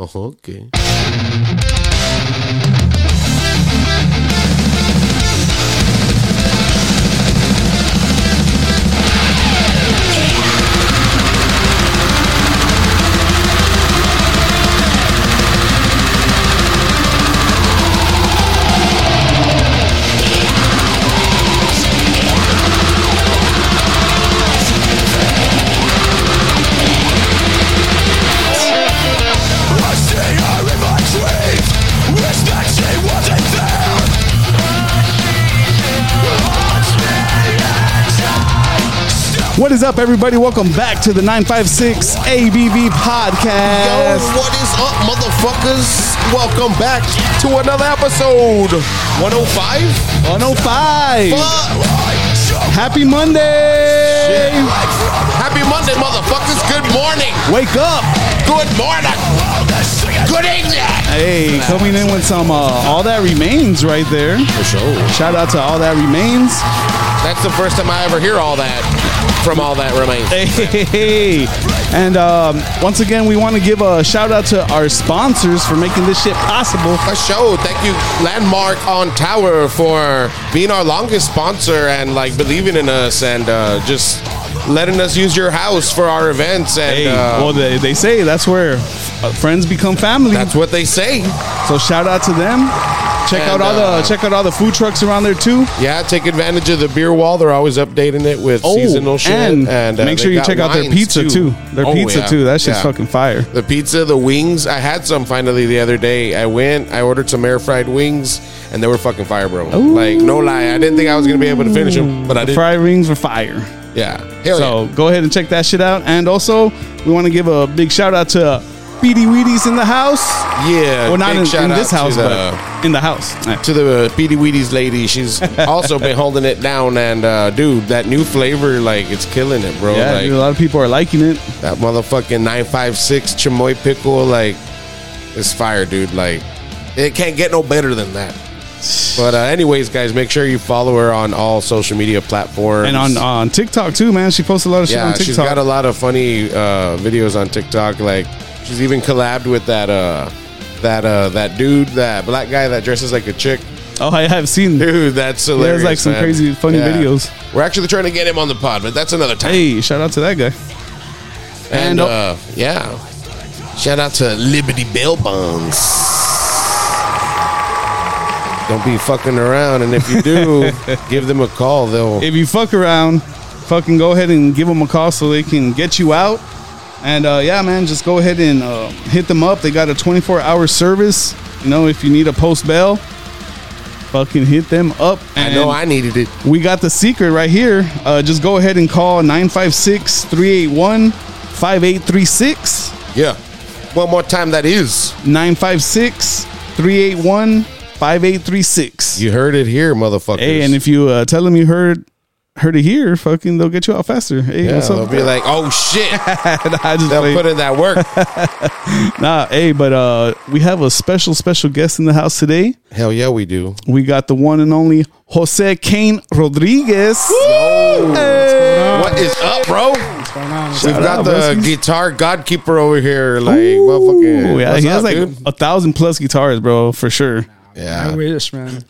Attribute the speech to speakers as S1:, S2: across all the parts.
S1: Ok.
S2: What is up, everybody? Welcome back to the 956 ABV podcast.
S1: Yo, what is up, motherfuckers? Welcome back to another episode. 105? Fuck.
S2: 105. Happy Monday.
S1: Happy Monday, motherfuckers. Good morning.
S2: Wake up.
S1: Good morning. Good evening.
S2: Hey, coming in with some uh, All That Remains right there.
S1: For sure.
S2: Shout out to All That Remains.
S1: That's the first time I ever hear all that from all that remains.
S2: Hey. And um, once again, we want to give a shout out to our sponsors for making this shit possible.
S1: For sure. Thank you, Landmark on Tower, for being our longest sponsor and like believing in us and uh, just letting us use your house for our events. And
S2: Hey,
S1: uh,
S2: well, they, they say that's where uh, friends become family.
S1: that's what they say.
S2: So shout out to them. Check out
S1: And,
S2: all
S1: uh,
S2: the check out all the food trucks around there too.
S1: Yeah, take advantage of the beer wall. They're always updating it with seasonal shit.
S2: Oh, and,
S1: uh, they
S2: make sure you
S1: got
S2: check out their
S1: wines,
S2: pizza too. Their
S1: Oh,
S2: pizza
S1: yeah.
S2: too. That shit's
S1: Yeah.
S2: fucking fire.
S1: The pizza, the wings. I had some finally the other day. I went, I ordered some air fried wings, and they were fucking fire, bro. Like, no lie. I didn't think I was going to be able to finish them, but I
S2: The
S1: did.
S2: fried rings were fire.
S1: yeah. Hell yeah.
S2: So go ahead and check that shit out. And also, we want to give a big shout out to Beady Weedies in the house.
S1: Yeah.
S2: well, not
S1: big
S2: in,
S1: shout
S2: in
S1: out
S2: this house,
S1: to the,
S2: but in the house. Eh.
S1: to the Petey Wheaties lady. She's also been holding it down, and uh, dude, that new flavor, like, it's killing it, bro.
S2: Yeah,
S1: like,
S2: dude, a lot of people are liking it.
S1: that motherfucking nine five six chamoy pickle, like, it's fire, dude. Like, it can't get no better than that. But uh, anyways, guys, make sure you follow her on all social media platforms
S2: And on on TikTok too, man. She posts a lot of shit
S1: yeah,
S2: on TikTok.
S1: she's got a lot of funny uh, videos on TikTok. Like she's even collabed with that uh, that uh, that dude, that black guy that dresses like a chick.
S2: oh, I have seen.
S1: Dude, that's hilarious.
S2: has, like, some
S1: man.
S2: crazy, funny videos.
S1: We're actually trying to get him on the pod, but that's another time.
S2: Hey, shout out to that guy.
S1: and
S2: and-
S1: uh, yeah, shout out to Liberty Bell Bonds. Don't be fucking around, and if you do, give them a call. They'll
S2: if you fuck around, fucking go ahead and give them a call so they can get you out. And uh, yeah, man, just go ahead and uh, hit them up. They got a 24 hour service. You know, if you need a post bail, fucking hit them up.
S1: I
S2: And
S1: know I needed it.
S2: we got the secret right here. Uh, just go ahead and call 956 381 5836.
S1: Yeah. One more time, that is.
S2: 956 381 5836.
S1: You heard it here, motherfuckers.
S2: Hey, and if you uh, tell them you heard heard it here, fucking they'll get you out faster. Hey,
S1: Yeah,
S2: what's
S1: they'll
S2: up?
S1: be like, oh shit.
S2: I just
S1: They'll
S2: played.
S1: put in that work.
S2: Nah, hey, but uh, we have a special, special guest in the house today.
S1: Hell yeah, we do.
S2: We got the one and only Jose Kane Rodriguez. Hey.
S1: What is up, bro? We've
S2: Shout
S1: got
S2: out,
S1: the
S2: Blessings.
S1: guitar god keeper over here. Like, motherfucking.
S2: Ooh, yeah,
S1: what's
S2: he has
S1: up,
S2: like
S1: dude?
S2: a thousand plus guitars, bro, for sure.
S3: I
S1: Yeah.
S3: wish, man.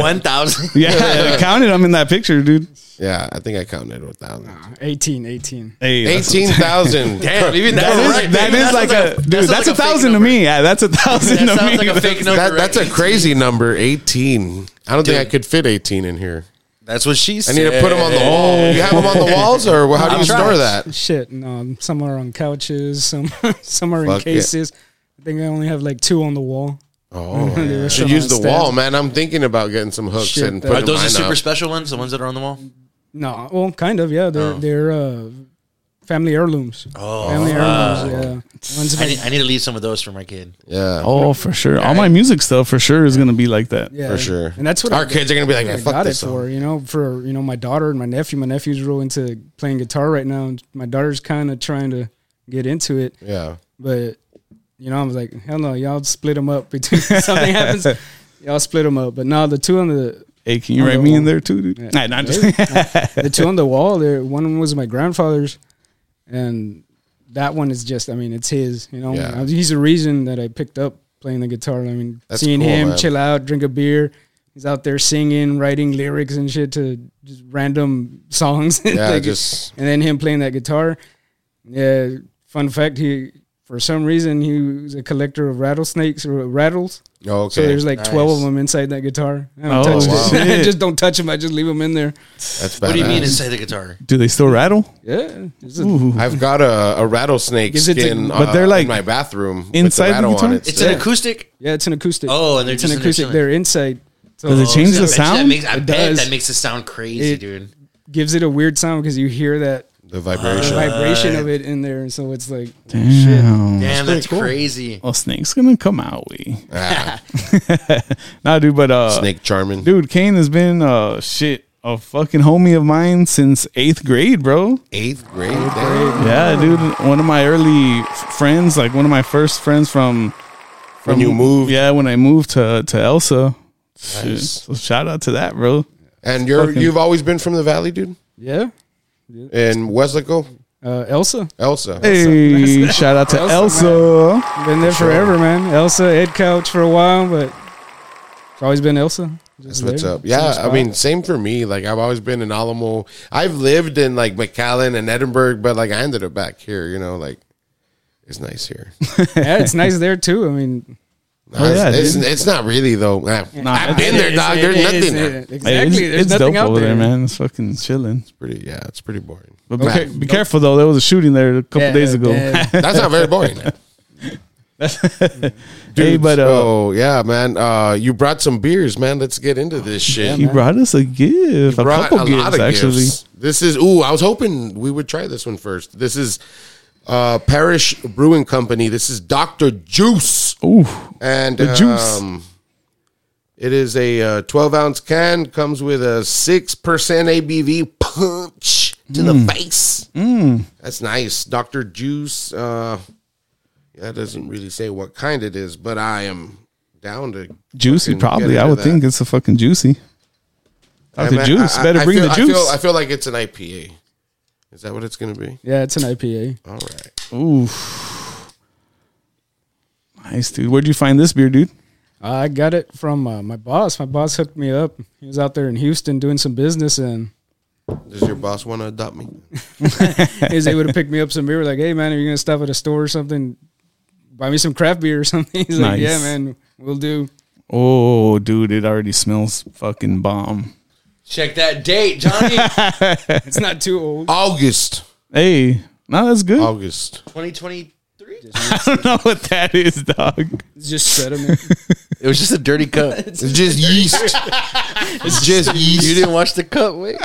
S4: One thousand.
S2: Yeah, I counted him in that picture, dude.
S1: Yeah, I think I counted with that one.
S3: 18, 18.
S2: Hey, that's-
S1: 18,000.
S4: Damn, even
S2: that
S4: that
S2: is,
S4: right
S2: that
S4: there,
S2: is like
S4: that sounds
S2: a
S4: like a- that
S2: dude.
S4: sounds
S2: That's
S4: like
S2: a
S4: a fake
S2: thousand to
S4: number.
S2: me. Yeah, that's a thousand
S4: That
S2: to me.
S4: sounds like a fake number.
S1: That, that's a
S4: right?
S1: crazy number, 18. I don't think I could fit 18 in here.
S4: That's what she
S1: I
S4: said.
S1: need to put them on the wall. You have them on the walls, or how do you
S4: I'm
S1: store
S4: trying.
S1: that?
S3: Shit, no. Some are on couches, some some are
S1: Fuck
S3: in
S1: yeah.
S3: cases. I think I only have like two on the wall.
S1: Oh,
S3: The rest
S1: should
S3: are
S1: use the
S3: downstairs.
S1: wall, man. I'm thinking about getting some hooks
S3: Shit,
S1: and
S3: that-
S4: Are
S1: putting
S4: those
S1: mine
S4: the super
S1: up.
S4: special ones? The ones that are on the wall?
S3: No, well, kind of, yeah. They're
S4: Oh.
S3: they're uh, family heirlooms.
S4: Oh,
S3: Family
S4: uh,
S3: heirlooms, yeah. One's
S4: I
S3: like-
S4: need, I need to leave some of those for my kid.
S1: Yeah.
S2: Oh, for sure. All my music stuff for sure is gonna be like that.
S3: yeah,
S1: for sure.
S3: And that's what
S1: Our
S3: I-
S1: kids are gonna be like,
S3: I
S1: "Man, fuck
S3: got
S1: this
S3: it
S1: song."
S3: for you know for you know my daughter and my nephew. My nephew's real into playing guitar right now. and My daughter's kind of trying to get into it.
S1: Yeah.
S3: But you know, I was like, hell no, y'all split them up between something happens. Y'all split them up. But no, the two on the
S2: Hey, can you
S3: On
S2: write
S3: the
S2: me
S3: wall.
S2: in there too, dude?
S3: Yeah.
S2: Nah, not just
S3: the two on the wall there. One was my grandfather's, and that one is just, I mean, it's his, you know.
S1: Yeah.
S3: I- He's the reason that I picked up playing the guitar. I mean,
S1: That's
S3: seeing
S1: cool,
S3: him
S1: man.
S3: chill out, drink a beer. He's out there singing, writing lyrics and shit to just random songs.
S1: Yeah,
S3: Like,
S1: just
S3: and then him playing that guitar. Yeah, fun fact, he for some reason he was a collector of rattlesnakes or rattles.
S1: oh,
S3: So
S1: okay.
S3: there's like
S4: Nice.
S3: twelve of them inside that guitar. I
S2: Oh,
S3: don't touch
S2: wow.
S3: them. I
S2: shit.
S3: just don't touch them. I just leave them in there.
S1: That's badass.
S4: What do you mean inside the guitar?
S2: Do they still rattle?
S3: Yeah, it's a-
S2: Ooh.
S1: I've got a, a rattlesnake
S3: Is it a-
S1: skin,
S2: but
S1: uh,
S2: they're, like,
S1: in my bathroom
S2: inside
S1: with
S2: the
S1: the rattle on
S2: guitar?
S1: it.
S4: It's
S1: So-
S4: an acoustic.
S3: yeah, it's an acoustic.
S4: Oh, and they're
S3: it's
S4: just
S3: an
S4: in there
S3: acoustic.
S4: chilling.
S3: They're inside, so
S2: Does it
S4: Oh,
S2: change the
S4: so I bet you That
S2: sound?
S4: makes, I
S3: It
S4: bet
S3: does.
S4: that makes it sound crazy,
S3: It-
S4: dude.
S3: gives it a weird sound because you hear that
S1: the vibration.
S3: vibration of it in there, and so it's like oh,
S2: Damn.
S4: Damn,
S1: pretty
S4: that's
S1: cool.
S4: crazy.
S2: Oh, Um, snake's gonna come out. We
S1: Ah,
S2: nah, dude. But uh,
S1: snake charming.
S2: dude, Kane has been uh shit a fucking homie of mine since eighth grade, bro.
S1: Eighth grade. damn.
S2: Yeah, dude. One of my early f- friends, like one of my first friends from from
S1: When you moved.
S2: Yeah, when I moved to to Elsa. Shit.
S1: Nice.
S2: So shout out to that, bro.
S1: And you're
S2: Fucking-
S1: you've always been from the valley, dude.
S3: yeah,
S1: In Wesleco,
S3: uh, Elsa.
S1: Elsa.
S2: Hey, shout out to
S3: Elsa,
S2: Elsa.
S3: Been there forever, man. Elsa, Ed Couch for a while, but it's always been Elsa.
S1: That's what's up. Yeah, I mean, same for me. Like I've always been in Alamo. I've lived in like McAllen and Edinburgh, but like I ended up back here. You know, like it's nice here.
S3: yeah, it's nice there too. I mean,
S2: Oh, yeah,
S1: it's,
S2: dude.
S1: it's not really though. Ah,
S2: Nah,
S1: I've
S2: it's-
S1: been there,
S3: it-
S1: dog.
S3: it-
S1: There's
S3: it-
S1: nothing.
S3: it-
S1: there.
S3: exactly.
S2: Hey, it's,
S3: There's
S2: it's
S3: nothing
S2: dope
S3: out
S2: over there,
S3: there,
S2: man. It's fucking chilling.
S1: It's pretty. Yeah, it's pretty boring.
S2: But be,
S1: Nah,
S2: care- be careful though. There was a shooting there a couple
S3: Yeah,
S2: days ago.
S3: yeah.
S1: That's not very boring.
S2: hey,
S1: Dude,
S2: but uh,
S1: so, yeah, man. Uh, you brought some beers, man. Let's get into this shit.
S2: he brought us a gift, a
S1: brought
S2: couple
S1: a
S2: gifts
S1: lot of
S2: actually.
S1: gifts. This is ooh, I was hoping we would try this one first. This is uh Parish Brewing Company. This is Dr. Juice.
S2: Ooh,
S1: And
S2: the juice.
S1: um it is a uh, 12 ounce can, comes with a 6% ABV punch to the face. That's nice. Dr. Juice. Uh, that doesn't really say what kind it is, but I am down to.
S2: juicy
S1: fucking get
S2: probably. I
S1: into
S2: would
S1: that.
S2: think it's a fucking juicy.
S1: Yeah,
S2: Dr.
S1: man,
S2: juice.
S1: I- I-
S2: Better
S1: I
S2: bring
S1: feel-
S2: the
S1: I feel-
S2: juice.
S1: I feel like it's an IPA. Is that what it's going to be?
S3: Yeah, it's an IPA.
S1: All right.
S2: Ooh. Nice, dude. Where'd you find this beer, dude?
S3: I got it from uh, my boss. My boss hooked me up. He was out there in Houston doing some business, and
S1: Does your boss want to adopt me?
S3: he was able to pick me up some beer. Like, hey man, are you gonna stop at a store or something? Buy me some craft beer or something. He's like,
S2: Nice.
S3: yeah, man, we'll do.
S2: Oh, dude, it already smells fucking bomb.
S4: Check that date, Johnny.
S3: It's not too old.
S1: August.
S2: Hey, no, that's good.
S1: August.
S4: 2023.
S2: I don't know what that is, dog.
S3: It's just sediment.
S4: It was just a dirty cup.
S1: It's just yeast. It's just
S4: you
S1: yeast.
S4: didn't watch the cup, wait.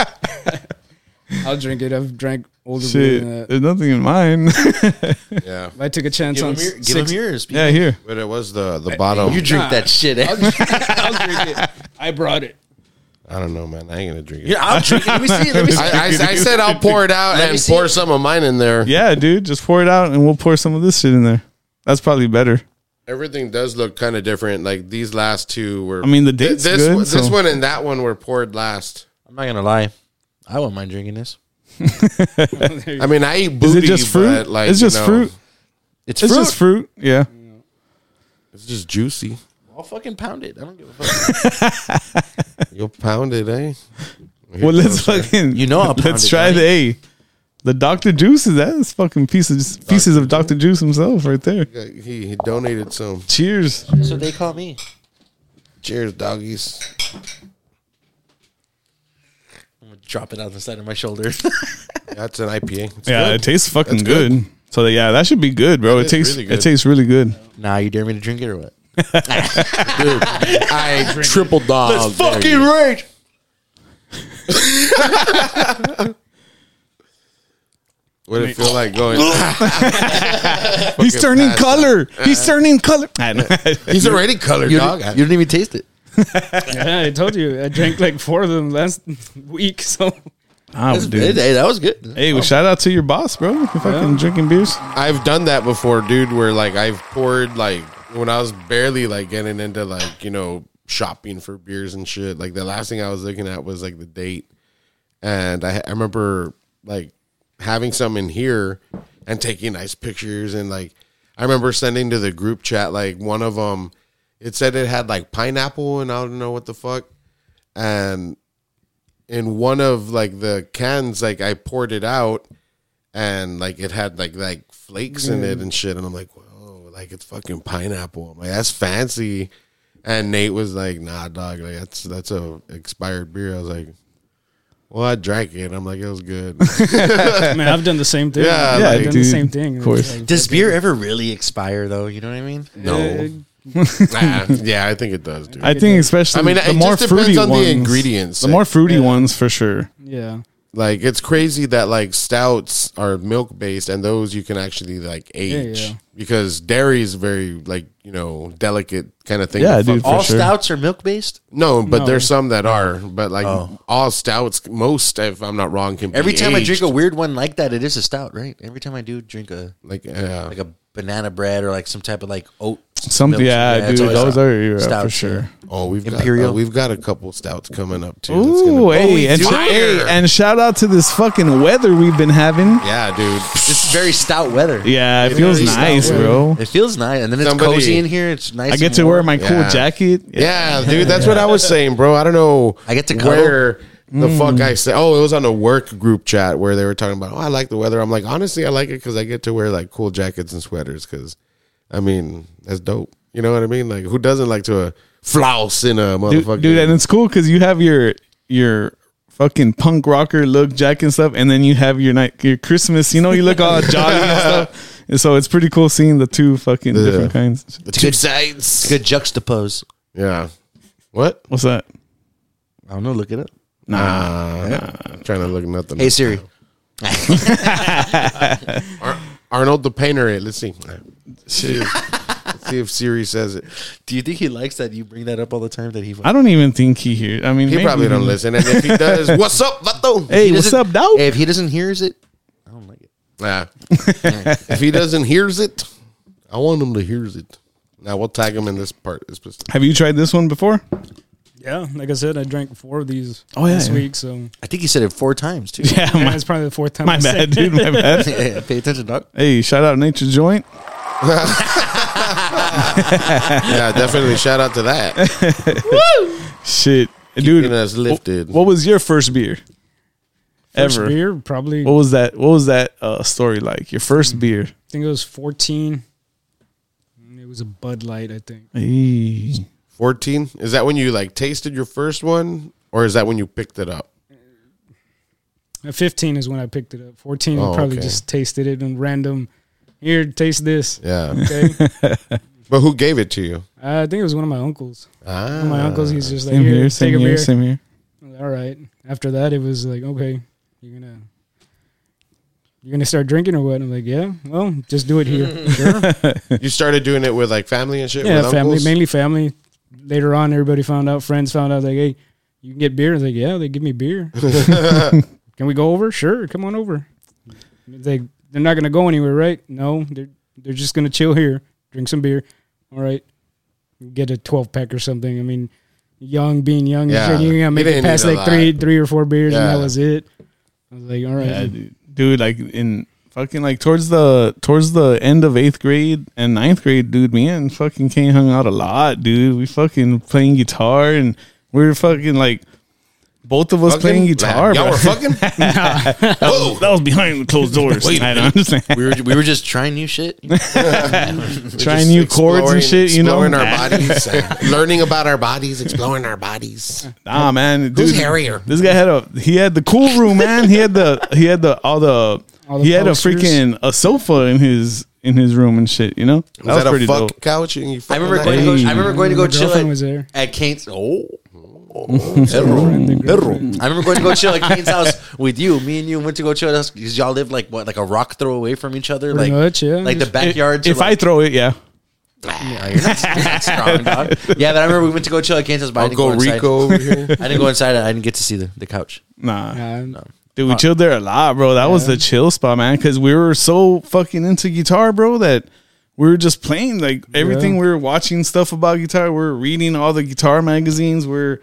S3: I'll drink it. I've drank older beer than
S2: Shit,
S3: that.
S2: there's nothing in mine.
S1: Yeah.
S3: If I took a chance
S4: Give
S3: on
S4: him, your,
S3: six,
S4: give him yours. people.
S2: yeah, here.
S1: But it was the the bottom.
S4: You drink that shit. eh?
S3: I'll drink it. I brought it.
S1: I don't know, man. I ain't gonna drink it.
S4: Yeah, I'll drink it. Let me see it. Let me see
S1: I,
S4: it.
S1: I, I said I'll pour it out
S4: Let me
S1: and
S4: see
S1: pour
S4: it.
S1: some of mine in there.
S2: Yeah, dude, just pour it out and we'll pour some of this shit in there. That's probably better.
S1: Everything does look kind of different. Like these last two were.
S2: I mean, the date's
S1: this
S2: good,
S1: one- this
S2: so-
S1: one and that one were poured last.
S4: I'm not gonna lie. I wouldn't mind drinking this.
S1: I mean, I eat
S2: Is
S1: booty.
S2: it just fruit?
S1: But, like,
S2: it's
S1: you
S2: just
S1: know,
S2: fruit.
S4: It's,
S2: It's
S4: fruit.
S2: just fruit. Yeah.
S1: It's just juicy.
S4: I'll fucking pound it. I don't give a fuck.
S1: You'll pound it, eh?
S2: Well, let's fucking.
S4: You know I'll pound
S2: let's
S4: it,
S2: try
S4: Johnny.
S2: the A. The Doctor Juice is that is fucking pieces pieces of Doctor Juice himself right there.
S1: He, he donated some.
S2: Cheers.
S4: so they call me.
S1: Cheers, doggies.
S4: I'm gonna drop it on the side of my shoulder.
S1: That's an IPA. It's
S2: yeah,
S1: good.
S2: it tastes fucking
S1: That's
S2: good.
S1: good.
S2: So yeah, that should be good, bro. It,
S1: is
S2: tastes
S1: really
S2: it
S1: good.
S2: tastes really good.
S4: nah, you dare me to drink it or what?
S1: Dude, I triple dog.
S2: Oh,
S4: That's fucking right.
S1: What did it feel like going?
S2: He's turning
S1: pass
S2: color. He's turning color. Uh-huh. I know.
S1: He's already colored
S4: You
S1: dog.
S4: didn't, you didn't even taste it.
S3: Yeah, I told you. I drank like four of them last week. So
S2: Ah,
S4: Hey,
S2: dude.
S4: hey, that was good.
S2: Hey, well, shout out to your boss, bro. You're fucking drinking beers.
S1: I've done that before, dude. Where like I've poured like when I was barely like getting into like you know shopping for beers and shit. Like the last thing I was looking at was like the date, and I, I remember like having some in here, and taking nice pictures and like I remember sending to the group chat like one of them it said it had like pineapple and I don't know what the fuck and in one of like the cans like I poured it out and like it had like like flakes in
S2: Mm.
S1: it and shit and I'm like whoa like it's fucking pineapple I'm like that's fancy and Nate was like nah dog like that's that's a expired beer I was like well I drank it I'm like it was good
S3: I mean, I've done the same thing.
S1: Yeah,
S3: I've
S2: like, dude,
S3: done the same thing.
S2: of course.
S3: It's like, uh,
S4: Does beer ever really expire though? You know what I mean?
S1: no Nah, yeah I think it does dude
S2: I think especially
S1: I mean,
S2: the
S1: it
S2: more
S1: just depends
S2: fruity
S1: on
S2: ones,
S1: the ingredients.
S2: The more fruity ones for sure.
S3: yeah,
S1: like it's crazy that like stouts are milk based and those you can actually like age
S3: yeah.
S1: because dairy is very like you know delicate kind of thing.
S2: Yeah,
S1: to fuck-
S2: dude. For
S4: All
S2: sure.
S4: stouts are milk based.
S1: No, but
S3: No.
S1: there's some that are, but like all stouts, most if I'm not wrong, can be
S4: Oh. Every time I drink a
S1: aged.
S4: weird one like that, it is a stout, right? Every time I do drink a
S1: like yeah,
S4: like a banana bread or like some type of like oat.
S2: Something,
S4: milk,
S2: yeah,
S4: it's
S2: dude, those
S4: always stout.
S2: are yeah, for
S4: Stout,
S2: sure.
S1: oh we've got
S4: Imperial.
S1: uh, we've got a couple stouts coming up too. that's gonna
S2: Ooh,
S1: be-
S2: hey,
S4: Oh,
S2: and,
S4: dude.
S2: hey,
S1: Fire.
S2: and shout out to this fucking weather we've been having.
S1: yeah, dude.
S4: This is very stout weather.
S2: Yeah, it feels
S1: is
S2: nice,
S1: stout weather.
S2: bro.
S4: It feels nice, and then it's
S1: Somebody-
S4: cozy in here. It's nice.
S2: I
S4: and
S2: get to wear
S4: warm.
S2: my cool
S1: Yeah.
S2: jacket.
S1: Yeah, dude, that's what I was saying, bro. I don't know.
S4: I get to cuddle.
S1: where the
S2: Hmm.
S1: fuck I said. Oh, it was on a work group chat where they were talking about. Oh, I like the weather. I'm like, honestly, I like it because I get to wear like cool jackets and sweaters. Because, I mean, that's dope. You know what I mean? Like, who doesn't like to uh, flouse in a
S2: dude,
S1: motherfucker?
S2: dude, and it's cool because you have your your fucking punk rocker look jacket and stuff, and then you have your night your Christmas. You know, you look all jolly and stuff, and so it's pretty cool seeing the two fucking different kinds.
S1: the two sides.
S4: good juxtapose.
S1: Yeah. What?
S2: What's that?
S4: I don't know. Look it up.
S1: I'm trying to look nothing.
S4: Hey Siri.
S1: Ar- Arnold the painter. It. Let's see. Let's see if Siri says it.
S4: Do you think he likes that you bring that up all the time? That he
S2: I don't even think he hears. I mean,
S1: He
S2: maybe
S1: probably don't listen, and if he does, what's up, vato?
S2: Hey,
S4: He
S2: what's
S4: doesn't-
S2: up, dog?
S4: If he doesn't hear it, I don't like it.
S1: Nah. if he doesn't hears it, I want him to hears it. Now we'll tag him in this part. This pist-
S2: Have you tried this one before?
S3: yeah. Like I said, I drank four of these
S2: Oh, yeah,
S3: this
S2: yeah.
S3: week, so
S4: I think he said it four times too.
S2: Yeah,
S3: yeah,
S2: my,
S3: it's probably the fourth time.
S2: my
S3: I said
S2: bad,
S3: that.
S2: dude. My bad.
S4: Pay attention, dog.
S2: Hey, shout out Nature Joint.
S1: yeah, definitely. Shout out to that.
S2: Shit,
S1: Dude,
S2: dude.
S1: us lifted.
S2: What was your first beer?
S3: First
S2: Ever. Oh.
S3: beer, probably.
S2: What was that? What was that uh, story like? Your first beer?
S3: I think it was fourteen. And It was a Bud Light, I think.
S2: Hey.
S1: Fourteen. Is that when you like tasted your first one, or is that when you picked it up?
S3: Uh, Fifteen is when I picked it up. Fourteen,
S1: Oh,
S3: probably
S1: okay.
S3: just tasted it in random. Here, taste this.
S1: Yeah.
S3: Okay, uh,
S1: but who gave it to you?
S3: I think it was one of my uncles.
S1: Ah,
S3: One of my uncles, he's just like,
S2: Uh, Same
S3: here,
S2: here,
S3: take
S2: same
S3: a
S2: here,
S3: beer.
S2: same here.
S3: All right. After that, it was like, okay, you're gonna you're gonna start drinking or what? I'm like, yeah. Well, just do it here. sure.
S1: you started doing it with like family and shit.
S3: Yeah,
S1: with
S3: family,
S1: uncles?
S3: mainly family. Later on, everybody found out. Friends found out. Like, hey, you can get beer. I was like, yeah, they give me beer. can we go over? Sure, come on over. They they're not gonna go anywhere, right? No, they're they're just gonna chill here, drink some beer. All right, get a twelve pack or something. I mean, young being young,
S1: Yeah.
S3: yeah. you're
S1: You
S3: gonna make
S1: didn't
S3: it
S1: need
S3: past
S1: a
S3: like
S1: lot.
S3: three three or four beers,
S1: Yeah.
S3: and that was it. I was like, all right,
S2: Yeah, dude. dude, like in fucking like towards the towards the end of eighth grade and ninth grade, dude, me and fucking Kane hung out a lot, dude. We fucking playing guitar and we were fucking like both of us
S1: Fucking?
S2: playing guitar.
S1: Nah, y'all
S2: bro.
S1: were fucking. Whoa.
S2: that was behind closed doors.
S1: Wait a
S2: I don't understand.
S4: We were we were just trying new shit.
S2: Trying new chords and shit, you know.
S1: exploring our bodies, uh, learning about our bodies, exploring our bodies.
S2: Nah, man, dude,
S1: Who's hairier?
S2: This guy had a he had the cool room, man. He had the he had the all the,
S3: All the
S2: he had
S3: posters.
S2: a freaking a sofa in his in his room and shit. You know that
S1: Was that, a fuck couch? And you
S4: I
S1: fucking
S4: remember
S1: that?
S4: going to go. I remember going to go
S3: My
S4: chill
S3: girlfriend
S4: at,
S3: was there.
S4: at Kane's. Oh, Errol. Errol. I remember going to go chill at Kane's house with you. Me and you went to go chill at us because y'all lived like what, like a rock throw away from each other,
S3: Pretty
S4: like
S3: much, yeah.
S4: like the
S3: If-
S4: backyards.
S2: If
S4: are,
S2: I
S4: like,
S2: throw it, yeah.
S4: Nah, you're not, you're not strong, dog. Yeah, but I remember we went to go chill at Kane's house, but I didn't go
S1: Uncle
S4: inside.
S1: Rico over here.
S4: I didn't go inside. I didn't get to see the, the couch.
S2: Nah,
S3: Yeah,
S2: dude, we chilled there a lot, bro. That was the chill spot, man, because we were so fucking into guitar, bro, that we were just playing like everything. We were watching stuff about guitar. We were reading all the guitar magazines. We are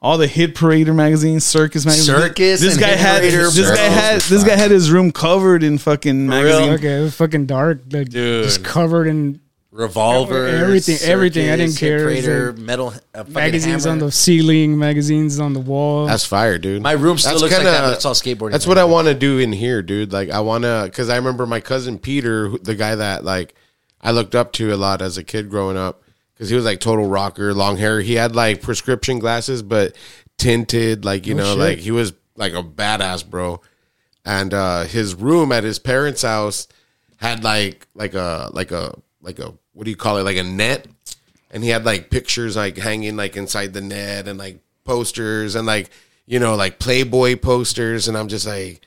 S2: all the hit parader magazines, circus magazines.
S4: Circus
S2: This
S4: and
S2: guy
S4: Hit
S2: had
S4: Parader,
S2: this guy
S4: bro.
S2: had this guy had his room covered in fucking magazines.
S3: Okay, it was fucking dark. Like,
S4: Dude.
S3: Just covered in
S4: Revolver,
S3: Everything- everything. I didn't care. It was
S4: Crater,
S3: like
S4: metal, uh,
S3: magazines on the ceiling, magazines on the wall.
S1: That's fire, dude.
S4: My room still looks like
S1: kinda-
S4: that, but it's all skateboarding.
S1: That's what I want to do in here, dude. Like I want to, because I remember my cousin Peter, who- the guy that like I looked up to a lot as a kid growing up, because he was like total rocker, long hair. He had like prescription glasses, but tinted, like you know, like he was like a badass, bro. And uh his room at his parents' house had like like a like a like a what do you call it like a net and he had like pictures like hanging like inside the net and like posters and like you know like playboy posters and i'm just like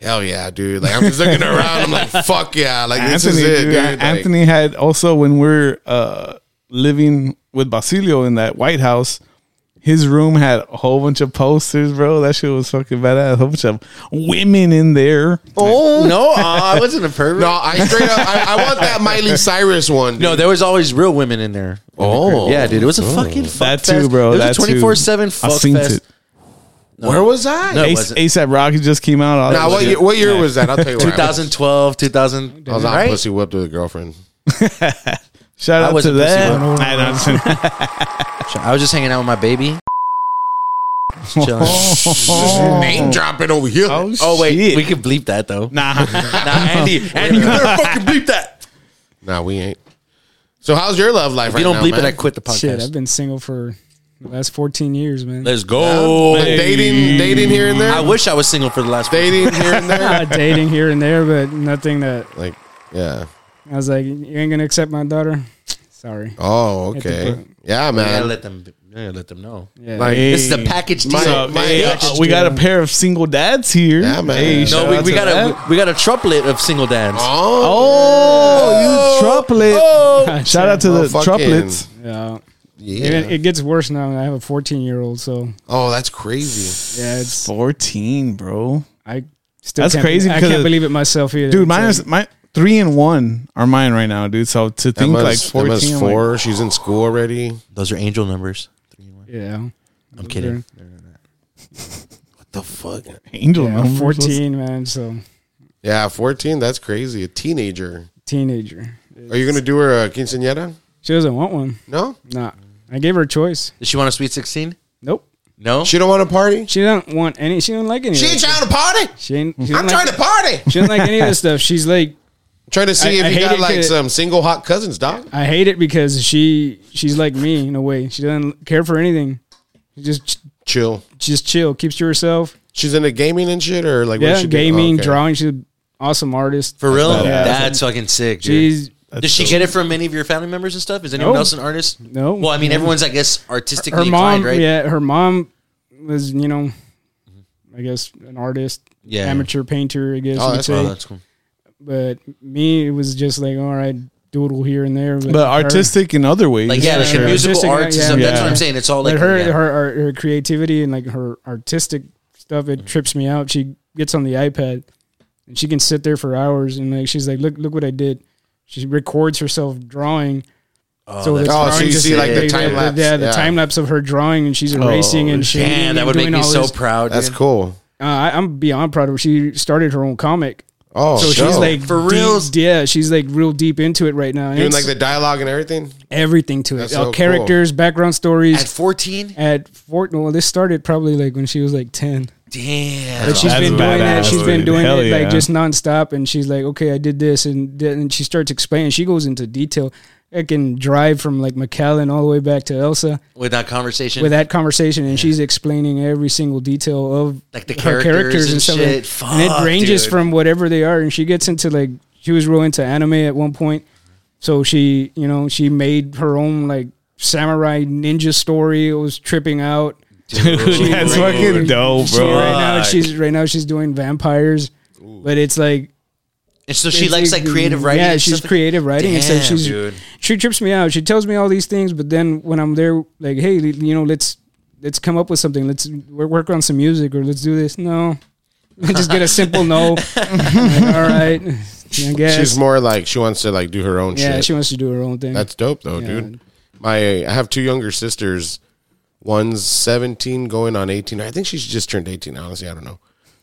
S1: hell yeah dude like i'm just looking around i'm like fuck yeah like this
S2: Anthony,
S1: is it
S2: dude,
S1: dude, Like,
S2: Anthony had also when we're uh, living with Basilio in that White House, his room had a whole bunch of posters, bro. That shit was fucking badass. A whole bunch of women in there.
S4: Oh no, aw, I wasn't a pervert.
S1: no
S4: No,
S1: i straight up I, I want that miley cyrus one dude.
S4: there was always real women in there.
S1: Oh.
S4: yeah, dude, it was a fucking fuck
S2: That
S4: fest.
S2: too, bro.
S4: It was
S2: that
S4: a twenty four seven fuck
S2: I seen
S4: fest.
S2: it.
S1: where was i
S4: No, it
S2: Ace-
S4: wasn't.
S2: ASAP Rocky just came out. I was
S1: now
S2: like,
S1: what year, what year was that i'll tell you what
S4: 2012, 2000.
S1: i was on
S4: right?
S1: pussy whipped with a girlfriend
S2: Shout
S4: I
S2: out to
S4: wasn't pussy
S2: that.
S4: whipped.
S2: I know, I'm just-
S4: I was just hanging out with my baby. Chilling.
S1: name dropping over here
S2: Oh,
S4: Oh wait,
S2: shit.
S4: we can bleep that though.
S2: nah.
S4: Nah, Andy, Andy, you better fucking bleep that.
S1: no we ain't so how's your love life
S4: If
S1: right
S4: you don't
S1: now,
S4: bleep
S1: man?
S4: it, I quit the podcast.
S3: Shit, I've been single for the last 14 years, man.
S4: Let's go.
S1: Like dating dating here and there
S4: I wish I was single for the last.
S1: dating here and there
S3: Uh, dating here and there, but nothing that
S1: Like, yeah.
S3: I was like, you ain't gonna accept my daughter. Sorry.
S1: Oh, okay. Yeah,
S4: I gotta
S1: man.
S4: let them. I gotta let them know.
S3: Yeah.
S1: Like,
S2: Hey.
S4: This is a package deal.
S1: My-
S2: So,
S1: my-
S2: hey,
S1: yeah,
S2: uh, we got a pair of single dads here.
S1: Yeah, man.
S2: Hey,
S1: No,
S4: no,
S2: shout
S4: we,
S2: out
S4: we
S2: to
S4: got
S2: that.
S4: a we got a triplet of single dads.
S1: oh,
S2: Oh, you triplet.
S4: Oh.
S2: Shout out to the
S1: Motherfucking-
S2: triplets.
S3: Yeah. It,
S1: yeah.
S3: it gets worse now. I have a 14 year old, so
S1: Oh, that's crazy.
S3: yeah, it's
S2: 14, bro.
S3: I still
S2: That's
S3: can't
S2: crazy
S3: I
S2: because-
S3: can't believe it myself either,
S2: Dude,
S3: It's
S2: mine
S3: like-
S2: is my three and one are mine right now, dude. So to think like
S1: Emma's,
S2: 14,
S1: Emma's
S2: I'm like,
S1: four. She's in school already.
S4: Those are angel numbers. Three and one.
S3: yeah,
S4: I'm kidding.
S3: Mm-hmm.
S1: What the fuck?
S2: angel
S3: yeah,
S2: numbers.
S3: 14, man. So
S1: Yeah, 14. That's crazy. A teenager.
S3: teenager.
S1: Are you going to do her a quinceanera?
S3: She doesn't want one.
S1: No?
S3: Nah, I gave her a choice.
S4: Does she want a sweet sixteen?
S3: Nope.
S4: No.
S1: She don't want to party?
S3: She don't want any. She don't like any. of that.
S1: trying to party.
S3: She ain't. She don't
S1: I'm
S3: like,
S1: trying to party.
S3: She don't like any of this stuff. She's like,
S1: trying to see
S3: I-
S1: if
S3: I
S1: you
S3: hate
S1: got
S3: it
S1: like
S3: 'cause-
S1: some single hot cousins, dog.
S3: I hate it because she she's like me in a way. She doesn't care for anything. She just
S1: Chill.
S3: she just chill, keeps to herself.
S1: She's into gaming and shit or like what
S3: Yeah,
S1: she do?
S3: gaming,
S1: Okay.
S3: drawing. She's an awesome artist.
S4: For real?
S2: Yeah.
S4: That's fucking sick, dude.
S3: She's
S4: Does she get it from any of your family members and stuff? Is anyone
S3: No.
S4: else an artist?
S3: No.
S4: Well, I mean,
S3: No.
S4: everyone's, I guess, artistically
S3: her mom.
S4: inclined, right?
S3: Yeah, her mom was you know, I guess an artist,
S4: Yeah.
S3: amateur painter. I guess
S1: Oh,
S3: you would
S1: that's well,
S3: say.
S4: Oh, that's cool.
S3: but me, it was just like all right, doodle here and there.
S2: But artistic in other ways.
S4: Like, yeah, like
S3: Sure.
S4: the musical
S3: Artistic,
S4: arts.
S3: yeah,
S4: and stuff. That's
S2: yeah.
S4: what I'm saying. It's all
S3: But
S4: like
S3: her,
S4: yeah.
S3: her her her creativity and like her artistic stuff
S4: Mm.
S3: it trips me out she gets on the ipad and she can sit there for hours and like she's like look look what i did she records herself drawing
S4: Oh,
S3: the
S4: that's-
S1: Oh, so
S3: drawing
S1: you
S3: just-
S1: see, like, the time lapse.
S3: yeah the
S1: Yeah.
S3: time lapse of her drawing and she's erasing and shading
S4: damn, Oh, that
S3: and
S4: would make
S3: doing
S4: me
S3: all
S4: so
S3: this.
S4: proud.
S1: That's
S4: dude.
S1: cool.
S3: uh, I, i'm beyond proud of her she started her own comic
S1: Oh,
S3: so she's
S1: dope.
S3: like
S4: For
S3: deep-
S4: reals?
S3: yeah she's like real deep into it right now And
S1: doing
S3: it's
S1: like the dialogue and everything.
S3: everything to it
S1: That's
S3: Uh,
S1: so cool.
S3: characters background stories
S4: At 14?
S3: at Fort. Well, this started probably like when she was like ten.
S4: Damn.
S3: But she's
S2: that's
S3: been doing that.
S2: badass,
S3: She's been
S2: dude.
S3: doing
S2: Hell
S3: it
S2: yeah.
S3: like just nonstop. And she's like, okay, I did this, and did- and she starts explaining. She goes into detail. I can drive from like McAllen all the way back to Elsa
S4: With that conversation.
S3: with that conversation, and she's explaining every single detail of
S4: Like the
S3: her
S4: characters and shit.
S3: and it
S4: Fuck,
S3: ranges
S4: dude.
S3: from whatever they are. And she gets into like she was real into anime at one point, so she you know she made her own like samurai ninja story. It was tripping out.
S2: Dude, that's
S3: Dude.
S2: fucking dope,
S3: She,
S2: bro.
S3: right now she's right now she's doing vampires, but it's like
S4: And so she likes like creative writing.
S3: Yeah,
S4: and
S3: she's
S4: stuff?
S3: creative writing and
S4: Damn,
S3: stuff. She's
S4: dude.
S3: she trips me out. She tells me all these things, but then when I'm there, like, hey, you know, let's let's come up with something. Let's wor- work on some music or let's do this. No, I just get a simple no. Like, all right, I guess.
S1: She's more like she wants to like do her own
S3: yeah,
S1: shit.
S3: she wants to do her own thing.
S1: That's dope though,
S3: Yeah.
S1: dude. My I have two younger sisters One's 17 going on 18. I think she's just turned 18, honestly. I don't know.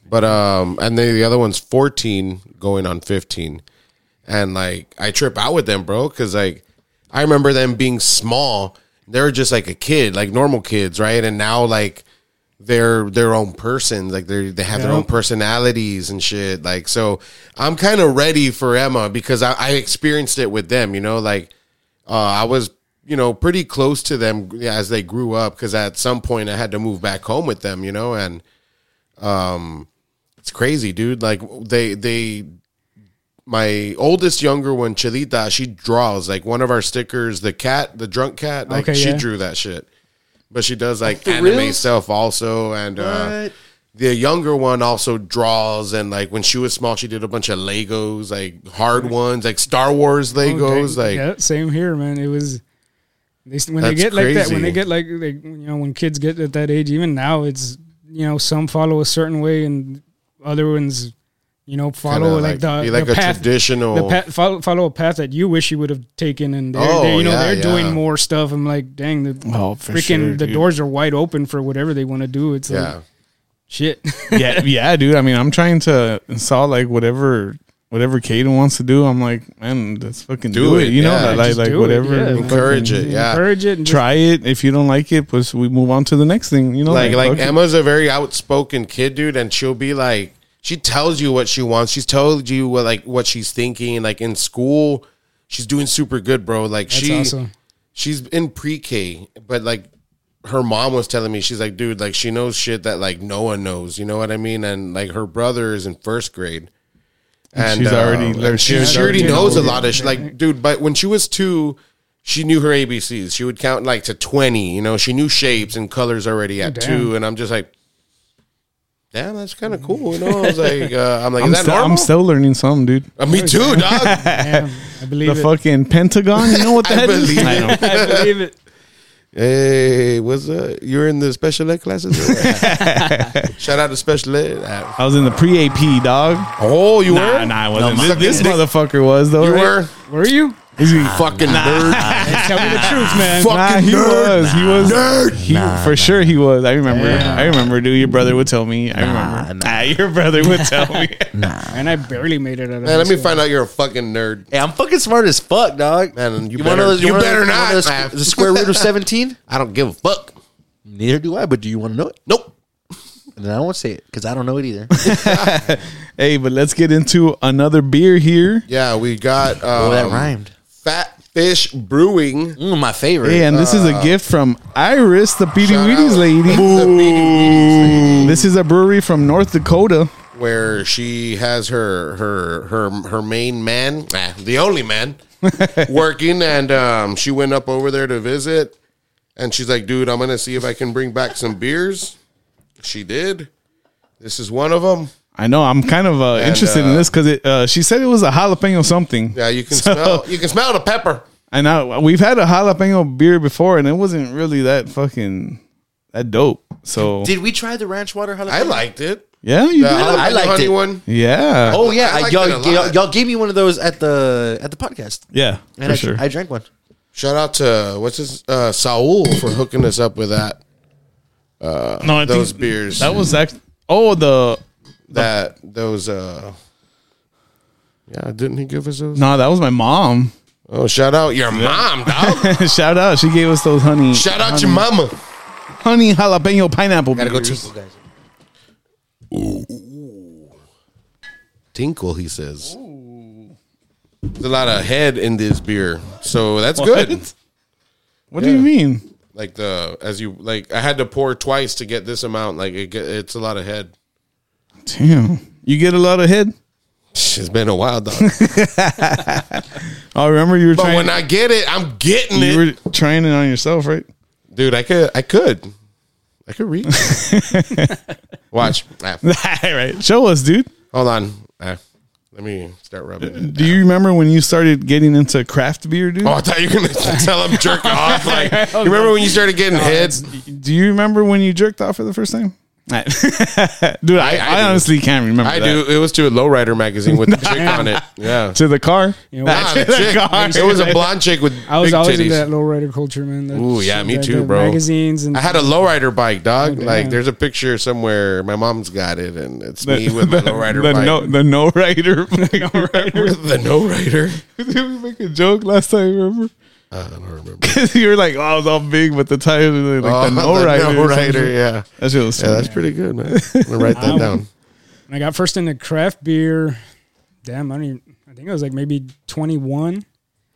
S1: But, um, and then the other one's 14 going on 15. And like, I trip out with them, bro, because like, I remember them being small. They're just like a kid, like normal kids, right? And now, like, they're their own person like they they have their own personalities and shit like so i'm kind of ready for emma because I, I experienced it with them you know like uh, I was, you know, pretty close to them as they grew up because at some point I had to move back home with them, you know, and um, it's crazy, dude. Like they they my oldest younger one, Chelita, she draws like one of our stickers, the cat, the drunk cat, like
S3: Okay,
S1: she
S3: yeah.
S1: drew that shit. But she does like
S4: for
S1: anime
S4: real?
S1: stuff also, and uh,
S4: What?
S1: the younger one also draws. And like when she was small, she did a bunch of Legos, like hard ones, like Star Wars Legos, like
S3: yeah, same here, man. It was they s- when they
S1: That's
S3: get like that when they
S1: crazy.
S3: get like they, you know when kids get at that age, even now it's you know some follow a certain way and other ones you know follow
S1: Kinda
S3: like, the,
S1: be like
S3: the
S1: a
S3: path.
S1: traditional.
S3: the path, follow, follow a path that you wish you would have taken, and they're,
S1: Oh,
S3: they- you know
S1: yeah,
S3: they're
S1: yeah.
S3: doing more stuff. I'm like, dang, the
S2: Oh, for
S3: freaking
S2: sure,
S3: the
S2: dude.
S3: doors are wide open for whatever they want to do. It's
S1: yeah,
S3: like shit.
S2: yeah, yeah, dude. I mean, I'm trying to install like whatever whatever Caden wants to do. I'm like, man, let's fucking do,
S1: Do
S2: it.
S1: it,
S2: You
S1: yeah.
S2: know, like
S3: Just
S2: like
S3: do it,
S2: whatever.
S3: yeah, man.
S1: encourage it.
S2: fucking
S1: Yeah,
S3: Encourage it and just
S2: Try it. If you don't like it, pues we move on to the next thing. You know,
S1: like like
S2: fuck it.
S1: Emma's a very outspoken kid, dude, and she'll be like, she tells you what she wants. She's told you what like what she's thinking. Like in school, she's doing super good, bro. Like
S3: That's
S1: she,
S3: awesome.
S1: she's in pre K, but like her mom was telling me, she's like, dude, like she knows shit that like no one knows. You know what I mean? And like her brother is in first grade. And um,
S2: she's already-
S1: and
S2: like,
S1: she,
S2: she's
S1: she already
S2: already
S1: knows a
S2: knows
S1: lot of shit. Like, dude, but when she was two, she knew her ABCs. She would count like to 20. You know, she knew shapes and colors already at
S3: Damn.
S1: two. And I'm just like, damn, that's kind of cool. You know, I was like, uh, I'm like, is
S2: I'm,
S1: that
S2: still,
S1: normal?
S2: I'm still learning something, dude.
S1: Uh, me too, dog.
S3: damn, I believe
S2: The
S3: it.
S2: fucking Pentagon. You know what
S1: I
S2: that is?
S1: believe it.
S2: know.
S3: I believe it.
S1: Hey, what's up? You're in the special ed classes? Shout out to special ed. Uh,
S2: I was in the pre AP, dog.
S1: Oh, you
S2: Nah,
S1: were?
S2: nah, I wasn't.
S1: No,
S2: this, this
S1: fuck
S2: motherfucker was though.
S1: You
S2: right?
S1: were?
S3: Were you?
S1: You fucking nerd.
S3: Tell me the truth, man.
S2: Nah,
S1: fucking
S2: he
S1: nerd.
S2: was. He was.
S1: Nerd.
S2: He, for sure, he was. I remember. I remember, dude. Your brother would tell me. I remember. Nah, your brother would tell me.
S3: And I barely made it out of
S1: Man, let me
S3: high
S1: find out you're a fucking nerd.
S4: Hey, I'm fucking smart as fuck, dog.
S1: Man, you
S4: wanna
S1: better-
S4: know
S1: you
S4: wanna know-
S1: better
S4: wanna know
S1: not,
S4: the,
S1: man.
S4: squ- the square root of 17?
S1: I don't give a fuck.
S4: Neither do I, but do you want to know it?
S1: Nope.
S4: Then I won't say it because I don't know it either.
S2: hey, but let's get into another beer here.
S1: Yeah, we got
S4: oh, that
S1: um,
S4: rhymed.
S1: Fat Fish Brewing.
S4: Mm, my favorite.
S2: Hey, and this is a gift from Iris, the Petey
S1: Uh, Shout
S2: Wheaties
S1: out.
S2: lady.
S1: The Beatty Wheaties.
S2: This is a brewery from North Dakota.
S1: Where she has her her her her main man, ah, the only man, working, and um, she went up over there to visit, and she's like, "Dude, I'm gonna see if I can bring back some beers." She did. This is one of them.
S2: I know. I'm kind of uh, interested in
S1: uh,
S2: this because uh, she said it was a jalapeno something.
S1: Yeah, you can
S2: So-
S1: smell you can smell the pepper.
S2: I know we've had a jalapeno beer before, and it wasn't really that fucking that dope. So
S4: Did we try the ranch water jalapeno?
S1: I liked it.
S2: yeah, you
S1: The
S2: did.
S1: jalapeno
S4: I liked
S1: honey
S4: it.
S1: one.
S2: Yeah.
S4: Oh yeah,
S1: I liked
S4: y'all,
S1: it a
S4: y'all,
S1: lot.
S4: y'all gave me one of those at the at the podcast,
S2: yeah,
S4: and
S2: for
S4: I,
S2: sure.
S4: I drank one.
S1: Shout out to what's his uh, Saul for hooking us up with that
S2: no, I
S1: those beers.
S2: That was actually. Oh, the
S1: that those uh yeah didn't he give us those
S2: no, that was my mom.
S1: oh shout out your mom dog
S2: Shout out, she gave us those honey,
S1: shout out your mama
S2: honey jalapeno pineapple
S4: Gotta go
S2: beers.
S4: tinkle, guys.
S1: tinkle he says there's a lot of head in this beer so that's
S2: What?
S1: good
S2: What do you mean?
S1: like the as you like i had to pour twice to get this amount like it, get- it's a lot of head
S2: Damn, you get a lot of head.
S1: it's been a while dog
S2: I remember you were
S1: but
S2: trying.
S1: when i get it i'm getting
S2: you
S1: it
S2: were trying it on yourself, right?
S1: dude i could i could i could read watch Ah,
S2: right. Show us, dude.
S1: hold on Ah, let me start rubbing it
S2: Do you remember when you started getting into craft beer, dude?
S1: Oh, I thought you were gonna tell him jerk off. Like, you remember when you started getting heads?
S2: Do you remember when you jerked off for the first time? Dude, I,
S1: I
S2: I,
S1: do.
S2: honestly can't remember.
S1: I
S2: that.
S1: do. It was to a lowrider magazine with the chick on it. Yeah.
S2: To the car.
S3: You know,
S1: Nah,
S3: I,
S1: the chick. It was a blonde chick with
S3: I was
S1: big
S3: always into
S1: titties.
S3: that lowrider culture, man. That
S1: Ooh, yeah,
S3: shit,
S1: me
S3: that-
S1: too,
S3: the
S1: bro.
S3: Magazines and
S1: I had a lowrider bike, dog.
S3: Oh,
S1: like,
S3: damn.
S1: there's a picture somewhere. My mom's got it, and it's
S2: The,
S1: me with my
S2: the-
S1: lowrider
S2: the
S1: bike.
S2: no, the no rider. Did
S1: the no rider.
S2: we make a joke last time? Remember?
S1: I don't remember.
S2: you were like, "Oh, I was all big with the tires." and Like
S1: Oh,
S2: the no rider.
S1: No rider. Yeah.
S2: That shit was
S1: Yeah,
S2: funny.
S1: that's pretty good, man. I'm gonna write that
S3: Wow.
S1: down.
S3: And I got first into craft beer. Damn, I don't even, I think I was like maybe 21.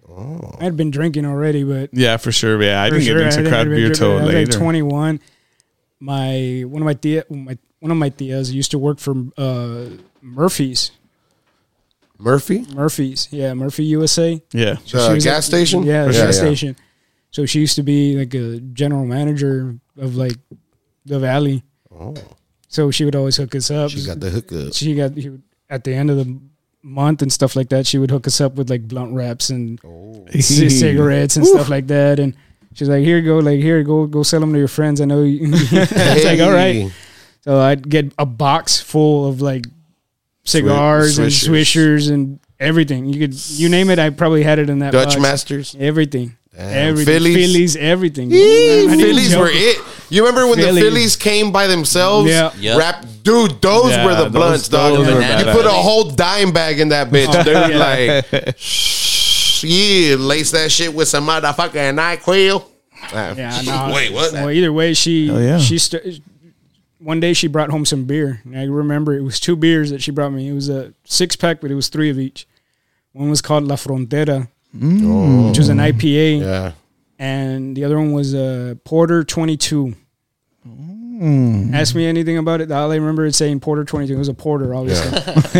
S1: Oh.
S3: I had been drinking already, but
S2: Yeah, for sure. Yeah, I
S3: for
S2: didn't
S3: sure,
S2: get
S3: I
S2: into
S3: didn't
S2: craft
S3: even
S2: beer
S3: drink it.
S2: till
S3: I was
S2: later.
S3: Like 21. My one of my tia, my one of my tias used to work for uh, Murphy's.
S1: Murphy,
S3: Murphy's, yeah, Murphy USA.
S2: Yeah,
S3: She
S1: the
S3: was
S1: Uh, gas
S3: a-
S1: station.
S3: Yeah, the gas station. So she used to be like a general manager of like the valley.
S1: Oh,
S3: So she would always hook us up.
S1: she got the hookup.
S3: she got he would- at the end of the month and stuff like that. She would hook us up with like blunt wraps and
S1: Oh,
S3: c- cigarettes and stuff like that. And she's like, "Here you go, like here go go sell them to your friends." I know. you. it's like all right. So I'd get a box full of like cigars and
S1: Swishers.
S3: swishers and everything. You could you name it. I probably had it in that
S1: Dutch
S3: box.
S1: Masters.
S3: Everything.
S1: Damn.
S3: Everything.
S1: Phillies.
S3: Phillies. everything.
S1: Yee,
S3: I didn't
S1: Phillies
S3: joke.
S1: were it. You remember when
S3: Phillies.
S1: the Phillies came by themselves?
S3: Yeah.
S4: Yeah.
S1: Rap, dude, those
S2: Yeah,
S1: were the
S2: those-
S1: blunts, dog.
S2: those
S1: You
S4: were badass.
S1: put a whole dime bag in that
S3: Oh,
S1: bitch, dude. Like, shh, yeah, lace that shit with some motherfucker and NyQuil. Ah,
S3: Yeah, no.
S1: Wait, what?
S3: Well, either way, she
S2: Hell yeah.
S3: she st- one day she brought home some beer. And I remember it was two beers that she brought me. It was a six pack, but it was three of each. One was called La Frontera,
S2: Mm.
S3: which was an IPA,
S1: Yeah.
S3: and the other one was a Porter Twenty Two.
S2: Mm.
S3: Ask me anything about it. All I remember is saying Porter Twenty Two. It was a Porter, obviously.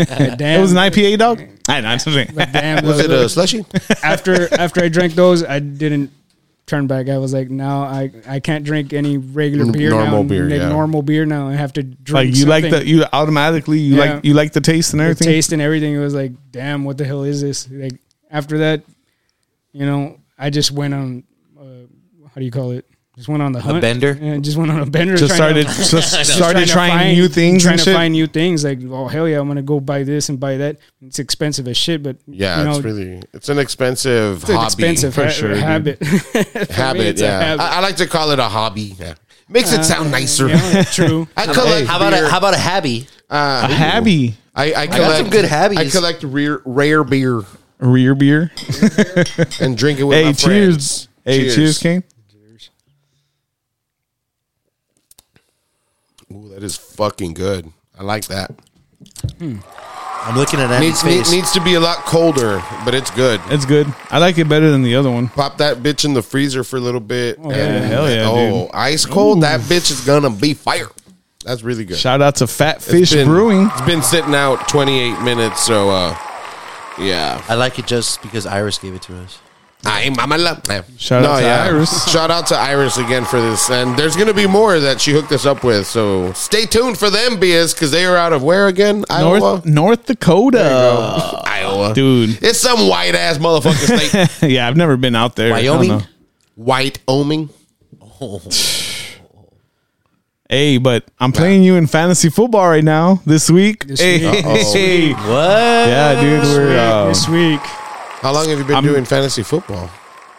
S3: Yeah. damn,
S2: it was an IPA, dog. I know.
S3: But damn,
S1: Was it
S3: those-
S1: a slushy?
S3: after after I drank those, I didn't turn back. I was like, now I, I can't drink any regular
S1: N-
S3: beer.
S1: normal
S3: now.
S1: beer,
S3: Like,
S1: yeah.
S3: normal beer now. I have to drink.
S2: Like you like the
S3: something.
S2: you automatically you
S3: Yeah.
S2: like you like the taste and
S3: The
S2: everything.
S3: taste and everything. It was like, damn, what the hell is this? Like after that, you know, I just went on. Uh, how do you call it? Just went on the hunt.
S4: bender?
S3: Yeah, just went on a bender.
S2: Just
S3: trying to-
S2: started just
S3: just
S2: started
S3: to
S2: trying
S3: find-
S2: new things
S3: Trying
S2: and
S3: to
S2: shit.
S3: find new things. Like, oh hell yeah, I'm gonna go buy this and buy that. It's expensive as shit, but
S1: Yeah,
S3: you know,
S1: it's really it's an expensive
S3: it's an
S1: hobby.
S3: expensive ha-
S2: sure, dude.
S3: habit. For me,
S1: habit.
S3: it's a
S1: Yeah,
S3: habit.
S1: I, I like to call it a hobby. Yeah. Makes it sound nicer.
S3: Yeah, true.
S1: I collect.
S4: How about
S1: beer.
S4: a, how about a habby?
S1: Uh,
S2: A habby
S1: I, I collect
S4: got some good habbies.
S1: I collect rare, rare beer
S2: rear beer.
S1: and drink it with
S2: Hey,
S1: my
S2: cheers!
S1: friends.
S2: Hey, cheers, King.
S1: Ooh, that is fucking good. I like that.
S4: I'm looking at Andy's
S1: Needs need-
S4: face.
S1: needs to be a lot colder, but it's good.
S2: It's good. I like it better than the other one.
S1: Pop that bitch in the freezer for a little bit. and-
S2: hell yeah,
S1: Oh, ice cold. That bitch is gonna be fire. That's really good.
S2: Shout out to Fat
S1: It's
S2: Fish
S1: been-
S2: Brewing.
S1: It's been sitting out 28 minutes, so uh, yeah.
S4: I like it just because Iris gave it to us.
S1: I mama love.
S2: Shout out to Iris.
S1: Shout out to Iris again for this. And there's going to be more that she hooked us up with. So stay tuned for them, BS, because they are out of where again? Iowa?
S2: North North Dakota,
S1: Uh, Iowa.
S2: dude.
S1: It's some white ass motherfucking state.
S2: yeah, I've never been out there. I don't
S4: Wyoming?
S2: know.
S1: White Oming.
S2: Hey, but I'm playing you in fantasy football right now this week.
S3: This
S2: hey,
S3: week.
S2: hey.
S4: What? Yeah.
S2: yeah, dude, we're uh,
S3: this week.
S1: How long have you been
S2: I'm-
S1: doing fantasy football?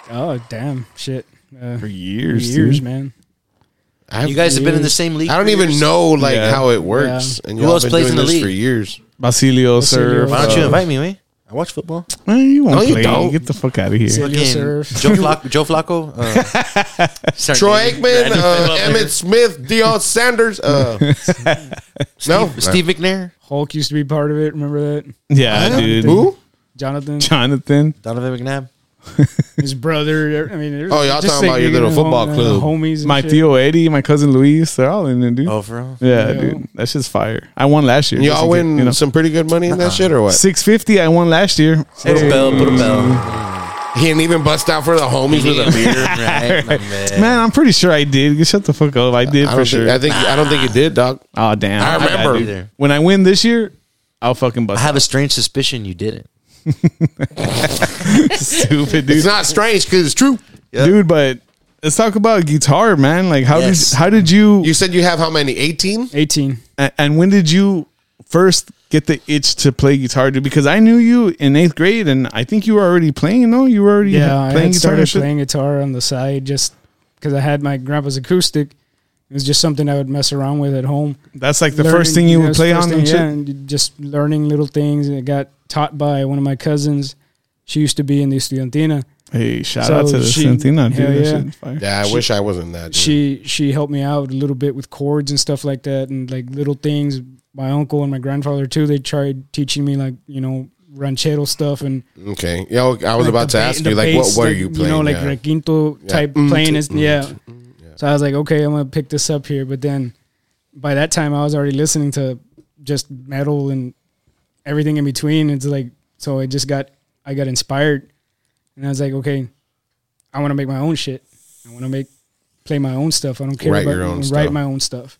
S3: Oh damn, shit. Uh,
S2: for
S3: years,
S2: years, dude.
S3: man.
S1: I,
S4: You guys have been in the same league.
S1: I don't
S4: for
S1: even
S4: years?
S1: know like
S2: Yeah.
S1: how it works. And you
S4: Who
S1: all
S4: else
S1: been
S4: plays
S1: doing
S4: in the
S1: this
S4: league?
S1: for years.
S2: Basilio, sir.
S4: Why don't
S2: uh,
S4: you invite me, eh? I watch football.
S2: Man, you won't
S1: No, you
S2: play.
S1: don't.
S2: Get the fuck out of here.
S3: Silly
S4: Fucking
S3: surf.
S4: Joe Flacco. Joe Flacco. Uh, sorry,
S1: Troy
S4: David.
S1: Aikman,
S4: Randy
S1: uh,
S4: Butler.
S1: Emmett Smith, Deion Sanders. Uh, no,
S4: Steve McNair.
S3: Hulk used to be part of it. Remember that?
S2: Yeah, dude.
S1: Who?
S3: Jonathan,
S2: Jonathan.
S4: Donovan McNabb.
S3: his brother. I mean, there's-
S1: Oh, y'all
S3: just
S1: talking about
S3: like,
S1: your
S3: you
S1: little
S3: know,
S1: football
S3: home- uh,
S1: club.
S3: homies. and
S2: My
S3: shit.
S2: Theo Eddie, my cousin Luis, they're all in there, dude.
S4: Oh, for real.
S2: yeah,
S3: Yeah.
S2: dude. That shit's fire. I won last year.
S1: Y'all
S2: Just in
S1: win
S2: case, you know.
S1: some pretty good money in that shit or what?
S2: 650 I won last year.
S4: Put a
S2: Hey.
S4: bell. Put a bell.
S1: He didn't even bust out for the homies with a beer.
S4: Right,
S2: Man, I'm pretty sure I did. You Shut the fuck up. I did
S1: I
S2: for
S1: don't
S2: sure.
S1: think, I think I don't think he did, dog.
S2: oh damn.
S1: I
S2: Yeah,
S1: remember.
S2: dude. when I win this year, I'll fucking
S4: I
S2: bust.
S4: have a strange suspicion you didn't.
S2: stupid dude.
S1: It's not strange because it's true.
S2: Dude, but Let's talk about guitar, man. Like how
S4: Yes.
S2: did how did you,
S1: You said you have how many? 18?
S3: 18.
S2: a- and when did you first get the itch to play guitar, dude? Because I knew you in eighth grade, and I think you were already playing. No, you were already
S3: Yeah,
S2: playing
S3: I had
S2: guitar. and
S3: started
S2: shit?
S3: playing guitar on the side just because I had my grandpa's acoustic. It was just something I would mess around with at home.
S2: That's like the
S3: Learning-
S2: first thing you
S3: know,
S2: would
S3: it's
S2: play
S3: first
S2: on
S3: thing,
S2: and shit.
S3: yeah, and just learning little things. And I got taught by one of my cousins. She used to be in the Estudiantina.
S2: Hey, shout
S3: So
S2: out to the
S3: she-
S2: Santina, dude.
S3: hell
S2: That
S3: yeah.
S2: shit's fire.
S1: Yeah, I
S3: She-
S1: wish I wasn't that. dude.
S3: She she helped me out a little bit with chords and stuff like that, and like little things. My uncle and my grandfather too. They tried teaching me like you know ranchero stuff and
S1: okay. Yo, I was
S3: like,
S1: about
S3: the
S1: to
S3: ba-
S1: ask
S3: the
S1: you, like, what
S3: bass,
S1: were you playing?
S3: You know, like
S1: yeah.
S3: requinto
S1: Yeah.
S3: type
S2: Mm-hmm.
S1: Mm,
S3: playing
S1: mm,
S3: is
S1: mm,
S3: yeah.
S1: yeah.
S3: So I was like, okay, I'm gonna pick this up here. But then by that time, I was already listening to just metal and everything in between. It's like so I just got I got inspired, and I was like, okay, I want to make my own shit. I want to make play my own stuff. I don't care
S1: Write
S3: about
S1: your own
S3: write
S1: stuff.
S3: my own stuff.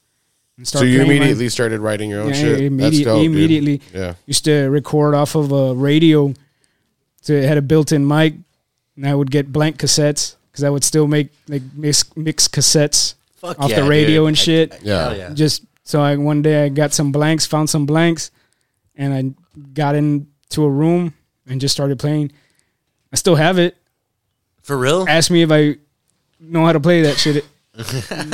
S3: And
S1: So you
S3: playing my-
S1: immediately started writing your own
S3: Yeah,
S1: shit.
S3: immediate-
S1: That's dope, dude.
S3: immediately
S1: Yeah.
S3: used to record off of a radio. So it had a built-in mic, and I would get blank cassettes because I would still make like mix, mix cassettes
S4: Fuck
S3: off
S4: yeah,
S3: the radio
S4: dude.
S3: and
S4: I-
S3: shit.
S1: Yeah.
S4: Hell yeah.
S3: Just so I one day I got some blanks, found some blanks, and I got into a room and just started playing. I still have it.
S4: For real?
S3: Asked me if I know how to play that shit.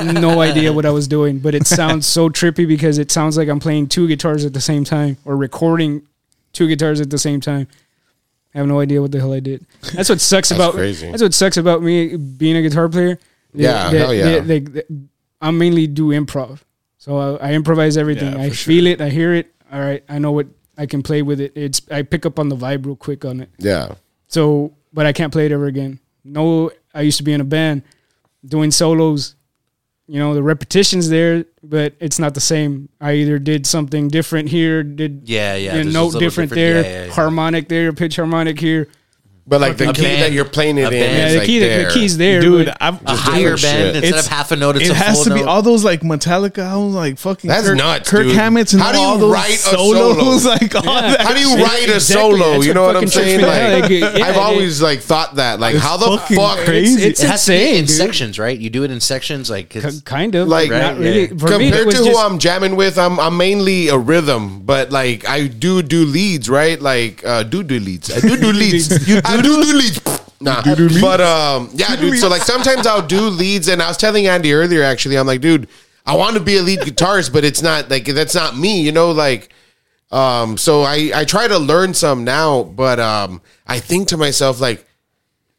S3: no idea what I was doing, but it sounds so trippy because it sounds like I'm playing two guitars at the same time or recording two guitars at the same time. I have no idea what the hell I did. That's what sucks
S1: That's
S3: about
S1: crazy.
S3: that's what sucks about me being a guitar player.
S1: Yeah, hell yeah.
S3: they- they- I mainly do improv, so I, I improvise everything.
S2: Yeah,
S3: I
S2: for sure.
S3: feel it, I hear it. All right, I know what I can play with it. It's I pick up on the vibe real quick on it.
S1: Yeah.
S3: So, but I can't play it ever again. No, I used to be in a band doing solos. You know, the repetitions there, but it's not the same. I either did something different here, did
S4: Yeah, yeah.
S3: a
S4: there's
S3: note
S4: just little
S3: different, there,
S4: yeah, yeah, yeah.
S3: harmonic there, pitch harmonic here.
S1: But like the
S4: A
S1: key
S4: band.
S1: that you're playing it
S4: A
S1: in
S4: band.
S1: is
S3: yeah, the,
S1: like
S3: key, the,
S1: there.
S3: key's there,
S2: Dude,
S3: but
S2: I've,
S4: A higher
S1: different
S4: band
S1: shit.
S4: instead
S2: It's-
S4: of half a note, it's
S2: it
S4: a
S2: has
S4: full
S2: to be
S4: note.
S2: all those like Metallica. I was like fucking
S1: That's
S2: Kirk,
S1: nuts,
S2: Kirk
S1: dude.
S2: Hammett and
S1: How do you
S2: all those
S1: write a solo?
S2: solos. Like all that.
S1: How do you
S2: shit.
S1: write a
S3: Exactly,
S1: solo?
S3: that's
S1: You
S3: what
S1: know what I'm
S3: fucking trips
S1: saying?
S3: me
S1: Like,
S3: out, like, yeah,
S1: I've
S3: it-
S1: always like thought that. Like, how the
S2: fucking
S1: fuck?
S2: crazy.
S3: it's
S4: It has to be
S3: insane,
S4: in
S3: dude.
S4: sections, right? You do it in sections, like
S3: k-
S4: it's,
S3: kind of
S1: Like,
S3: like not
S1: Right,
S3: really.
S4: yeah.
S3: For me, it
S1: Compared
S3: was
S1: to who
S3: just-
S1: I'm jamming with, I'm I'm mainly a rhythm, but like I do do leads, right? Like uh, do do leads. I do do leads. I do do leads. Nah, but um, yeah, dude. So like sometimes I'll do leads, and I was telling Andy earlier. Actually, I'm like, dude, I want to be a lead guitarist, but it's not like that's not me, you know, like. Um, so I I try to learn some now, but um, I think to myself like,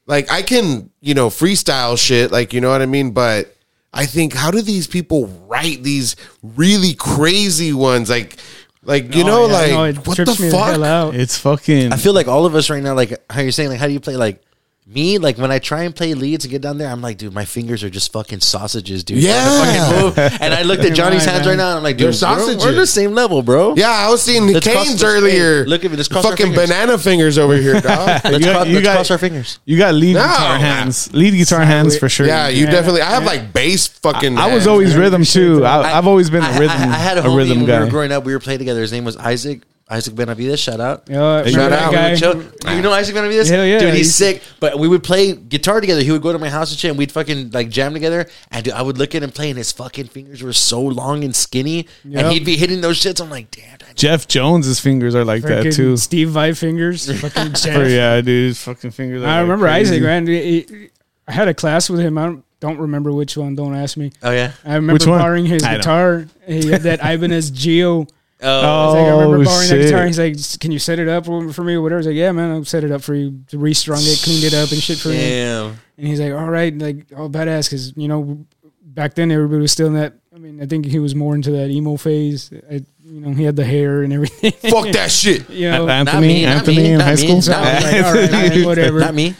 S1: like I can, you know, freestyle shit, like you know what I mean, but I think how do these people write these really crazy ones like like you know
S3: Oh, yeah,
S1: Oh, like
S3: no, it
S1: what the
S3: trips me hell
S1: fuck?
S3: out.
S2: It's fucking.
S4: I feel like all of us right now, like how you're saying, like how do you play? Like me, like when I try and play leads and get down there, I'm like, dude, my fingers are just fucking sausages, dude.
S1: Yeah.
S4: Fucking move. And I looked at Johnny's
S3: right,
S4: hands
S3: man.
S4: right now, and I'm like, dude,
S1: They're
S4: sausages. We're,
S1: sausages.
S4: on the same level, bro.
S1: Yeah, I was seeing the
S4: Let's cross-
S1: canes
S4: let's-
S1: earlier.
S4: hey, look at me, let's cross our
S1: fucking
S4: fingers.
S1: banana fingers over here, dog.
S4: Let's,
S2: You got-
S4: cross,
S2: you
S4: let's
S2: got-
S4: cross our fingers.
S2: you got lead
S1: No.
S2: guitar hands. Lead guitar hands for sure.
S1: yeah, you
S3: Yeah.
S1: definitely. I have like bass fucking.
S2: I was
S1: hands,
S2: always
S1: man.
S2: rhythm too. I, I've always been
S4: I-
S2: a rhythm.
S4: I, I had a,
S2: a
S4: homie
S2: rhythm
S4: when We
S2: guy.
S4: were growing up, we were playing together. His name was Isaac. Isaac Benavides, shout out.
S3: Yeah,
S1: Shout
S3: remember
S1: out.
S3: that Uh, guy.
S4: Joe- you know Isaac Benavides?
S3: Hell yeah,
S4: Dude, he's
S3: he's-
S4: sick. But we would play guitar together. He would go to my house and shit, and we'd fucking like jam together. And dude, I would look at him play, and his fucking fingers were so long and skinny.
S3: Yep.
S4: And he'd be hitting those shits. I'm like, damn. that-
S2: Jeff Jones's fingers are like that
S3: Freaking
S2: too.
S3: Steve Vai fingers. fucking Jeff.
S2: For- Oh, yeah, dude, his fucking fingers. Are
S3: I
S2: like
S3: remember
S2: crazy.
S3: Isaac, man. He- he- I had a class with him. I don't, don't remember which one. Don't ask me.
S4: Oh, yeah.
S3: I remember
S2: Which one?
S3: borrowing his
S2: I don't-
S3: guitar. He had that Ibanez Geo.
S4: Oh,
S3: It's like, I remember
S2: Oh,
S3: borrowing that
S2: shit.
S3: guitar. He's like, "Can you set it up for me or whatever?" I was like, "Yeah, man, I'll set it up for you." Restrung it, cleaned it up, and shit for me.
S4: damn.
S3: And he's like, "All right, like all badass," because you know, back then everybody was still in that. I mean, I think he was more into that emo phase. I, you know, he had the hair and everything.
S1: Fuck that shit.
S3: you
S2: An-
S3: know,
S2: Anthony,
S4: me, not
S2: Anthony
S4: me,
S2: in
S4: not
S2: high
S4: me,
S2: school.
S4: not me.
S3: I was like, all right, man, whatever.
S4: Not me.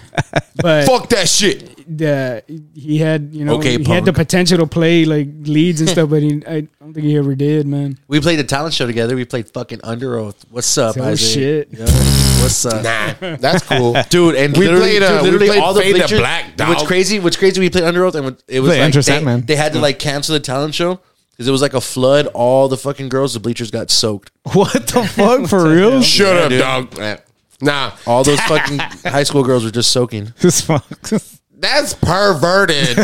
S3: But
S1: Fuck that shit.
S3: the he had you know
S4: Okay,
S3: he had the
S4: punk.
S3: potential to play like leads and stuff, but he I don't think he ever did, man.
S4: We played a talent show together. We played fucking Under Oath. What's up,
S3: So oh,
S4: Isaac?
S3: shit.
S4: Yeah. What's up?
S1: Nah, that's cool.
S4: Dude, and
S1: We
S4: literally,
S1: played, uh,
S4: dude,
S1: we
S4: literally
S1: played
S4: all the
S1: Fade to
S4: pictures.
S1: Black, dog.
S4: What's crazy? What's crazy? We played Under Oath, and it was
S2: Play
S4: like
S2: Enter
S4: they,
S2: Sandman.
S4: they had to like cancel the talent show because it was like a flood. All the fucking girls, the bleachers got soaked.
S2: What the fuck for real?
S1: Shut
S4: Yeah,
S1: up,
S4: dude.
S1: dog. Nah,
S4: All those fucking high school girls were just soaking.
S2: This fuck.
S1: That's perverted.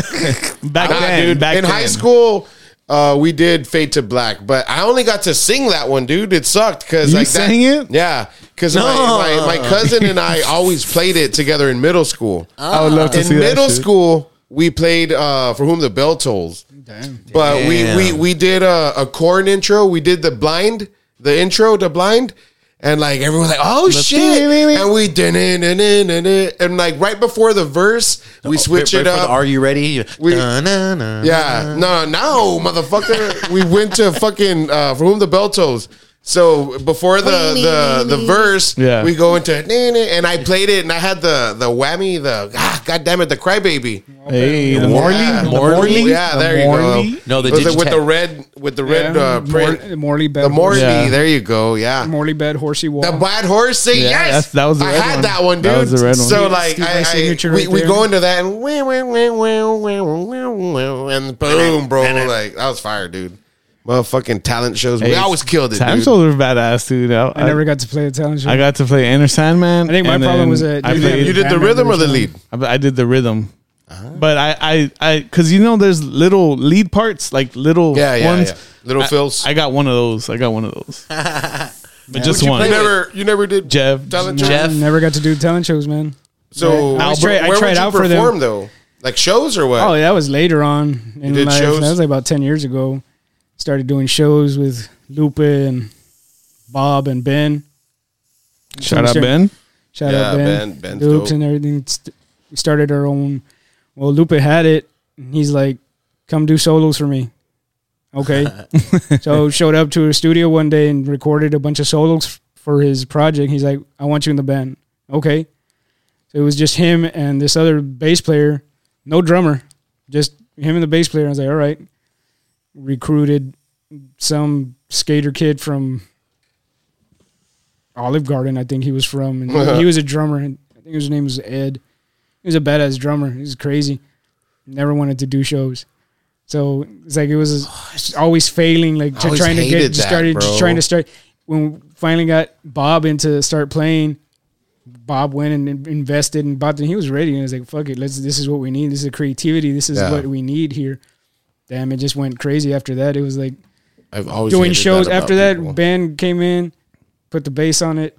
S2: Back
S1: Nah,
S2: then,
S1: dude.
S2: back
S1: in high
S2: then.
S1: school, uh, we did Fade to Black, but I only got to sing that one, dude. It sucked because
S2: You
S1: like
S2: sang
S1: that,
S2: it?
S1: Yeah, because my, my, my cousin and I always played it together in middle school.
S2: I would love to
S1: in
S2: see
S1: middle
S2: that shit.
S1: school, we played uh, "For Whom the Bell Tolls," but
S4: Damn.
S1: we we we did a, a corn intro. We did the blind, the intro to blind. And like everyone was like, oh shit! And we did it, and it, and it, and like right before the verse, we switch
S4: Right
S1: it
S4: for the
S1: up.
S4: Are you ready?
S1: We-
S4: Dun-na-na.
S1: Yeah, no, no, motherfucker. we went to fucking uh, for whom the bell tolls. So before the the the verse,
S2: Yeah.
S1: we go into "Nee, nee," and I played it, and I had the the whammy, the ah, god damn it, the crybaby.
S2: Hey, the Morley,
S1: Yeah.
S2: the
S1: Morley?
S2: Morley,
S1: Yeah,
S2: The
S1: there you
S2: Morley?
S1: go.
S4: No, the
S1: with, the, with
S4: Digitech.
S1: the red with the red uh, print,
S3: Mor- Morley bed.
S1: the Morley.
S2: Yeah.
S1: There you go. Yeah,
S3: Morley bed, horsey wall.
S1: the bad horsey.
S2: Yeah,
S1: yes,
S2: that's- that was the
S1: I
S2: red
S1: had
S2: one.
S1: that one, dude.
S2: That was the red one.
S1: So
S2: Steve-
S1: like,
S3: Steve, my
S1: I, I, we,
S3: signature right
S1: we
S3: there.
S1: go into that and wah, wah, wah, wah, wah, wah, wah, wah, and boom, bro, like that was fire, dude. Motherfucking talent shows. we
S2: Hey,
S1: always killed it,
S2: Time
S1: dude.
S2: Shows are badass, dude. I,
S3: I never got to play the talent show.
S2: I got to play Inner Sandman.
S3: I think my
S2: and
S3: problem
S2: then
S3: was that
S2: I
S3: you
S2: played,
S1: You did
S3: didn't
S1: the
S3: Batman
S1: rhythm or the
S3: version.
S1: lead?
S2: I I did the rhythm.
S1: Ah.
S2: But I, I, I, cause you know, there's little lead parts, like little
S1: Yeah, yeah,
S2: ones.
S1: yeah. Little
S2: I-
S1: Phils.
S2: I got one of those. I got one of those. but just
S1: you
S2: one.
S1: never, you never did
S2: Jeff.
S1: talent
S3: No,
S1: show.
S4: Jeff.
S3: Never got to do talent shows, man.
S1: So
S3: I always
S1: where-
S3: tried- I
S1: where
S3: tried
S1: would you
S3: out for them.
S1: perform though? Like shows or what?
S3: Oh, that was later on in
S1: did
S3: life.
S1: shows?
S3: That was like about ten years ago. Started doing shows with Lupe and Bob and Ben.
S2: Shout out Ben.
S3: Shout out
S1: Yeah,
S3: Ben.
S1: Ben- Ben's
S3: Loops
S1: dope.
S3: and everything. St- We started our own. Well, Lupe had it. and He's like, "Come do solos for me." Okay. so showed up to his studio one day and recorded a bunch of solos f- for his project. He's like, "I want you in the band." Okay. So it was just him and this other bass player, no drummer, just him and the bass player. I was like, "All right." Recruited some skater kid from Olive Garden, I think he was from. And he was a drummer, and I think his name was Ed. He was a badass drummer. He was crazy. Never wanted to do shows, so it's like it was always failing. Like
S1: always
S3: trying to
S1: hated
S3: get
S1: that,
S3: started, just
S1: bro.
S3: trying to start. When we finally got Bob into start playing, Bob went and in- invested and bought. And he was ready. And he was like, "Fuck it, let's. This is what we need. This is the creativity. This is
S1: Yeah.
S3: what we need here." Damn, it just went crazy after that. It was like
S1: I've always
S3: doing
S1: hated
S3: shows
S1: about
S3: after that
S1: people.
S3: band came in put the bass on it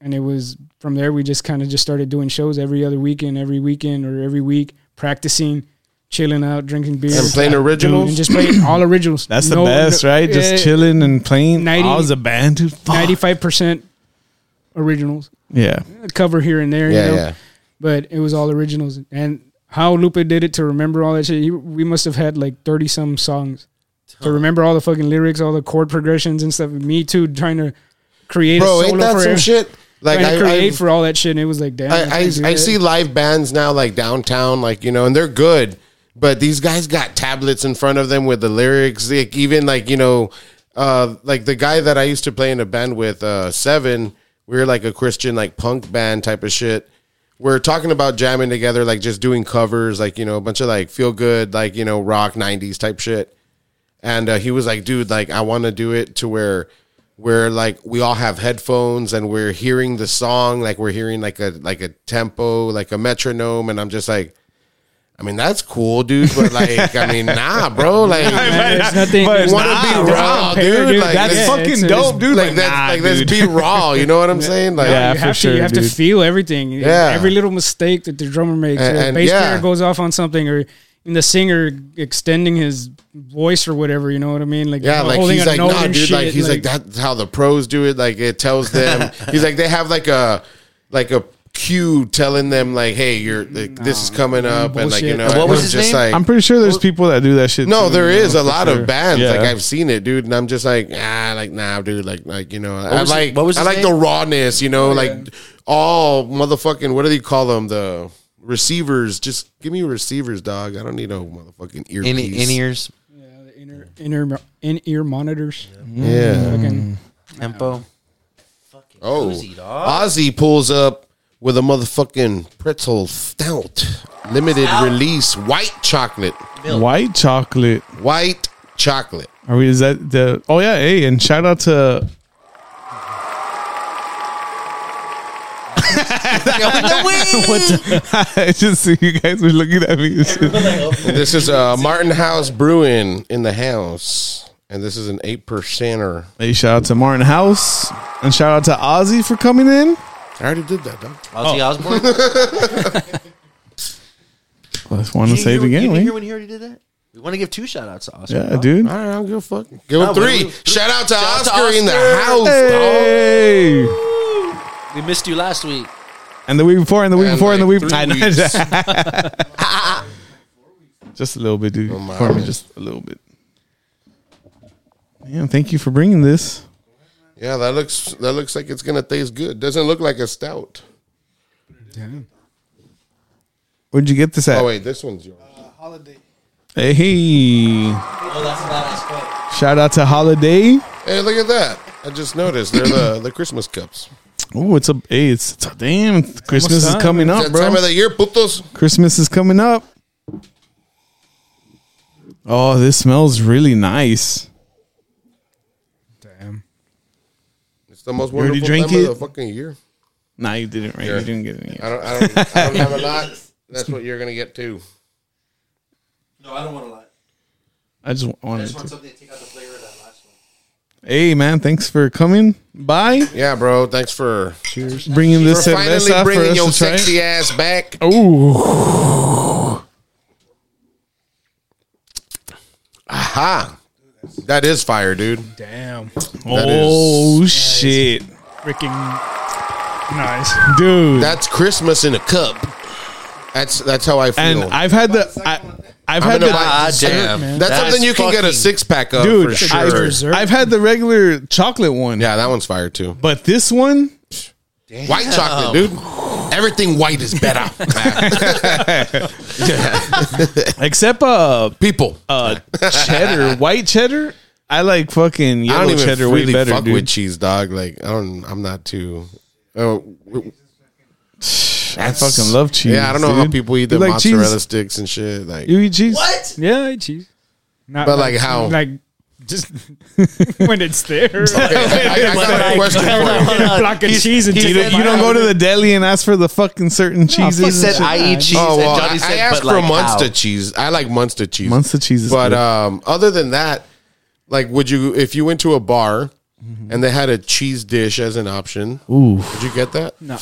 S3: and it was from there we just kind of just started doing shows every other weekend every weekend or every week practicing chilling out drinking beer
S1: and playing
S3: and
S1: originals.
S3: just playing all originals
S2: That's the best, right? Just chilling and playing.
S3: 90
S2: I was a band, dude. Fuck.
S3: 95% originals
S2: Yeah.
S3: a cover here and there
S1: Yeah,
S3: you know
S1: yeah.
S3: but it was all originals and how Lupe did it to remember all that shit he, we must have had like 30 some songs to remember all the fucking lyrics all the chord progressions and stuff me too trying to create
S1: Bro,
S3: a
S1: ain't
S3: solo
S1: that
S3: for
S1: some
S3: every-
S1: shit? Like
S3: trying to
S1: I-
S3: create
S1: I've-
S3: for all that shit and it was like damn
S1: I,
S3: can't do
S1: I, I
S3: that.
S1: see live bands now, like downtown, like you know, and they're good, but these guys got tablets in front of them with the lyrics. Like even like you know, uh, like the guy that I used to play in a band with, uh, Seven. We were like a Christian like punk band type of shit. We're talking about jamming together, like just doing covers, like you know, a bunch of like feel good, like you know, rock '90s type shit and uh, he was like, "Dude, like I want to do it to where where like we all have headphones and we're hearing the song, like we're hearing like a like a tempo, like a metronome." And I'm just like, "I mean, that's cool, dude, but like, I mean, nah, bro, like."
S3: Man, there's nothing
S2: But
S3: you
S2: it's
S1: wanna
S2: not,
S1: be
S2: bro.
S1: raw,
S3: Compare,
S1: dude,
S3: dude,
S1: like,
S2: That's
S1: let's-
S3: yeah,
S2: fucking
S3: it's-
S2: dope, dude.
S1: like that's
S2: nah,
S1: like let's
S2: dude.
S1: be raw, you know what I'm saying? Like,
S2: Yeah,
S3: you
S2: for
S3: have to
S2: sure,
S3: you have to
S2: dude.
S3: feel everything
S1: Yeah.
S3: every little mistake that the drummer makes
S1: And-
S3: or the
S1: and
S3: bass
S1: yeah.
S3: player goes off on something or the singer extending his voice or whatever you know what I mean like
S1: Yeah,
S3: uh,
S1: like
S3: holding
S1: he's
S3: a
S1: like,
S3: note
S1: nah,
S3: and
S1: dude.
S3: shit,
S1: like he's like, that's how the pros do it. Like it tells them. he's like they have like a like a cue telling them like, hey, you're like, this is coming up, and like you
S3: bullshit.
S1: know,
S3: And
S4: what
S1: it
S4: was his name?
S1: like,
S2: I'm pretty sure there's people that do that shit.
S1: no,
S2: too,
S1: there
S2: you know,
S1: is a
S2: for
S1: lot
S2: sure.
S1: of bands.
S2: Yeah.
S1: Like I've seen it, dude, and I'm just like, ah, like nah, dude. Like like you know, I
S4: was his-
S1: like
S4: what was
S1: I
S4: his
S1: like the
S4: name? Oh,
S1: rawness. You know, like all motherfucking what do they call them? The receivers. Just give me receivers, dog. I don't need no motherfucking
S4: In,
S1: earpiece.
S4: in ears,
S3: Yeah, the inner inner in ear monitors
S4: Mm.
S1: yeah.
S3: Fucking-
S4: tempo.
S1: Oh,
S4: Ozzy,
S1: Ozzy pulls up with a motherfucking pretzel stout, limited release, white chocolate,
S2: White chocolate.
S1: white chocolate.
S2: Are we? Is that the? Oh yeah. Hey, and shout out to. I just see you guys were looking at me.
S1: This is uh, Martin House Brewing in the house, and this is an eight percenter.
S2: hey, shout out to Martin House and shout out to Ozzy for coming in.
S1: I already did that, dog.
S4: Ozzy Osbourne.
S2: I just want to say it
S4: Did you
S2: again.
S4: hear- did you hear
S2: Wayne.
S4: when he already did that? We want to give two shout outs to Ozzy.
S2: Yeah, dude.
S1: All right, I don't give a fuck. Give
S4: No,
S1: him three.
S4: we- we-
S1: Shout out to
S4: Shout out
S1: Oscar,
S4: to
S1: in the
S4: Oscar.
S1: house, dog.
S2: Hey.
S4: We missed you last week.
S2: And the week before, and the week
S1: And
S2: before, and the
S1: like
S2: week.
S1: three
S2: I know.
S1: weeks.
S2: just a little bit, dude.
S1: my
S2: for me,
S1: God.
S2: just a little bit. Yeah, thank you for bringing this.
S1: Yeah, that looks that looks like it's gonna taste good. Doesn't look like a stout.
S2: Where'd you get this at?
S1: Oh wait, this one's yours.
S2: Hey, hey.
S4: Oh, that's badass.
S2: Shout out to Holiday.
S1: Hey, look at that! I just noticed they're the the Christmas cups.
S2: Oh, it's a hey, it's, it's a damn Christmas is
S3: time,
S2: coming
S1: It's
S2: up,
S1: that
S2: bro.
S1: time of the year, putos.
S2: Christmas is coming up. Oh, this smells really nice.
S3: Damn.
S1: It's the most
S2: already
S1: wonderful
S2: drank
S1: time
S2: it?
S1: of the fucking year.
S2: Nah, you didn't, right?
S1: Sure.
S2: You didn't get it.
S1: I don't, I don't, I don't have a lot. That's what you're gonna get too.
S4: No, I don't want to lie.
S2: I just wanted to.
S4: something to take out the flavor of that last one.
S2: Hey, man, thanks for coming by,
S1: Yeah, bro. Thanks for
S2: bringing
S1: for
S2: this
S1: finally
S2: cerveza for
S1: bringing your
S2: us to try.
S1: sexy ass back.
S2: Oh,
S1: Aha! That is fire, dude.
S3: Damn.
S2: oh shit,
S3: Freaking nice.
S2: dude!
S1: That's Christmas in a cup. That's that's how I feel.
S2: and I've had the, I,
S1: I'm
S2: I've had
S1: gonna
S2: the,
S1: buy-
S4: God damn.
S1: That's,
S4: That's
S1: something you can get a
S4: fucking-
S1: six pack of
S2: dude,
S1: for sure.
S2: I've,
S3: Dessert.
S2: I've had the regular chocolate one,
S1: yeah, that one's fire too.
S2: but this one,
S1: White chocolate, dude. Everything white is better.
S2: except uh,
S1: People,
S2: uh cheddar, white cheddar. I like
S1: I
S2: fucking yellow
S1: don't even
S2: cheddar
S1: really
S2: way better,
S1: fuck
S2: dude.
S1: with cheese, dog. Like I don't. I'm not too. Oh,
S2: I fucking love cheese.
S1: yeah, I don't know
S2: dude.
S1: how people eat
S2: You
S1: the
S2: like
S1: mozzarella
S2: Cheese?
S1: sticks and shit. Like,
S2: You eat cheese?
S4: What?
S3: Yeah, I cheese. Not
S1: But, like, how?
S3: Like just when it's there. like,
S1: I, I got a question for
S4: Hold on,
S1: you.
S4: hold on.
S3: block of
S4: He's-
S3: cheese and
S4: he
S3: take
S4: said-
S3: it
S2: You don't go to the deli and ask for the fucking certain cheeses.
S4: He
S2: and
S4: said
S2: shit.
S4: I eat cheese.
S1: Oh well,
S4: and Johnny
S1: I,
S4: said,
S1: I asked
S4: but like,
S1: for Munster
S4: how?
S1: cheese. I like Munster cheese.
S2: Munster cheese is
S1: but
S2: good.
S1: um, other than that, like, would you if you went to a bar
S2: Mm-hmm.
S1: and they had a cheese dish as an option? Would you get that? No,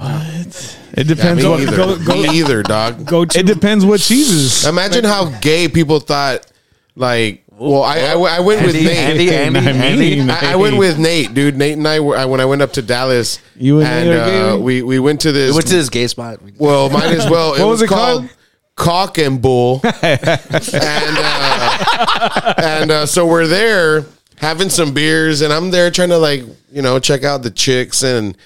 S2: it
S1: yeah,
S2: depends
S1: me
S2: what
S1: either.
S3: go- go-
S1: me either, dog.
S3: go to
S2: it depends what cheeses.
S1: Imagine how gay people thought. Like, well, I I, I went with
S4: Andy,
S1: Nate.
S4: Andy, Andy,
S2: I
S4: Andy.
S2: mean,
S1: I, I went with Nate, dude. Nate and I were I, when I went up to Dallas.
S2: You and Nate are
S1: uh,
S2: gay?
S1: we we went to this.
S4: We went to this gay spot.
S1: well, might as well. it
S2: What
S1: was,
S2: was it
S1: called?
S2: called?
S1: Cock and Bull. and uh, and uh, so we're there having some beers, and I'm there trying to like you know check out the chicks and.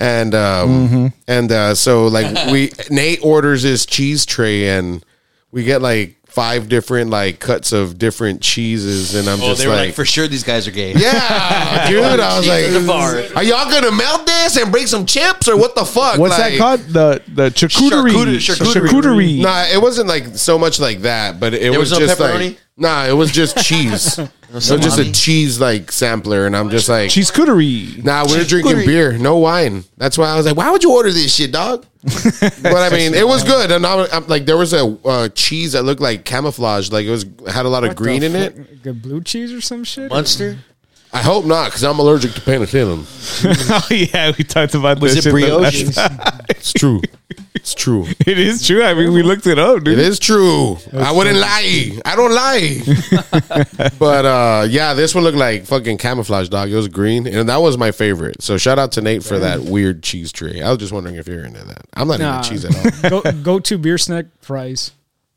S1: And um
S2: Mm-hmm.
S1: and uh so like we Nate orders his cheese tray and we get like five different like cuts of different cheeses and I'm
S4: Oh,
S1: just
S4: they were like,
S1: like
S4: for sure these guys are gay.
S1: yeah, dude. I was
S4: Cheese
S1: like,
S4: at the bar.
S1: are y'all gonna melt this and bring some chips or what the fuck?
S2: What's
S1: Like,
S2: that called? The the charcuterie.
S4: Charcuterie, charcuterie.
S2: Charcuterie.
S1: Nah, it wasn't like so much like that, but it
S4: There
S1: was,
S4: was no
S1: just
S4: pepperoni?
S1: like nah, it was just cheese. it was just a
S4: salami?
S1: cheese like sampler, and I'm just like,
S2: Cheese cooterie.
S1: nah, we we're drinking beer, no wine. That's why I was like, why would you order this shit, dog? but I mean, it was good, and I'm, I'm like, there was a uh, cheese that looked like camouflage, like it was had a lot of green in it.
S3: The blue cheese or some shit.
S4: Munster?
S1: I hope not, because I'm allergic to penicillin.
S2: oh yeah, we talked about
S4: Was
S2: this.
S4: it
S2: in the
S4: brioche?
S2: last-
S1: It's true. It's true.
S2: It is true. I mean, we looked it up,
S1: It
S2: dude.
S1: is true. I wouldn't lie. I don't lie. but uh, yeah, this one looked like fucking camouflage, dog. It was green, and that was my favorite. So shout out to Nate for that weird cheese tree. I was just wondering if you're into that. I'm not
S3: Nah.
S1: into cheese at all.
S3: go go to beer snack fries.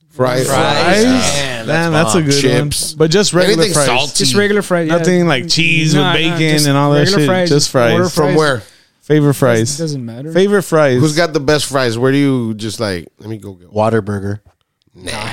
S1: Fries, Uh,
S4: Fries.
S2: Man,
S4: Man, that's
S2: that's, a
S4: bomb.
S2: good
S1: Chips.
S2: one. But just regular
S1: Anything
S2: fries.
S1: salty.
S3: Just regular fries. yeah.
S2: Nothing like cheese
S3: Nah, nah,
S2: with bacon
S3: just
S2: and all that
S3: regular
S2: shit.
S3: fries.
S2: Just fries.
S3: Order
S1: From
S3: fries.
S1: where?
S2: Favorite fries.
S3: doesn't matter.
S2: Favorite fries.
S1: Who's got the best fries? Where do you just like? Let me go get. One.
S4: Waterburger.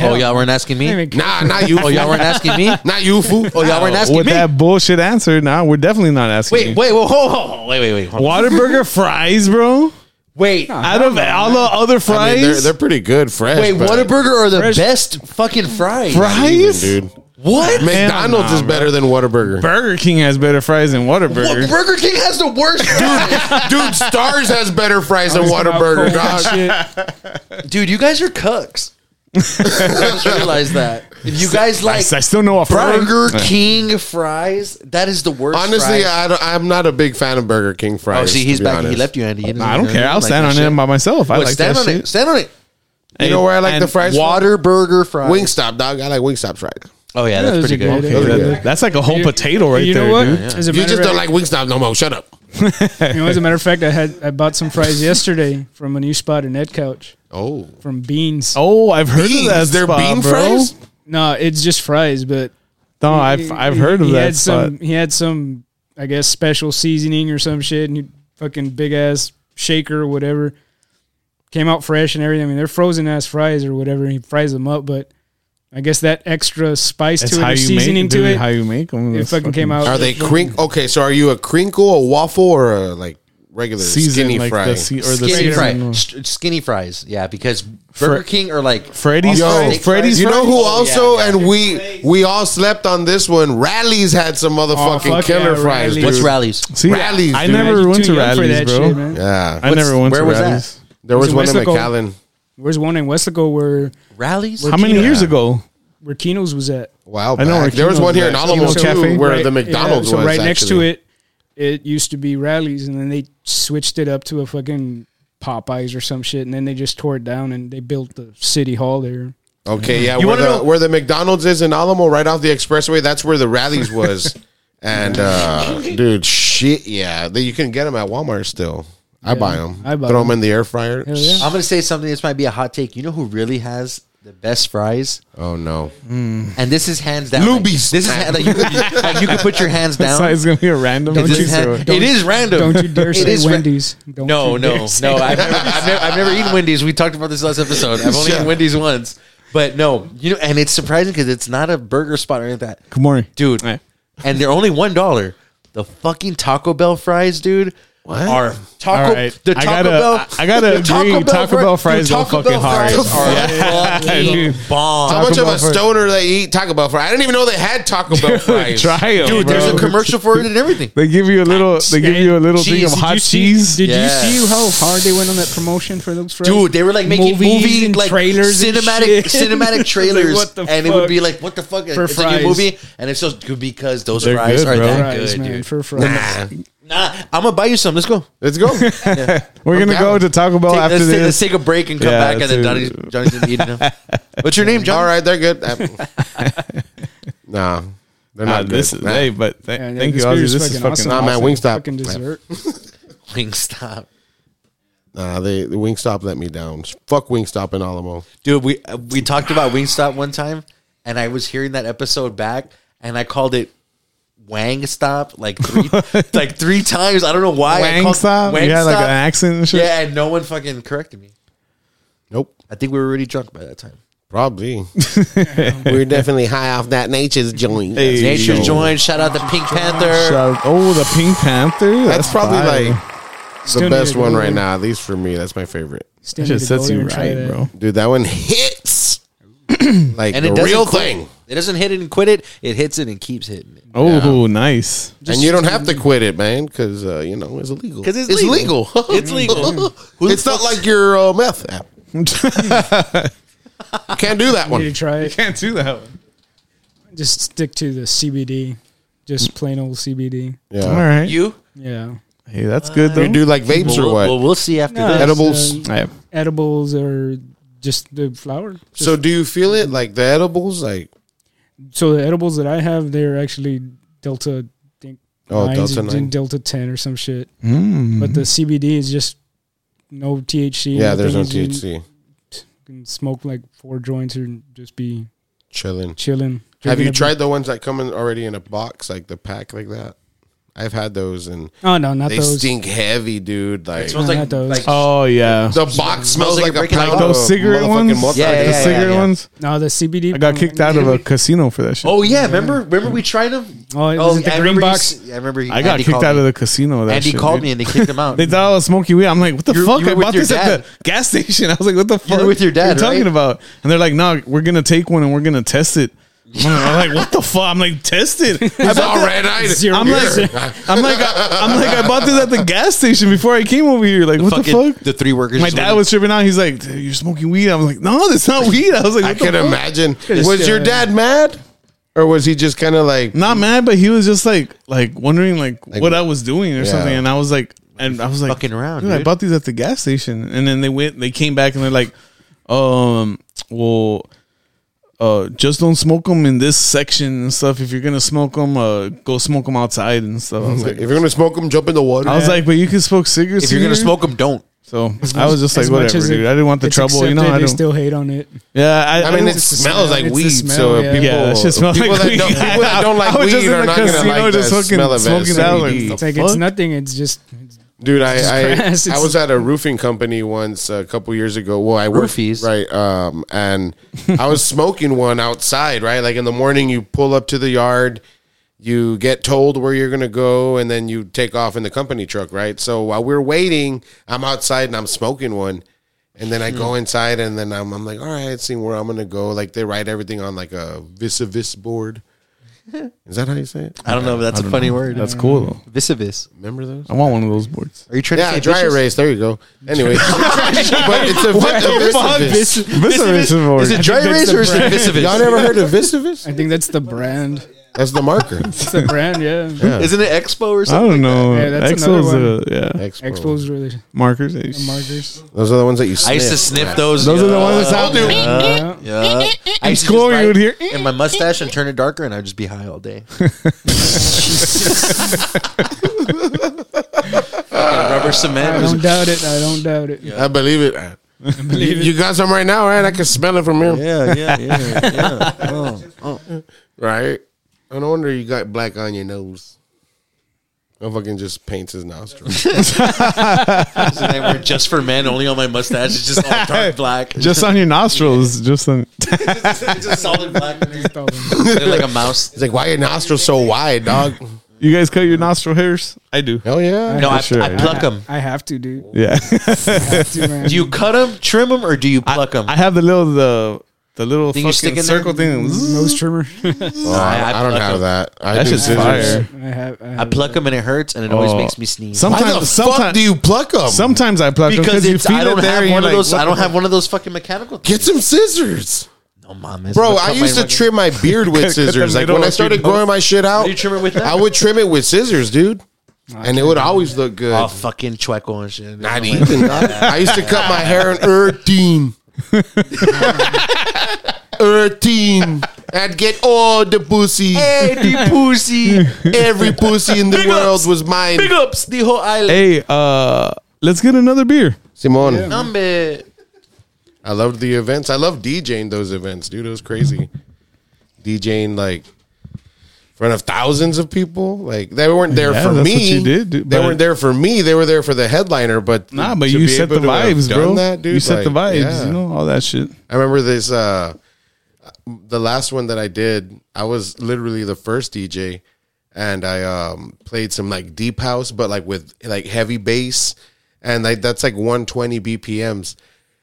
S4: Oh, y'all weren't asking
S3: I
S4: me?
S3: mean,
S1: Nah, not you.
S4: Oh, y'all weren't asking me?
S1: Not you, fool.
S4: Oh, y'all weren't asking
S2: with
S4: me?
S2: that bullshit answer? Now nah, we're definitely not asking.
S4: Wait, wait, whoa, whoa, whoa. wait, wait, wait. hold on.
S2: Waterburger fries, bro.
S4: Wait,
S2: Out of all the other
S1: I
S2: fries,
S1: mean, they're, they're pretty good, fresh.
S4: wait,
S1: but-
S4: Whataburger are the
S3: Fresh-
S4: best fucking fries.
S1: Even,
S2: fries,
S1: dude.
S4: What?
S1: McDonald's
S2: nah,
S1: is better than Whataburger.
S2: Burger King has better fries than
S4: What,
S2: Whataburger.
S4: Burger King has the worst dude.
S1: Dude, Stars has better fries than
S3: Always come out
S1: Whataburger,
S3: cold and
S1: dog.
S3: shit.
S4: Dude, you guys are cucks. I just realized that. If you guys
S2: I,
S4: like
S2: I still know a fry.
S4: Burger King fries, that is the worst.
S1: Honestly,
S4: fries.
S1: I don't, I'm not a big fan of Burger King fries.
S4: oh, see, he's
S1: to be
S4: back. He
S1: honest.
S4: left you, Andy. He doesn't-
S2: I don't
S4: he
S2: care.
S4: doesn't
S2: I'll
S4: like
S2: stand
S4: that
S2: on
S4: shit.
S2: it by myself. I
S4: What,
S2: like
S4: stand
S2: that
S4: on
S2: shit.
S4: it. Stand on it.
S1: You know where I like the
S2: And
S1: fries? from?
S4: Water burger fries.
S1: Wingstop, dog. I like Wingstop fries.
S4: Oh yeah,
S3: that's
S4: that's pretty
S3: a good
S4: good.
S3: idea.
S1: Okay.
S2: That- that's like a whole potato right
S3: you
S2: there,
S3: know what?
S2: dude.
S3: As a
S1: You
S3: matter
S1: just
S3: of
S1: don't like Wingstop no more. Shut up.
S3: You know, as a matter of fact, I had I bought some fries yesterday from a new spot in Ed Couch
S1: Oh,
S3: from Beans.
S2: Oh, I've heard
S1: beans.
S2: of that.
S1: They're
S2: spot,
S1: bean
S2: bro.
S1: fries.
S3: No, it's just fries, but
S2: No, I've I've heard of
S3: he
S2: that
S3: Had
S2: spot.
S3: some, he had some, I guess, special seasoning or some shit, and you fucking big ass shaker or whatever. Came out fresh and everything. I mean, they're frozen ass fries or whatever. And he fries them up, but I guess that extra spice
S2: That's
S3: to
S2: how
S3: it or
S2: you
S3: seasoning
S2: make
S3: to
S2: dude,
S3: it,
S2: How you make them?
S3: it
S2: That's
S3: fucking came out.
S1: Are they crinkle? Okay, so are you a crinkle, a waffle, or a like regular
S2: seasoned,
S1: skinny
S2: like
S1: fry?
S2: The, se- or the
S4: Skinny
S2: seasoned
S4: fries.
S2: one.
S4: St- Skinny fries. Yeah, because Burger King are like
S2: Freddy's.
S1: Yo,
S2: fries?
S1: Freddy's
S2: Freddy's.
S1: you know who
S4: fries? Oh,
S1: also,
S4: Yeah, yeah.
S1: and we we all slept on this one. Rallies had some motherfucking
S3: fuck
S1: killer
S3: yeah,
S1: fries.
S3: Rally's.
S1: Dude.
S4: what's rallies?
S2: See,
S1: Rallies,
S2: I
S1: dude.
S2: never
S3: You're
S2: went
S3: too
S2: to
S3: young for
S2: rallies,
S3: that
S2: bro.
S3: shit, man.
S1: Yeah,
S2: I never went
S4: where
S2: to
S4: was that?
S2: rallies.
S1: there was
S3: in
S1: one in
S3: Westlake.
S1: McAllen.
S3: Where's one in Westlaco where
S4: Rallies?
S2: How many years ago?
S3: where Kino's was at?
S1: Wow,
S2: I know where
S1: there was
S2: Kino's
S1: one here
S2: at.
S1: in Alamo
S2: Kino's
S1: too,
S2: Cafe?
S1: where
S3: Right,
S1: the McDonald's
S3: yeah, so
S1: was.
S3: right next to
S1: actually.
S3: it. It used to be rallies, and then they switched it up to a fucking Popeyes or some shit, and then they just tore it down and they built the city hall there.
S1: Okay, yeah,
S4: You
S1: where
S4: wanna
S1: the,
S4: know-
S1: where the McDonald's is in Alamo, right off the expressway, that's where the rallies was. and uh, dude, shit, yeah, that you can get them at Walmart still. I buy them.
S3: I buy
S1: Throw them
S3: 'em.
S1: in the air fryer.
S3: Hell yeah.
S4: I'm gonna say something. This might be a hot take. You know who really has the best fries?
S1: Oh no,
S4: And this is hands down.
S1: Luby's.
S4: Like, this is ha- like you, could, like you could put your hands
S2: It's, not,
S4: down.
S2: it's gonna be a random.
S4: This
S2: Don't you
S4: is ha-
S2: throw it.
S4: it is random.
S3: Don't you dare
S4: It
S3: say
S4: is ra-
S3: Wendy's. Don't
S4: No,
S3: you
S4: no,
S3: dare
S4: no.
S3: say-
S4: I've never, I've, never, I've never eaten Wendy's. We talked about this last episode. I've only
S1: Yeah.
S4: eaten Wendy's once, but no, you know, and it's surprising because it's not a burger spot or anything like that,
S2: Good morning,
S4: dude.
S2: Right.
S4: And they're only one dollar. The fucking Taco Bell fries, dude. Are Taco
S2: All right.
S4: the
S2: I
S4: Taco
S2: gotta-
S4: Bell?
S2: I gotta
S4: the
S2: agree, Taco
S4: fri-
S2: Bell fries
S4: dude,
S2: go
S4: Taco
S2: fucking
S4: Bell
S2: hard.
S4: fries are fucking
S2: Dude.
S4: bomb.
S1: how
S2: Taco
S1: much of
S2: Bell
S1: a
S2: fries.
S1: stoner they eat Taco Bell fries? I didn't even know they had Taco Bell fries.
S2: Try 'em,
S1: dude.
S2: bro.
S1: There's a commercial.
S4: commercial for it and everything.
S2: They give you a little. They give you a little thing
S4: Cheese.
S2: of
S4: Did
S2: hot
S3: you see-
S2: cheese.
S3: Did
S4: Yeah.
S3: you see how hard they went on that promotion for those fries?
S4: Dude, they were like making
S3: Movies
S4: movie
S3: and
S4: like
S3: trailers and
S4: cinematic
S3: shit. It's
S4: cinematic
S3: like,
S4: trailers,
S3: what the
S4: and it would
S3: fuck?
S4: be like, what the fuck?
S3: For
S4: it's a new
S3: fries.
S4: movie, and it's just good because those
S2: They're
S4: fries
S2: good,
S4: are
S2: bro.
S4: that
S3: fries,
S4: good,
S3: man,
S4: dude.
S3: for fries.
S4: Nah, I'm gonna buy you some. Let's go.
S1: Let's go.
S2: We're gonna
S1: down.
S2: go to Taco Bell
S4: Take-
S2: Oh, after
S4: let's, take, let's
S2: this.
S4: take a break and come
S2: Yeah,
S4: back, and then Johnny's,
S2: dude.
S4: Johnny's gonna be eating them. What's your name, John?
S1: All right, they're good. Uh, nah, they're
S2: Ah,
S1: not. good.
S2: This is,
S1: Nah.
S2: hey, but th-
S3: Yeah, yeah,
S2: thank you,
S3: this
S2: Ozzy.
S3: beer's
S2: This is fucking
S1: Nah, man,
S2: awesome.
S1: Wingstop.
S3: Fucking dessert.
S4: Wingstop,
S1: Nah, they the Wingstop let me down. Fuck Wingstop in Alamo.
S4: dude. We uh, we talked about Wingstop one time, and I was hearing that episode back, and I called it. Wang stop like three like three times. I don't know why. I
S2: Wang
S4: called-
S2: stop.
S4: Wang
S2: You had like an
S4: stop.
S2: accent and shit.
S4: Yeah, and no one fucking corrected me.
S1: Nope.
S4: I think we were already drunk by that time.
S1: Probably. We're definitely high off that nature's joint.
S2: Hey.
S4: Nature's
S2: Yo.
S4: joint. Shout out to Pink
S2: Shout
S4: Panther.
S2: out- Oh, the Pink Panther.
S1: That's probably
S2: fire.
S1: like the
S3: need
S1: best
S3: to
S1: one
S3: go
S1: right
S3: there.
S1: now, at least for me. That's my favorite.
S2: That
S3: Still need
S2: shit
S3: to
S2: sets
S3: go there
S2: you
S3: and try
S2: right,
S3: that.
S2: bro.
S1: Dude, that one hits. like
S4: And
S1: the
S4: it doesn't
S1: real
S4: quit.
S1: thing.
S4: It doesn't hit it and quit it. It hits it and keeps hitting it.
S2: Oh, nice.
S1: and you don't have to quit it, man, because, uh, you know, it's illegal.
S4: 'Cause it's legal. It's legal. Who the
S1: it's not
S4: fuck's-
S1: like your uh, meth app. you can't do that
S3: Need to
S1: one.
S3: try it.
S2: Can't do that. One.
S3: Just stick to the CBD, just plain old CBD.
S2: All
S1: Yeah.
S2: right.
S4: You?
S3: Yeah,
S2: hey, that's good though.
S1: Uh, You do like vapes
S4: Well,
S1: or what?
S4: well, we'll see after
S3: No,
S4: this.
S3: it's,
S1: Edibles.
S3: uh,
S2: All right.
S3: edibles or just the flower. Just-
S1: so do you feel it? Like the edibles? Like,
S3: so the edibles that I have, they're actually Delta. I think
S1: Oh,
S3: nines
S1: Delta
S3: and
S1: nine.
S3: Delta ten or some shit.
S1: Hmm.
S2: Mm.
S3: But the CBD is just no THC.
S1: yeah, there's no
S3: nothing. You
S1: THC.
S3: Can smoke like four joints and just be
S1: Chilling.
S3: chilling.
S1: Have
S3: drinking
S1: you
S3: a
S1: tried the ones that come in already in a box, like the pack, like that? I've had those, and
S3: beer. Oh no, not
S1: they
S3: those.
S1: stink heavy, dude. Like
S4: It smells
S3: No,
S4: like,
S3: not those.
S4: like
S2: oh yeah.
S1: the box smells
S4: like
S1: like,
S4: you're
S1: a
S4: breaking
S1: pound
S4: the
S1: of
S4: law.
S2: Those cigarette
S1: motherfucking
S2: ones.
S1: malt.
S4: Yeah,
S2: the
S4: yeah,
S2: cigarette
S4: yeah, yeah.
S2: ones.
S3: No, the CBD.
S2: I got kicked out of a casino for that shit.
S4: Oh yeah, remember remember we tried them?
S3: Oh, it was it the
S4: I
S3: green
S4: remember you
S3: box?
S4: s- I remember
S2: I got kicked out of the casino. That
S4: Andy
S2: shit,
S4: called
S2: dude.
S4: me and they kicked him out.
S2: They thought I was smoking weed. I'm like, what the
S4: You-
S2: fuck?
S4: you were
S2: I
S4: with
S2: bought
S4: your
S2: this
S4: dad.
S2: at the gas station. I was like, what the fuck?
S4: were with your
S2: What are
S4: dad,
S2: you talking
S4: right?
S2: about? And they're like, no, we're gonna take one and we're gonna test it. I'm like, what the fuck? I'm like tested. I
S1: He's
S2: bought
S1: all
S2: that-
S1: red eyed.
S3: Zero
S2: I'm like, I'm like, I'm like, I bought this at the gas station before I came over here. Like, what the
S4: Fucking-
S2: fuck?
S4: The three workers.
S2: My
S4: just
S2: dad
S4: went-
S2: was tripping out. He's like, "Dude, "You're smoking weed." I was like, "No, that's not weed." I was like,
S1: I
S2: "What the
S1: can
S2: fuck?"
S1: imagine. Was your
S3: uh,
S1: dad mad, or was he just kind of like?
S2: Not mad, but he was just like, like wondering like, what I was doing or something. And I was like, and I was like,
S4: fucking around,
S2: Dude, I
S4: dude."
S2: bought these at the gas station, and then they went, they came back, and they're like, um, well. Uh, just don't smoke them in this section and stuff. If you're gonna smoke them, uh, go smoke them outside and stuff. I was
S1: If
S2: like,
S1: you're gonna smoke him, jump in the water.
S2: I was like, but you can smoke cigarettes.
S4: If you're
S2: in
S4: gonna
S2: here?
S4: smoke them, don't.
S2: So I was just like,
S3: As much
S2: whatever,
S3: as it-
S2: dude. I didn't want the
S3: it's
S2: trouble, you know.
S3: accepted,
S2: I
S3: they
S2: don't.
S3: still hate on it.
S2: Yeah, I,
S1: I mean,
S2: don't-
S1: it smells like
S3: it's the
S1: weed.
S3: smell,
S1: so
S3: yeah.
S1: people,
S2: yeah, that shit smells
S1: people
S2: like
S1: that
S2: weed.
S1: Don't, people that don't
S2: I
S1: like
S2: was just
S1: weed
S2: in
S1: are
S2: the
S1: not gonna
S2: casino
S1: like that
S2: just fucking
S1: smell of it.
S2: smoking that, like,
S1: CBD.
S3: It's like
S2: fuck?
S3: it's nothing. It's just
S1: Dude, I I,
S3: grass.
S1: I was at a roofing company once a couple years ago. Well, I worked
S4: Roofies.
S1: right, um, and I was smoking one outside. Right, like in the morning, you pull up to the yard, you get told where you're gonna go, and then you take off in the company truck. Right, so while we're waiting, I'm outside and I'm smoking one, and then I go inside, and then I'm, I'm like, all right, seeing where I'm gonna go. Like they write everything on like a vis a vis board. Is that how you say it?
S4: I don't know if that's a funny word.
S2: That's cool though.
S4: Visivis.
S1: Remember those?
S2: I want one of those boards.
S4: Are you trying to
S1: Yeah,
S4: say
S1: dry
S4: bitches?
S1: erase. There you go. Anyway, but it's a,
S2: fuck?
S1: a
S2: This-
S1: Visivis.
S2: This
S4: Is it dry
S3: think
S4: erase
S3: that's
S4: or is
S3: the
S4: it visivis?
S1: Y'all never heard of Visivis?
S3: I think that's the brand.
S1: That's the marker.
S3: It's the brand. Yeah.
S4: Isn't it expo or
S2: I don't
S4: something?
S2: know.
S3: Yeah, that's another
S2: Exos,
S3: one.
S2: uh, yeah,
S1: Expo.
S3: Expos were the
S2: markers.
S3: markers.
S1: Those are the ones that you sniff.
S4: I used to sniff those.
S2: Oh,
S4: uh,
S2: Those are the ones that
S4: Yeah.
S2: I do.
S3: Yeah.
S4: Yeah. I used to
S2: school, you
S4: just write
S2: would hear,
S4: in my mustache and turn it darker, and I'd just be high all day. Fucking rubber
S3: I
S4: cement.
S3: don't
S4: was-
S3: doubt it. I don't doubt it.
S1: I believe it.
S3: Believe it.
S1: You got some right now, right? I can smell it from here,
S4: Yeah, yeah, yeah, yeah. Oh, oh.
S1: right? I no wonder you got black on your nose. I fucking just paints his nostrils.
S4: So they were just for men, only on my mustache. It's just all dark black.
S2: Just on your nostrils. Just on.
S4: it's just solid black. underneath.
S3: Oh,
S4: They're like a mouse.
S1: It's like, why your nostrils so wide, dog?
S2: You guys cut your nostril hairs? I do.
S1: Hell yeah.
S4: No, I,
S2: sure.
S4: I pluck them.
S3: I have to, dude.
S2: Yeah.
S3: Have to, man.
S4: Do you cut them, trim them, or do you pluck them?
S2: I have the little the the little
S4: Thing you stick
S2: fucking
S4: in there?
S2: circle thing.
S3: nose trimmer?
S1: Oh, I, I don't
S4: pluck
S1: have
S4: 'em.
S1: that. I
S2: That
S1: do
S2: shit's
S1: scissors.
S2: fire.
S3: I have. I,
S4: I
S3: have
S4: pluck them and it hurts, and it always
S2: Oh.
S4: makes me sneeze.
S2: Sometimes,
S1: Why the fuck
S2: sometimes,
S1: do you pluck them?
S2: sometimes I pluck 'em
S4: Because
S2: you
S4: it's,
S2: feel
S4: I don't
S2: it there
S4: have
S2: and
S4: one of
S2: you're
S4: those.
S2: like,
S4: I don't
S2: what
S4: have one of those fucking mechanical.
S1: Get some scissors.
S4: No, mom, it's-
S1: Bro,
S4: cut
S1: I
S4: my
S1: used to
S4: fucking-
S1: trim my beard with
S2: Cut the
S1: scissors. Like
S2: middle
S1: when I
S2: off your
S1: started
S2: nose.
S1: growing my shit out,
S4: do you trim it with?
S1: I would trim it with scissors, dude. And it would always look good.
S4: Oh, fucking chueco and shit.
S1: Not even. dog. I used to cut my hair in 13. 13. I'd get all the pussy.
S4: Every pussy,
S1: Every pussy in the
S4: Big
S1: world
S4: ups.
S1: was mine.
S4: big ups the whole
S2: the-
S4: island.
S2: Hey, uh, let's get another beer.
S1: Simone,
S4: Number.
S1: I loved the events. I loved DJing those events, dude. It was crazy. DJing like in front of thousands of people. Like they weren't there
S2: Yeah,
S1: for
S2: that's
S1: me.
S2: what you did, dude.
S1: They
S2: But-
S1: weren't there for me. They were there for the headliner. But
S2: Nah, Ah, but
S1: to
S2: you
S1: be
S2: set the
S1: able to have
S2: vibes,
S1: done
S2: bro.
S1: That, dude,
S2: you set the
S1: like,
S2: vibes,
S1: yeah.
S2: you know all that shit.
S1: I remember this uh the last one that I did, I was literally the first DJ and I um played some like deep house but like with like heavy bass and like that's like 120 BPMs.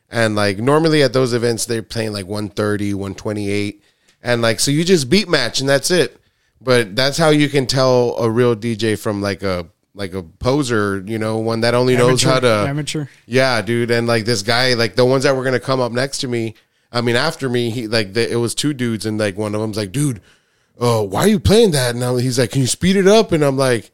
S1: And like normally at those events they're playing like 130, 128 and like so you just beat match and that's it. But that's how you can tell a real DJ from like a like a poser, you know, one that only knows
S3: amateur,
S1: how to
S3: amateur.
S1: yeah, dude, and like this guy, like the ones that were gonna come up next to me, I mean after me, he like the, it was two dudes, and like one of them's like, dude, uh, why are you playing that? And I, he's like, can you speed it up? And I'm like,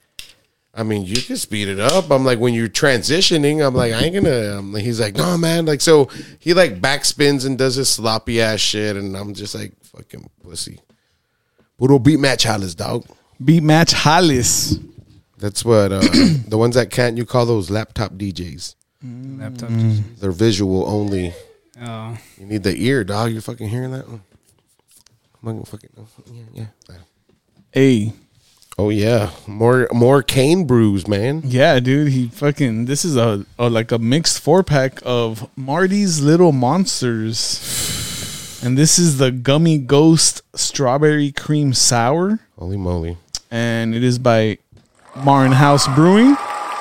S1: I mean, you can speed it up. I'm like, when you're transitioning, I'm like, I ain't gonna. I'm like, he's like, no, man. Like, so he like backspins and does this sloppy ass shit, and I'm just like, fucking pussy. Little beat match hollers, dog.
S2: Beat match Hollis.
S1: That's what uh, the ones that can't. You call those laptop DJs?
S3: Laptop.
S1: They're visual only.
S3: Oh,
S1: You need the ear, dog. You're fucking hearing that one. I'm not gonna fucking yeah, yeah.
S2: Hey,
S1: Oh yeah, more more cane brews, man.
S2: yeah, dude, he fucking. This is a, a like a mixed four pack of Marty's Little Monsters, and this is the Gummy Ghost Strawberry Cream Sour,
S1: Holy moly,
S2: and it is by Marin House Brewing.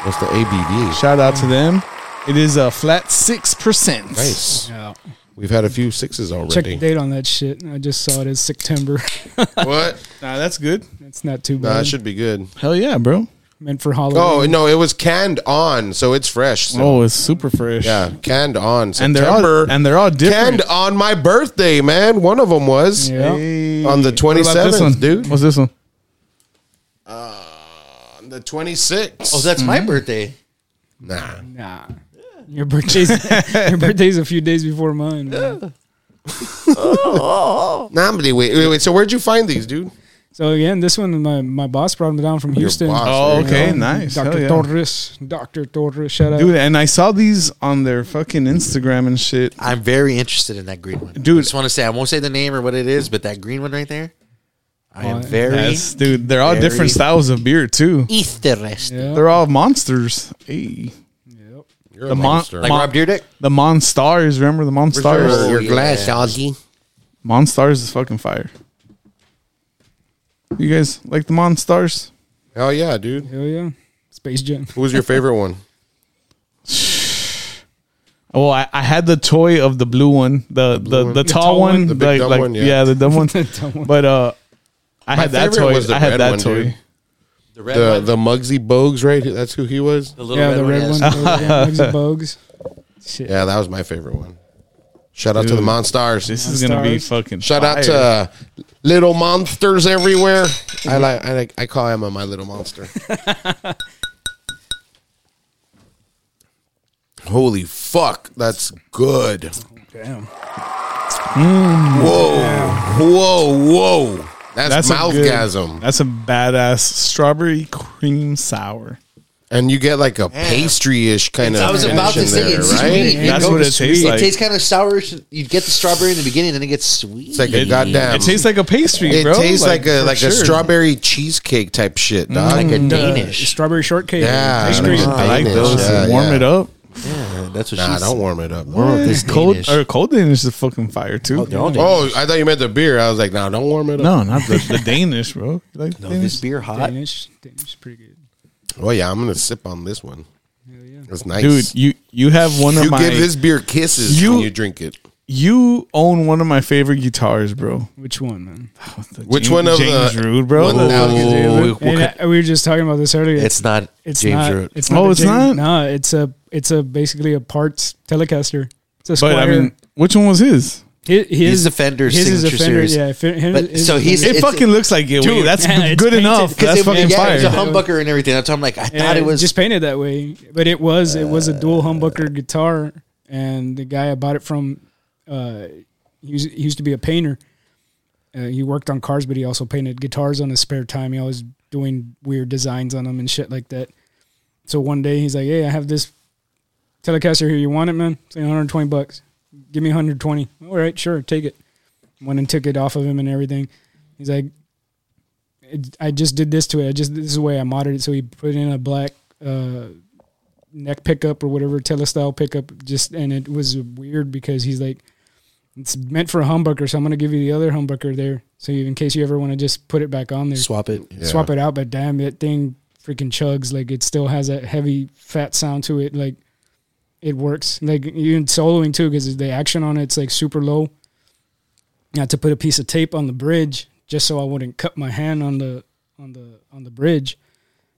S1: what's the ABV?
S2: Shout out to them. It is a flat six percent.
S1: Nice.
S3: yeah.
S1: We've had a few sixes
S3: Check the
S1: already.
S3: date on that shit. I just saw it as September.
S1: What?
S2: Nah, that's good.
S3: It's not too
S1: Nah,
S3: bad.
S1: it should be good.
S2: Hell yeah, bro.
S3: Meant for Halloween.
S1: Oh no, it was canned on, so it's fresh. So,
S2: Oh, it's super fresh.
S1: Yeah, canned on
S2: and they're
S1: September.
S2: all and they're all different.
S1: canned on my birthday, man. One of them was
S3: Yeah.
S2: Hey.
S1: on the
S2: What
S1: twenty
S2: about this
S1: seventh,
S2: one?
S1: dude.
S2: What's this one?
S1: On the twenty sixth.
S4: Oh, that's my birthday.
S1: nah.
S3: Nah. Your birthday's your birthday's a few days before mine. man.
S1: Nah, but wait, wait, wait. So where'd you find these, dude?
S3: So again, this one my, my boss brought them down from Houston.
S1: boss,
S2: Oh,
S1: there you
S2: okay,
S1: go.
S2: nice. Hell
S3: Dr.
S2: yeah.
S3: Torres. Dr. Torres. Shout out.
S2: Dude, and I saw these on their fucking Instagram and shit.
S4: I'm very interested in that green one,
S2: Dude.
S4: I just want to say I won't say the name or what it is, but that green one right there, I am very
S2: Yes, dude. They're all
S4: Very-
S2: different styles of beer too.
S4: interested.
S3: Yeah.
S2: They're all monsters. Hey.
S3: Yep.
S1: You're
S2: The mon-
S4: Like
S2: Mom-
S4: Rob Deerdick.
S2: The Monstars, remember the
S1: Where's
S2: Monstars?
S4: Oh,
S1: your glass,
S4: yeah.
S1: Ozzy.
S2: Monstars is fucking fire. You guys like the Monstars?
S1: Hell yeah, dude.
S3: Hell yeah. Space Jam.
S1: Who was your favorite one?
S2: Well, I, I had the toy of the blue one, the the, the, tall,
S3: tall
S2: one,
S3: one?
S1: The big
S2: like,
S1: dumb
S2: like-
S1: one,
S2: yeah.
S1: yeah.
S2: the dumb one.
S3: dumb one.
S2: But uh, I
S1: My
S2: had that
S1: favorite
S2: toy.
S1: was the
S2: I had
S1: red
S2: that
S1: one,
S2: toy.
S1: dude.
S4: The red
S1: The
S4: one.
S1: the Muggsy Bogues, right? That's who he was.
S4: the little
S3: Yeah,
S4: red
S3: the
S4: one.
S3: red
S4: yes.
S3: one. Bugs and Bugs. Shit.
S1: Yeah, that was my favorite one. Shout out to the
S2: Dude.
S1: Monstars.
S2: This is gonna be
S3: Monstars.
S2: fucking.
S1: Shout out
S2: fire.
S1: to uh, little monsters everywhere. I like I like I call Emma my little monster. Holy fuck, that's good.
S3: Damn.
S1: Whoa. Whoa, whoa. That's,
S2: a good-
S1: mouthgasm.
S2: That's a badass strawberry cream sour.
S1: And you get like a pastry-ish kind of
S4: I was about to
S1: tension
S4: say
S1: there,
S4: it's
S1: right?
S4: sweet. It
S2: That's
S4: goes
S2: what it
S4: sweet.
S2: tastes like.
S4: It tastes kind of sour. You get the strawberry in the beginning, and it gets sweet.
S1: It's like a goddamn
S2: It tastes like a pastry,
S1: It
S2: bro.
S1: tastes like, a
S2: for
S1: like a
S2: sure.
S1: strawberry cheesecake type shit, dog.
S4: Mm. Like a
S3: Uh,
S4: Danish.
S3: strawberry shortcake.
S1: Yeah,
S3: Ice
S1: like
S3: cream.
S1: a
S2: I like
S1: Danish,
S2: those.
S1: yeah,
S2: Warm
S1: yeah.
S2: it up.
S4: Yeah, that's what
S1: Nah,
S4: she's.
S1: don't warm it up.
S4: this
S2: Cold
S4: Danish.
S2: or cold Danish is fucking fire too.
S4: They're all Danish.
S1: Oh, I thought you meant the beer. I was like, no, don't warm it up.
S2: no, not the, the Danish, bro. You like
S4: No,
S2: Danish?
S4: this beer hot.
S3: Danish. Danish is pretty good.
S1: Oh yeah, I'm gonna sip on this one.
S3: Hell yeah.
S1: That's nice,
S2: dude. You you have one of
S1: You
S2: my
S1: give this beer kisses
S2: You-
S1: when you drink it.
S2: you own one of my favorite guitars, bro.
S3: Which one, man?
S2: The
S1: Which
S2: James-
S1: one of
S2: James
S1: the-
S2: Rude, bro?
S1: one
S2: The-
S1: that-
S4: Oh, we- we
S3: And
S4: could-
S3: I- we were just talking about this earlier.
S4: It's not
S3: it's
S4: James
S3: not,
S4: Root.
S3: It's not
S2: Oh,
S3: a
S2: it's
S3: James-
S2: not?
S3: No, it's a it's a basically a parts Telecaster. It's a
S2: but
S3: Squire.
S2: I mean, which one was his?
S3: his, his,
S4: He's the Fender
S3: his is a
S4: signature
S3: Fender.
S4: series.
S3: Yeah, fe- his-
S4: But-
S3: his
S4: so
S3: is a
S4: he's-
S3: Fender.
S2: It
S4: It's-
S2: fucking looks like it. Dude,
S3: Dude,
S2: that's
S3: yeah, it's
S2: good
S3: painted.
S2: enough.
S3: 'Cause
S2: That's
S4: it-
S2: fucking
S4: yeah, It
S2: fire.
S4: was a humbucker and everything. That's why I'm like, I
S3: Yeah,
S4: thought it was Uh,
S3: just painted that way, but it was it was a dual humbucker guitar, and the guy I bought it from, uh, he, was, he used to be a painter. Uh, he worked on cars, but he also painted guitars on his spare time. He always doing weird designs on them and shit like that. So one day he's like, "Hey, I have this Telecaster here. You want it, man? It's like 120 bucks. Give me 120. All right, sure, take it." Went and took it off of him and everything. He's like, it, I just did this to it. I just this is the way I modded it. So he put in a black uh, neck pickup or whatever telestyle pickup. Just and it was weird because he's like, it's meant for a humbucker, so I'm gonna give you the other humbucker there. So you, in case you ever want to just put it back on there,
S4: swap it.
S1: Yeah.
S3: swap it out. But damn, that thing freaking chugs. Like it still has that heavy fat sound to it. Like it works. Like even soloing too, because the action on it's like super low. I had to put a piece of tape on the bridge just so I wouldn't cut my hand on the on the on the bridge.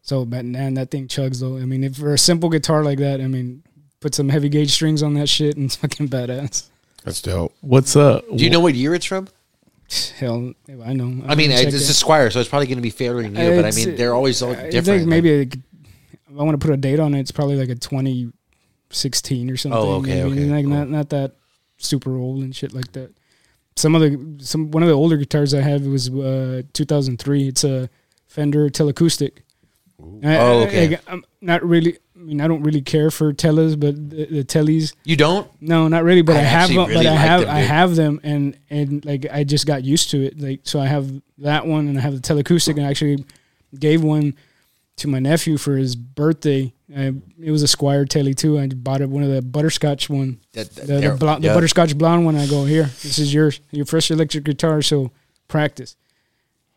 S3: So, but man, that thing chugs though. I mean, if for a simple guitar like that, I mean, put some heavy gauge strings on that shit and it's fucking badass.
S1: That's dope.
S2: What's up?
S4: Do you know what year it's from?
S3: Hell, I know.
S4: I mean,
S3: check
S4: it's,
S3: it.
S4: it's a Squire, so it's probably going to be fairly new. but I
S3: It's-
S4: mean, they're always all
S3: I
S4: different.
S3: think maybe like, if I want to put a date on it, it's probably like a 2016 or something.
S4: Oh, okay,
S3: maybe.
S4: okay,
S3: Like
S4: cool.
S3: not not that super old and shit like that. Some of the some one of the older guitars I have was uh, 2003. It's a Fender Telecoustic. I-
S4: Oh,
S3: I-
S4: okay.
S3: I, am not really. I mean, I don't really care for teles, but the, the teles.
S4: you don't.
S3: No, not really. But
S4: I
S3: I, have
S4: actually
S3: them.
S4: really
S3: but I
S4: like
S3: have
S4: them,
S3: I
S4: dude.
S3: have them, and and like I just got used to it. Like so, I have that one, and I have the telecoustic, and I actually gave one to my nephew for his birthday. I, it was a Squire Telly too. I bought it one of the butterscotch one,
S4: That, that-
S3: the, the,
S4: they're-
S3: blonde,
S4: yeah.
S3: the butterscotch blonde one. I go here. This is your your first electric guitar, so practice.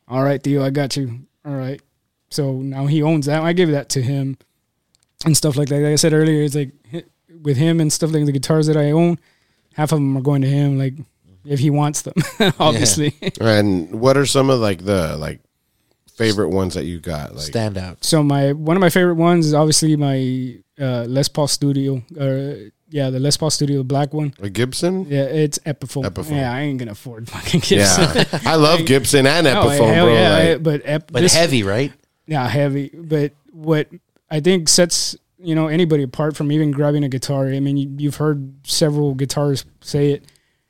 S3: All right, Theo, I got you. All right. So now he owns that. I gave that to him and stuff like that. Like I said earlier, it's like hi- with him and stuff like the guitars that I own, half of them are going to him, like if he wants them, obviously.
S1: And what are some of like the like favorite ones that you got? Like
S4: Standout.
S3: So my one of my favorite ones is obviously my uh, Les Paul Studio, or yeah, the Les Paul Studio, the black one.
S1: a Gibson?
S3: Yeah, it's Epiphone.
S1: Epiphone.
S3: Yeah, I ain't gonna afford fucking Gibson.
S1: Yeah, I love Gibson and
S3: No, eh,
S1: Epiphone,
S3: hell
S1: bro.
S3: yeah,
S1: like-
S3: I- but ep-
S4: But
S3: this-
S4: heavy, right?
S3: yeah, heavy. But what I think sets you know anybody apart from even grabbing a guitar. I mean, you, you've heard several guitarists say it.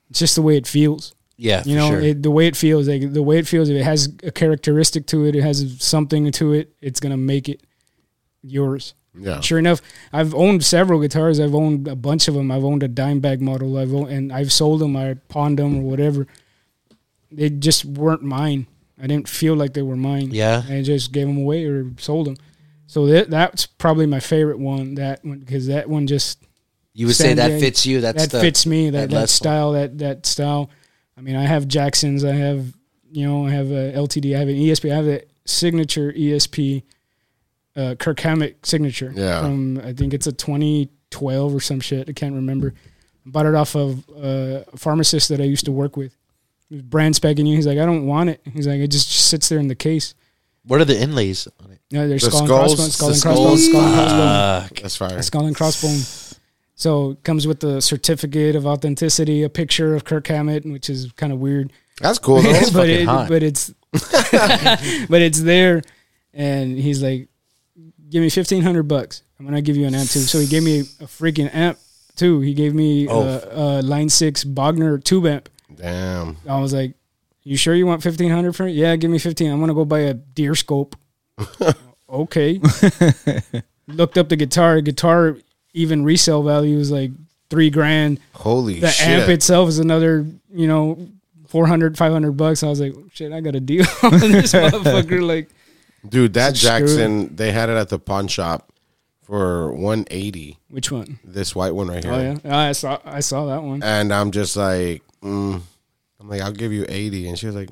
S3: It's just the way it feels.
S4: Yeah,
S3: You know, it, the way it feels. Like the way it feels. If it has a characteristic to it, it has something to it. It's gonna make it yours.
S1: yeah.
S3: Sure enough, I've owned several guitars. I've owned a bunch of them. I've owned a dime bag model. I've owned, and I've sold them. I pawned them or whatever. They just weren't mine. I didn't feel like they were mine.
S4: Yeah.
S3: I just gave them away or sold them. So that that's probably my favorite one. That one because that one just
S4: you would say
S3: San
S4: that
S3: Diego-
S4: fits you. That's
S3: that
S4: the,
S3: fits me. That
S4: that
S3: that,
S4: Les Paul.
S3: style. That that style. I mean, I have Jacksons. I have you know, I have a LTD. I have an ESP. I have a signature ESP, uh, Kirk Hammett signature.
S1: Yeah.
S3: From I think it's a 2012 or some shit. I can't remember. Bought it off of uh, a pharmacist that I used to work with. He was brand spanking new. He's like, I don't want it. He's like, it just sits there in the case.
S4: What are the inlays on it?
S3: No, there's
S1: The
S3: skull and
S1: skulls-
S3: crossbones. Skull and
S4: the
S3: crossbones.
S4: skulls.
S3: Skull and crossbones
S4: Fuck.
S1: That's fire.
S3: a skull and crossbone. So it comes with the certificate of authenticity, a picture of Kirk Hammett, which is kind of weird,
S1: That's cool though.
S3: but
S4: fucking
S3: it,
S4: hot.
S3: but it's but it's there, and he's like, "Give me fifteen hundred bucks. I'm gonna give you an amp too." So he gave me a freaking amp too. He gave me
S4: Oh.
S3: a, a Line Six Bogner tube amp.
S1: Damn.
S3: I was like, "You sure you want fifteen hundred for it? Yeah, give me fifteen. I'm gonna go buy a deer scope." okay. Looked up the guitar. Guitar even resale value is like three grand.
S1: Holy
S3: The
S1: shit.
S3: amp itself is another, you know, 400, 500 bucks. I was like, shit, I got a deal on this motherfucker. Like,
S1: Dude, that
S3: It's screwed.
S1: Jackson, they had it at the pawn shop for 180.
S3: which one?
S1: This white one right here.
S3: Oh yeah, I saw, I saw that one.
S1: And I'm just like, mm. I'm like, I'll give you 80. And she was like,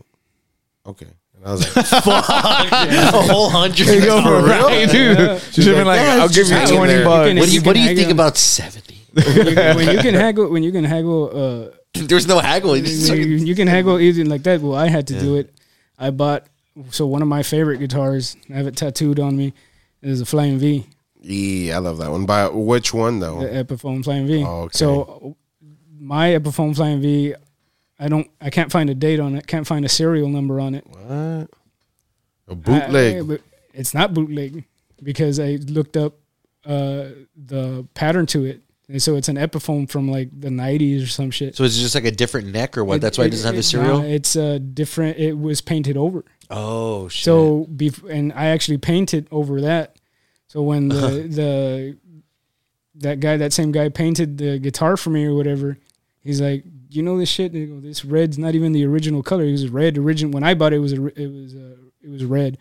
S1: okay. And I was like,
S4: a whole hundred.
S2: Yo,
S4: For real?
S2: right, dude. She should have been like,
S1: Yeah,
S2: I'll
S1: it's
S2: give
S1: just
S2: you
S1: hanging
S2: 20
S1: there.
S2: bucks.
S3: You
S4: What do you
S3: can
S4: What do you
S3: hang
S4: think
S3: on.
S4: about seventy?
S3: When you, when you can haggle, when you can haggle, uh,
S4: There's no haggle. You just
S3: you,
S4: fucking-
S3: you can haggle even like that. Well, I had to do it. I bought so one of my favorite guitars. I have it tattooed on me. Is a Flying V,
S1: "Ee, I love that one. By which one
S3: the
S1: though?
S3: Epiphone Flying V.
S1: Oh, okay.
S3: So my Epiphone Flying V, I don't, I can't find a date on it. Can't find a serial number on it.
S1: What? A
S3: I- I-
S1: bootleg.
S3: but it's not bootleg because I looked up uh, the pattern to it, and so it's an Epiphone from like the '90s or some shit.
S4: So it's just like a different neck or what?
S3: It-
S4: That's why it doesn't have a serial.
S3: nah, it's uh, different. It was painted over.
S4: oh shit!
S3: So, bef- and I actually painted over that. So when the the that guy, that same guy, painted the guitar for me or whatever, he's like, "You know this shit? They go, this red's not even the original color. It was red original when I bought it. It was a, it was a, it was red."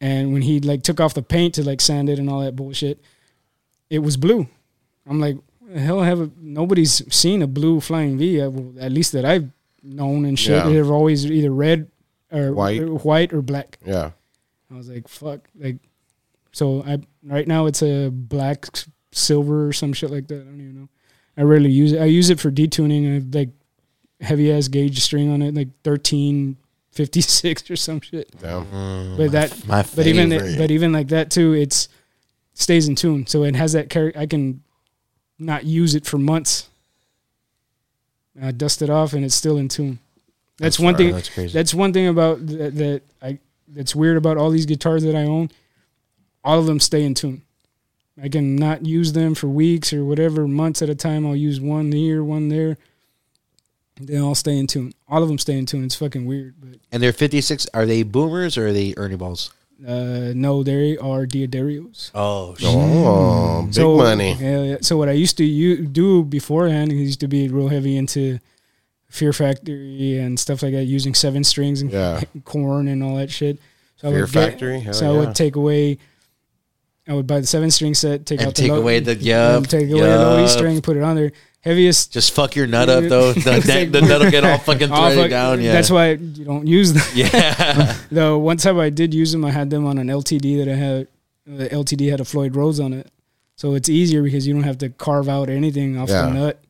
S3: And when he like took off the paint to like sand it and all that bullshit, it was blue. I'm like, "What the hell, have a, nobody's seen a blue flying V? uh, well, At least that I've known and shit.
S1: Yeah.
S3: They've always either red or
S1: White.
S3: or white or black.
S1: yeah.
S3: I was like, fuck, like, so I right now it's a black s- silver or some shit like that. I don't even know. I rarely use it. I use it for detuning. I have like heavy ass gauge string on it, like thirteen fifty six or some shit.
S1: Damn.
S3: But that,
S4: Oh Mm, my
S3: but even
S4: favorite.
S3: but even like that too, it's stays in tune. So it has that character. I can not use it for months. I dust it off and it's still in tune. That's, one thing.
S4: Oh, That's crazy.
S3: That's one thing about that, that I that's weird about all these guitars that I own. All of them stay in tune. I can not use them for weeks or whatever, months at a time. I'll use one here, one there. They all stay in tune. All of them stay in tune. It's fucking weird, but
S4: and they're 56. Are they boomers or are they Ernie balls?
S3: uh, no, they are Diodarios.
S4: Oh shit!
S1: Oh, big money.
S3: Yeah, yeah. So what I used to u- do beforehand, I used to be real heavy into Fear Factory and stuff like that, using seven strings and
S1: Yeah.
S3: corn and all that shit. So I
S1: Fear
S3: would get-
S1: Factory? Hell
S3: so I
S1: yeah.
S3: would take away. I would buy the seven string set, take
S4: And
S3: out the
S4: take
S3: low-
S4: away the-
S3: and
S4: yup,
S3: take away the low E
S4: yup.
S3: string, put it on there. Heaviest.
S4: Just fuck your nut up though. The,
S3: It's like-
S4: the nut'll get all fucking
S3: Oh,
S4: threaded
S3: fuck,
S4: down. Yeah.
S3: That's why you don't use them.
S4: Yeah.
S3: Though one time I did use them, I had them on an LTD that I had. The LTD had a Floyd Rose on it, so it's easier because you don't have to carve out anything off
S1: Yeah. Mm-hmm.
S3: the nut.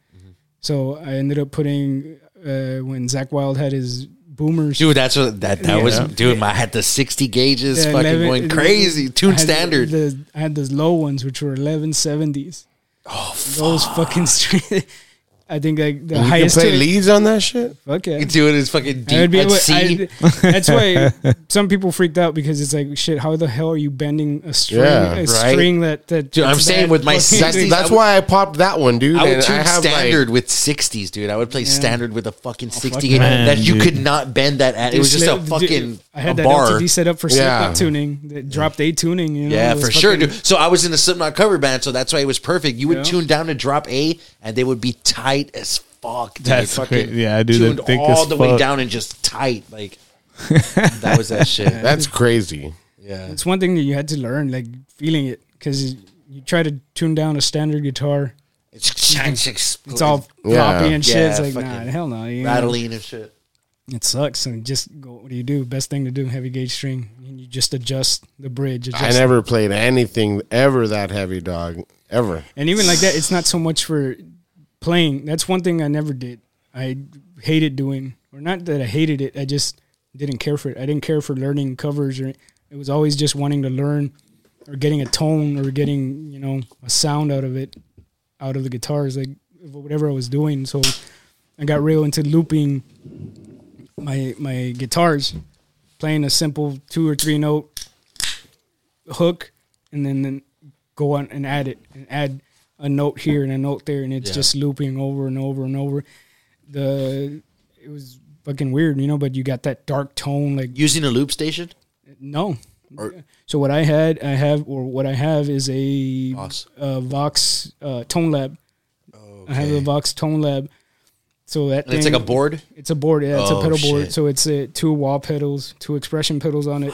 S3: So I ended up putting uh, when Zach Wild had his boomers.
S4: Dude, that's what that that
S3: Yeah.
S4: was. Dude, my, I had the sixty gauges,
S3: Yeah,
S4: fucking
S3: 11
S4: going crazy,
S3: I
S4: tune
S3: had
S4: standard.
S3: The, I had those low ones, which were eleven seventies. Oh, those fucking. Street, I think like the
S1: You can
S3: highest.
S1: play
S3: tune-
S1: leads on that shit.
S3: Fuck yeah.
S4: Dude, it's fucking
S3: I would
S4: deep
S3: be
S4: at
S3: able-
S4: sea.
S3: I- that's why some people freaked out because it's like shit. How the hell are you bending a string?
S1: Yeah,
S3: a
S1: right.
S3: string that that.
S4: Dude, I'm
S3: that's
S4: saying
S3: that
S4: with my
S3: fucking-
S1: That's,
S4: Dude,
S1: that's
S4: I would-
S1: why I popped that one, dude.
S4: I would
S1: and
S4: tune
S1: I have
S4: standard
S1: like
S4: with sixties, dude. I would play standard with a fucking
S3: Oh,
S4: sixty gauge
S2: Man,
S4: that you
S2: dude.
S4: could not bend that at. It was just a
S3: Dude,
S4: fucking
S3: I had
S4: a
S3: that
S4: bar.
S3: LTD set up for
S1: Yeah.
S3: Slipknot tuning. That dropped A tuning. You know,
S4: Yeah,
S3: it was
S4: for sure,
S3: fucking-
S4: dude. So I was in a Slipknot cover band, so that's why it was perfect. You would
S3: Yeah.
S4: tune down to drop A, and they would be tight as fuck. Dude.
S2: That's
S4: Fucking
S2: cra- yeah, dude, they're
S4: Tuned
S2: thick
S4: all
S2: as
S4: the way
S2: fuck.
S4: down and just tight. Like that was that shit.
S1: that's crazy.
S4: Yeah,
S3: It's one thing that you had to learn, like feeling it, because you try to tune down a standard guitar.
S4: it's,
S3: It's all
S1: Yeah.
S3: floppy and shit.
S4: Yeah,
S3: it's like nah,
S4: fucking
S3: hell no, you know.
S4: rattling and shit.
S3: It sucks. And just go. What do you do? Best thing to do, heavy gauge string, and you just adjust the bridge. Adjust
S1: I never played anything ever that heavy, dog. Ever.
S3: And even like that, it's not so much for playing. That's one thing I never did. I hated doing, or not that I hated it. I just didn't care for it. I didn't care for learning covers, or it was always just wanting to learn, or getting a tone, or getting you know a sound out of it, out of the guitars, like whatever I was doing. So I got real into looping my my guitars, playing a simple two or three note hook, and then, then go on and add it and add a note here and a note there, and it's
S4: Yeah.
S3: just looping over and over and over. The it was fucking weird, you know, but you got that dark tone, like
S4: Using a loop station.
S3: no.
S4: Or-
S3: so what I had, I have, or what I have is a
S4: Vox.
S3: uh, Vox uh, Tone Lab. I have a
S4: Okay.
S3: Vox Tone Lab. So that
S4: And it's
S3: thing-
S4: like a board.
S3: It's a board. Yeah, it's
S4: Oh,
S3: a pedal board.
S4: shit.
S3: So it's uh, two wall pedals, two expression pedals on it,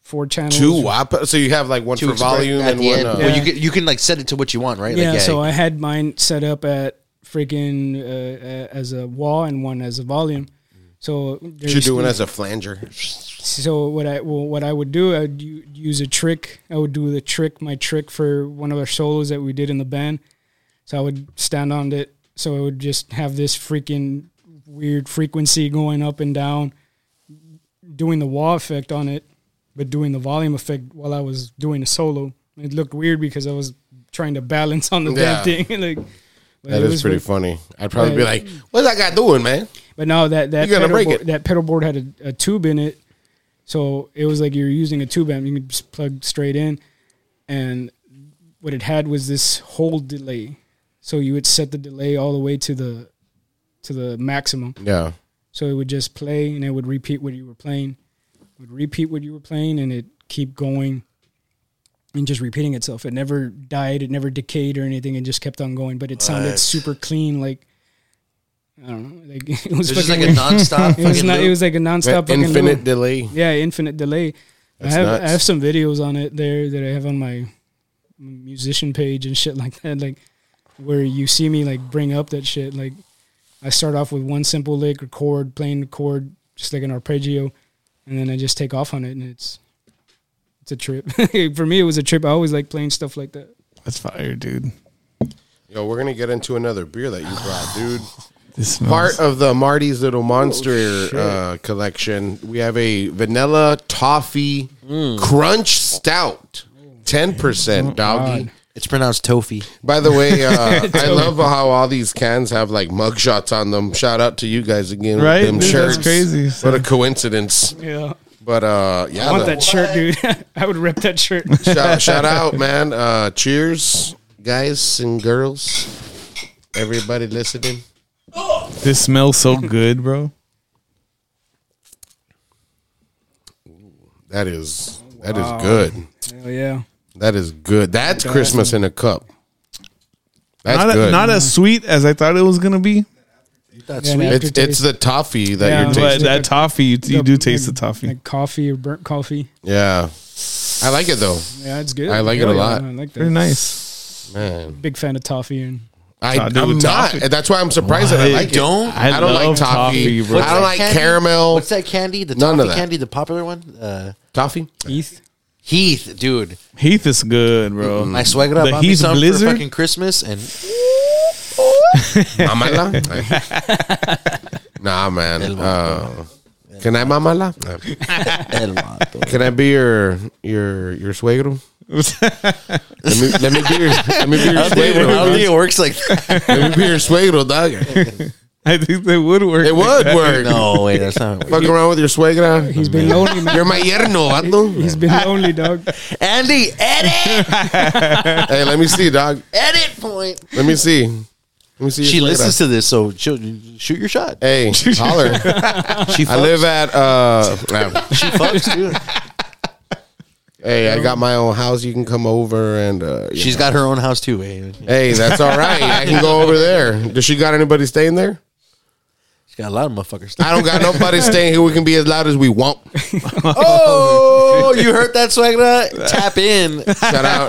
S3: four channels.
S1: Two WAP. So you have like one for
S4: express-
S1: volume
S4: at
S1: and
S4: the
S1: one.
S4: end.
S1: Uh,
S4: Well, you
S3: Yeah.
S4: can you can like set it to what you want, right?
S3: Yeah,
S4: like,
S3: so I had mine set up at freaking uh, uh, as a wall and one as a volume.
S4: Mm.
S3: So
S1: What
S3: there's-
S1: you're doing as a flanger.
S3: so what I well, what I would do, I would u- use a trick. I would do the trick, my trick for one of our solos that we did in the band. So I would stand on it. So I would just have this freaking weird frequency going up and down, doing the wah effect on it, but doing the volume effect while I was doing a solo. It looked weird because I was trying to balance on the
S1: Yeah.
S3: damn thing. like but
S1: That
S3: it
S1: is
S3: was
S1: pretty
S3: weird.
S1: funny. I'd probably be
S3: Yeah.
S1: like, "What's that guy doing, man?"
S3: But no, that that
S1: You're gonna
S3: pedal
S1: break
S3: board,
S1: it.
S3: that pedal board had a, a tube in it, so it was like you're using a tube amp. You could just plug straight in, and what it had was this hold delay. So you would set the delay all the way to the to the maximum.
S1: Yeah.
S3: So it would just play, and it would repeat what you were playing. It would repeat what you were playing, and it keep going, and just repeating itself. It never died. It never decayed or anything. It just kept on going. But it sounded
S4: What?
S3: super clean, like. I don't know. Like it was
S4: It's just like
S3: fucking
S4: a
S3: weird. It
S4: nonstop.
S3: was
S4: fucking
S3: not. It
S4: loop.
S3: was like a nonstop fucking
S1: Infinite
S3: loop.
S1: delay.
S3: yeah, infinite delay.
S1: That's
S3: I have
S1: nuts.
S3: I have some videos on it there that I have on my musician page and shit like that. Like where you see me like bring up that shit. Like I start off with one simple lick or chord, playing the chord just like an arpeggio, and then I just take off on it, and it's it's a trip. For me, it was a trip. I always like playing stuff like that.
S2: That's fire, dude.
S1: Yo, we're gonna get into another beer that you brought, dude.
S2: This
S1: Part
S2: smells.
S1: of the Marty's Little Monster
S4: Oh,
S1: uh, collection, we have a vanilla toffee
S4: Mm.
S1: crunch stout, ten
S4: Oh
S1: percent doggy.
S4: It's pronounced toffee.
S1: By the way, uh, I love how all these cans have like mugshots on them. Shout out to you guys again, with
S2: Right,
S1: Them
S2: dude, that's crazy.
S1: What a coincidence!
S3: Yeah,
S1: But uh,
S3: I
S1: yeah,
S3: want
S1: the-
S3: that shirt, dude. I would rep that shirt.
S1: shout, shout out, man. Uh, cheers, guys and girls, everybody listening.
S2: This smells so good, bro.
S1: That is that is good.
S3: Hell yeah.
S1: That is good. That's Christmas in a cup. That's
S2: not
S1: good.
S2: not as sweet as I thought it was gonna be,
S4: That's
S3: Yeah,
S4: sweet.
S3: that-
S1: it's it's the toffee that
S3: Yeah,
S1: you're
S2: but
S1: tasting.
S3: tasting-
S2: that toffee, you, you
S3: Yeah,
S2: do
S3: like-
S2: taste the toffee.
S3: Like coffee or burnt coffee.
S1: yeah, I like it though,
S3: Yeah, it's good.
S1: I like it
S3: Hell
S1: a
S3: yeah,
S1: lot.
S3: I like that.
S2: Very nice.
S1: man.
S3: Big fan of toffee and
S1: I,
S2: Nah,
S1: I'm
S2: dude, with
S1: not.
S2: toffee-
S1: That's why I'm surprised that I
S2: Why?
S1: like it.
S4: Don't?
S1: I,
S2: I
S1: don't like
S2: love
S1: toffee.
S2: toffee, bro.
S1: I don't like
S4: Candy?
S1: caramel
S4: What's that candy? The
S1: None of
S4: toffee
S1: that.
S4: candy, the popular one. Uh,
S1: toffee.
S3: Heath.
S4: Heath, dude.
S2: Heath is good, bro.
S4: My suegra
S2: The
S4: bought me
S2: Heath
S4: some
S2: Blizzard?
S4: for fucking Christmas, and
S1: Mamala. nah, man. Uh, can I mamala?
S4: El vato.
S1: Can I be your your your suegro? Let me let me be your let me be your
S4: I don't think- I
S1: suegro.
S4: don't
S1: dog.
S4: think it works like that.
S1: Let me be your suegro, dog.
S2: I think they would work.
S1: It would work.
S4: No, wait, that's not.
S1: Fuck around with your suegra.
S3: He's been lonely, man.
S1: You're my yerno, vato.
S3: He's been lonely, dog.
S4: Andy, edit,
S1: Hey, let me see, dog.
S4: edit point.
S1: Let me see. Let me see. your
S4: She
S1: suegra.
S4: listens to this, so she'll- shoot your shot.
S1: Hey, holler.
S4: She fucks.
S1: I live at uh. uh,
S4: She fucks, dude.
S1: Hey, I got my own house. You can come over and uh, you
S4: She's
S1: know.
S4: got her own house too. eh?
S1: Hey, that's all right. I can go over there. Does she got anybody staying there?
S4: She's got a lot of motherfuckers.
S1: I don't got nobody staying here. We can be as loud as we want.
S4: Oh, you heard that swagger? Tap in.
S1: Shout out,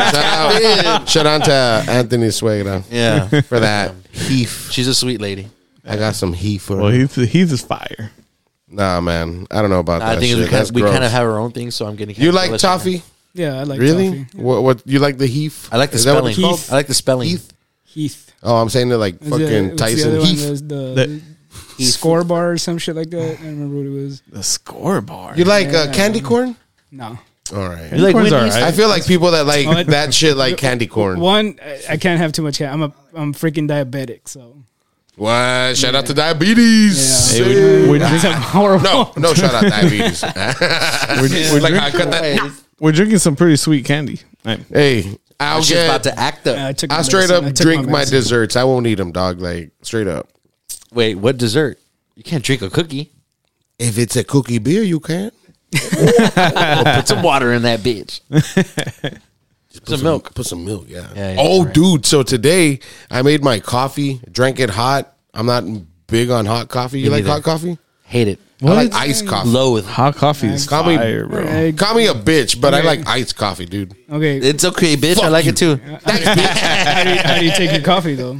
S1: shout out, shout out to Anthony Suegra
S4: Yeah,
S1: for that heef.
S4: she's a sweet lady.
S1: I got some heef for.
S2: Well, he's he's just fire.
S1: Nah, man, I don't know about that.
S4: I think
S1: shit.
S4: we kind,
S1: That's
S4: of, we kind
S1: gross.
S4: of have our own thing, so I'm getting.
S1: You like
S4: jealous right
S1: toffee?
S3: Yeah, I like
S1: Really?
S3: toffee.
S1: What? What? You like the heef?
S4: now. I like the
S1: Is that what
S4: spelling.
S1: it's called?
S4: I like the spelling.
S3: Heath.
S1: Oh, I'm saying it like
S3: What's the-
S1: fucking
S3: what's the
S1: Tyson
S3: other one?
S1: heef.
S3: There's The, score bar or some shit like that. I don't remember what it was.
S2: The score bar.
S1: You like uh, candy corn?
S3: No.
S1: All right.
S4: You like
S2: Corn's all
S4: Wendy's?
S2: right.
S1: I feel like people that like
S3: Well, it-
S1: that shit like candy corn. What?
S3: One, I- I can't have too much. ca- I'm a, I'm freaking diabetic, so
S1: Shout out to diabetes.
S3: Yeah.
S2: Hey, we- we
S3: it's
S2: drink-
S3: a horrible.
S1: No, no, shout out diabetes.
S2: we're,
S1: like
S2: drink-
S1: I cut that.
S2: we're drinking some pretty sweet candy. Right.
S1: Hey, I'll
S4: She's
S1: get.
S4: about to act up.
S3: I took.
S1: I
S3: my
S1: straight
S3: medicine. I
S1: up
S3: took
S1: drink my
S3: medicine.
S1: desserts. I won't eat them, dog. Like straight up.
S4: Wait, what dessert? You can't drink a cookie.
S1: If it's a cookie beer, you can't.
S4: Put some water in that bitch. Just put some milk.
S1: Put some milk, yeah.
S4: Yeah, yeah,
S1: oh, dude. So today I made my coffee, drank it hot. I'm not big on hot coffee. You like
S4: neither.
S1: hot coffee?
S4: Hate it.
S1: I like iced coffee.
S4: Loathe.
S2: Hot coffee is
S1: Call me-
S2: fire, bro.
S3: Hey,
S1: Call me a bitch, but I like iced coffee, dude.
S3: Okay,
S4: It's okay, bitch. I
S1: Fuck
S4: like
S1: you.
S4: it too.
S3: how do, you, how do you take your coffee though?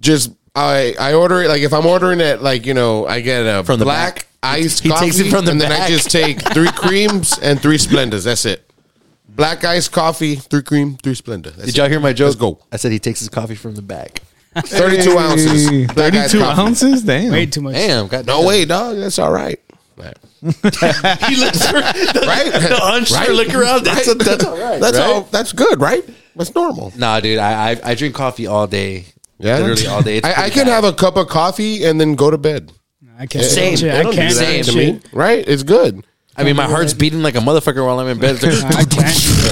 S1: Just I I order it like if I'm ordering it like you know I get a
S4: From the
S1: black
S4: back.
S1: iced
S4: He
S1: coffee
S4: takes it from the
S1: and then I
S4: back.
S1: just take three creams and three splendas. That's it. Black iced coffee, three cream, three splenda. That's
S4: Did
S1: it.
S4: y'all hear my joke?
S1: Let's go.
S4: I said he takes his coffee from the back.
S1: Thirty-two ounces.
S2: Hey,
S1: Black iced
S2: 32
S1: coffee.
S2: ounces? Damn.
S3: Way too much.
S4: Damn, God
S1: No way, dog. That's all right. Right.
S4: He looks for the,
S1: Right?
S4: the unsure
S1: Right?
S4: look around. That's,
S1: Right?
S4: that's all right.
S1: That's
S4: right?
S1: all. That's good, right? That's normal.
S4: Nah, dude, I, I I drink coffee all day.
S1: Yeah,
S4: literally all day. It's
S1: I, I
S4: pretty
S1: can
S4: bad.
S1: have a cup of coffee and then go to bed.
S3: I can't.
S4: Same.
S3: Shit,
S4: They
S3: I
S4: don't do
S3: can't. Shit.
S4: that
S1: To me, right? It's good.
S4: I mean, my heart's beating like a motherfucker while I'm in bed. It's like,
S3: I can't.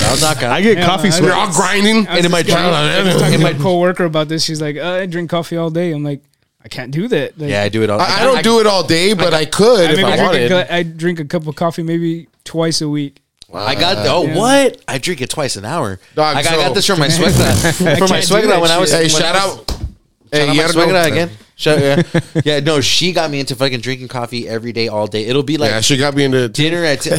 S4: I was not gonna.
S2: I get
S3: Yeah,
S2: coffee
S3: I-
S1: We're
S2: sweat.
S1: all grinding.
S3: I was
S4: in my
S3: just talking- I was
S4: job.
S3: talking
S4: In
S3: to
S4: my-
S3: a coworker about this. She's like, uh, "I drink coffee all day." I'm like, "I can't do that." Like,
S4: yeah, I do it all.
S1: I, I don't do it all day, but I, could
S3: I,
S1: if
S3: maybe
S1: I,
S3: drink a
S1: wanted.
S3: gla- I drink a cup of coffee maybe twice a week.
S4: I got oh what? I drink it twice an hour.
S1: Dog,
S4: I, got, I got
S1: so-
S4: this from my suegra. from my
S3: can't do that
S4: suegra when I was
S1: hey,
S4: when
S1: shout
S4: I was-
S1: out. Hey,
S4: Shout out my
S1: Yerno.
S4: suegra again. Shout, yeah. yeah, no, she got me into fucking drinking coffee every day, all day. It'll be like
S1: Yeah, she got me into t-
S4: dinner at. T- hey,